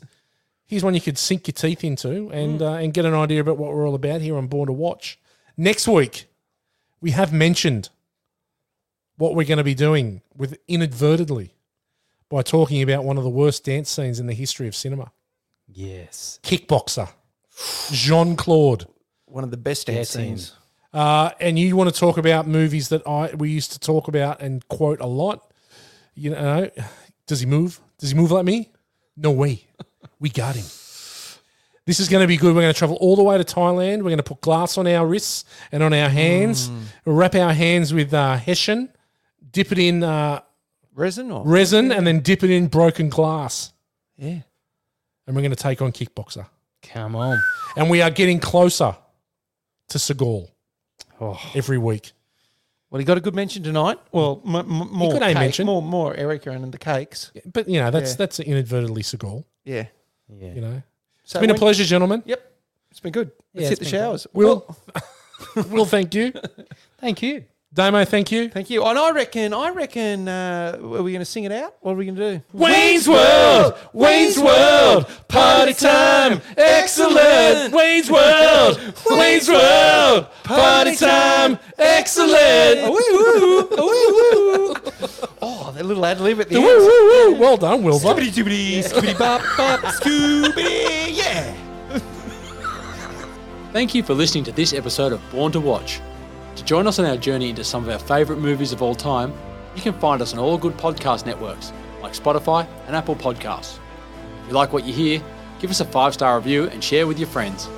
here's one you could sink your teeth into and
Hmm.
uh, and get an idea about what we're all about here on Born to Watch. Next week, we have mentioned what we're going to be doing with inadvertently by talking about one of the worst dance scenes in the history of cinema.
Yes.
Kickboxer, Jean Claude.
One of the best dance scenes.
Uh, and you want to talk about movies that I we used to talk about and quote a lot. You know, does he move? Does he move like me? No way. We got him. This is going to be good. We're going to travel all the way to Thailand. We're going to put glass on our wrists and on our hands. Wrap our hands with uh, hessian, dip it in uh,
Resin or
resin, and then dip it in broken glass.
yeah.
And we're going to take on Kickboxer.
Come on.
And we are getting closer to Seagal every week.
Well, he got a good mention tonight. Well, m- m- more
got a
cake,
mention.
more more Erica and the cakes.
But you know, that's
Yeah.
that's inadvertently Seagal.
Yeah,
You know,
So
it's been a
when-
pleasure, gentlemen.
Yep, it's been good. Let's
Yeah,
hit the
it's been great.
showers.
Will, Will, thank you.
Thank you.
Damo, thank you.
Thank you. And I reckon, I reckon, uh, are we going to sing it out? What are we going to do?
Wayne's World, Wayne's World, party time, excellent. Wayne's World, Wayne's World, party time, excellent.
Woo-woo, woo-woo. oh, that little ad lib at the
Woo,
end.
woo, woo. Well done, Will.
Skibbity doobity, skibbity bop bop, scooby, yeah.
Thank you for listening to this episode of Born to Watch. To join us on our journey into some of our favourite movies of all time, you can find us on all good podcast networks like Spotify and Apple Podcasts. If you like what you hear, give us a five star review and share with your friends.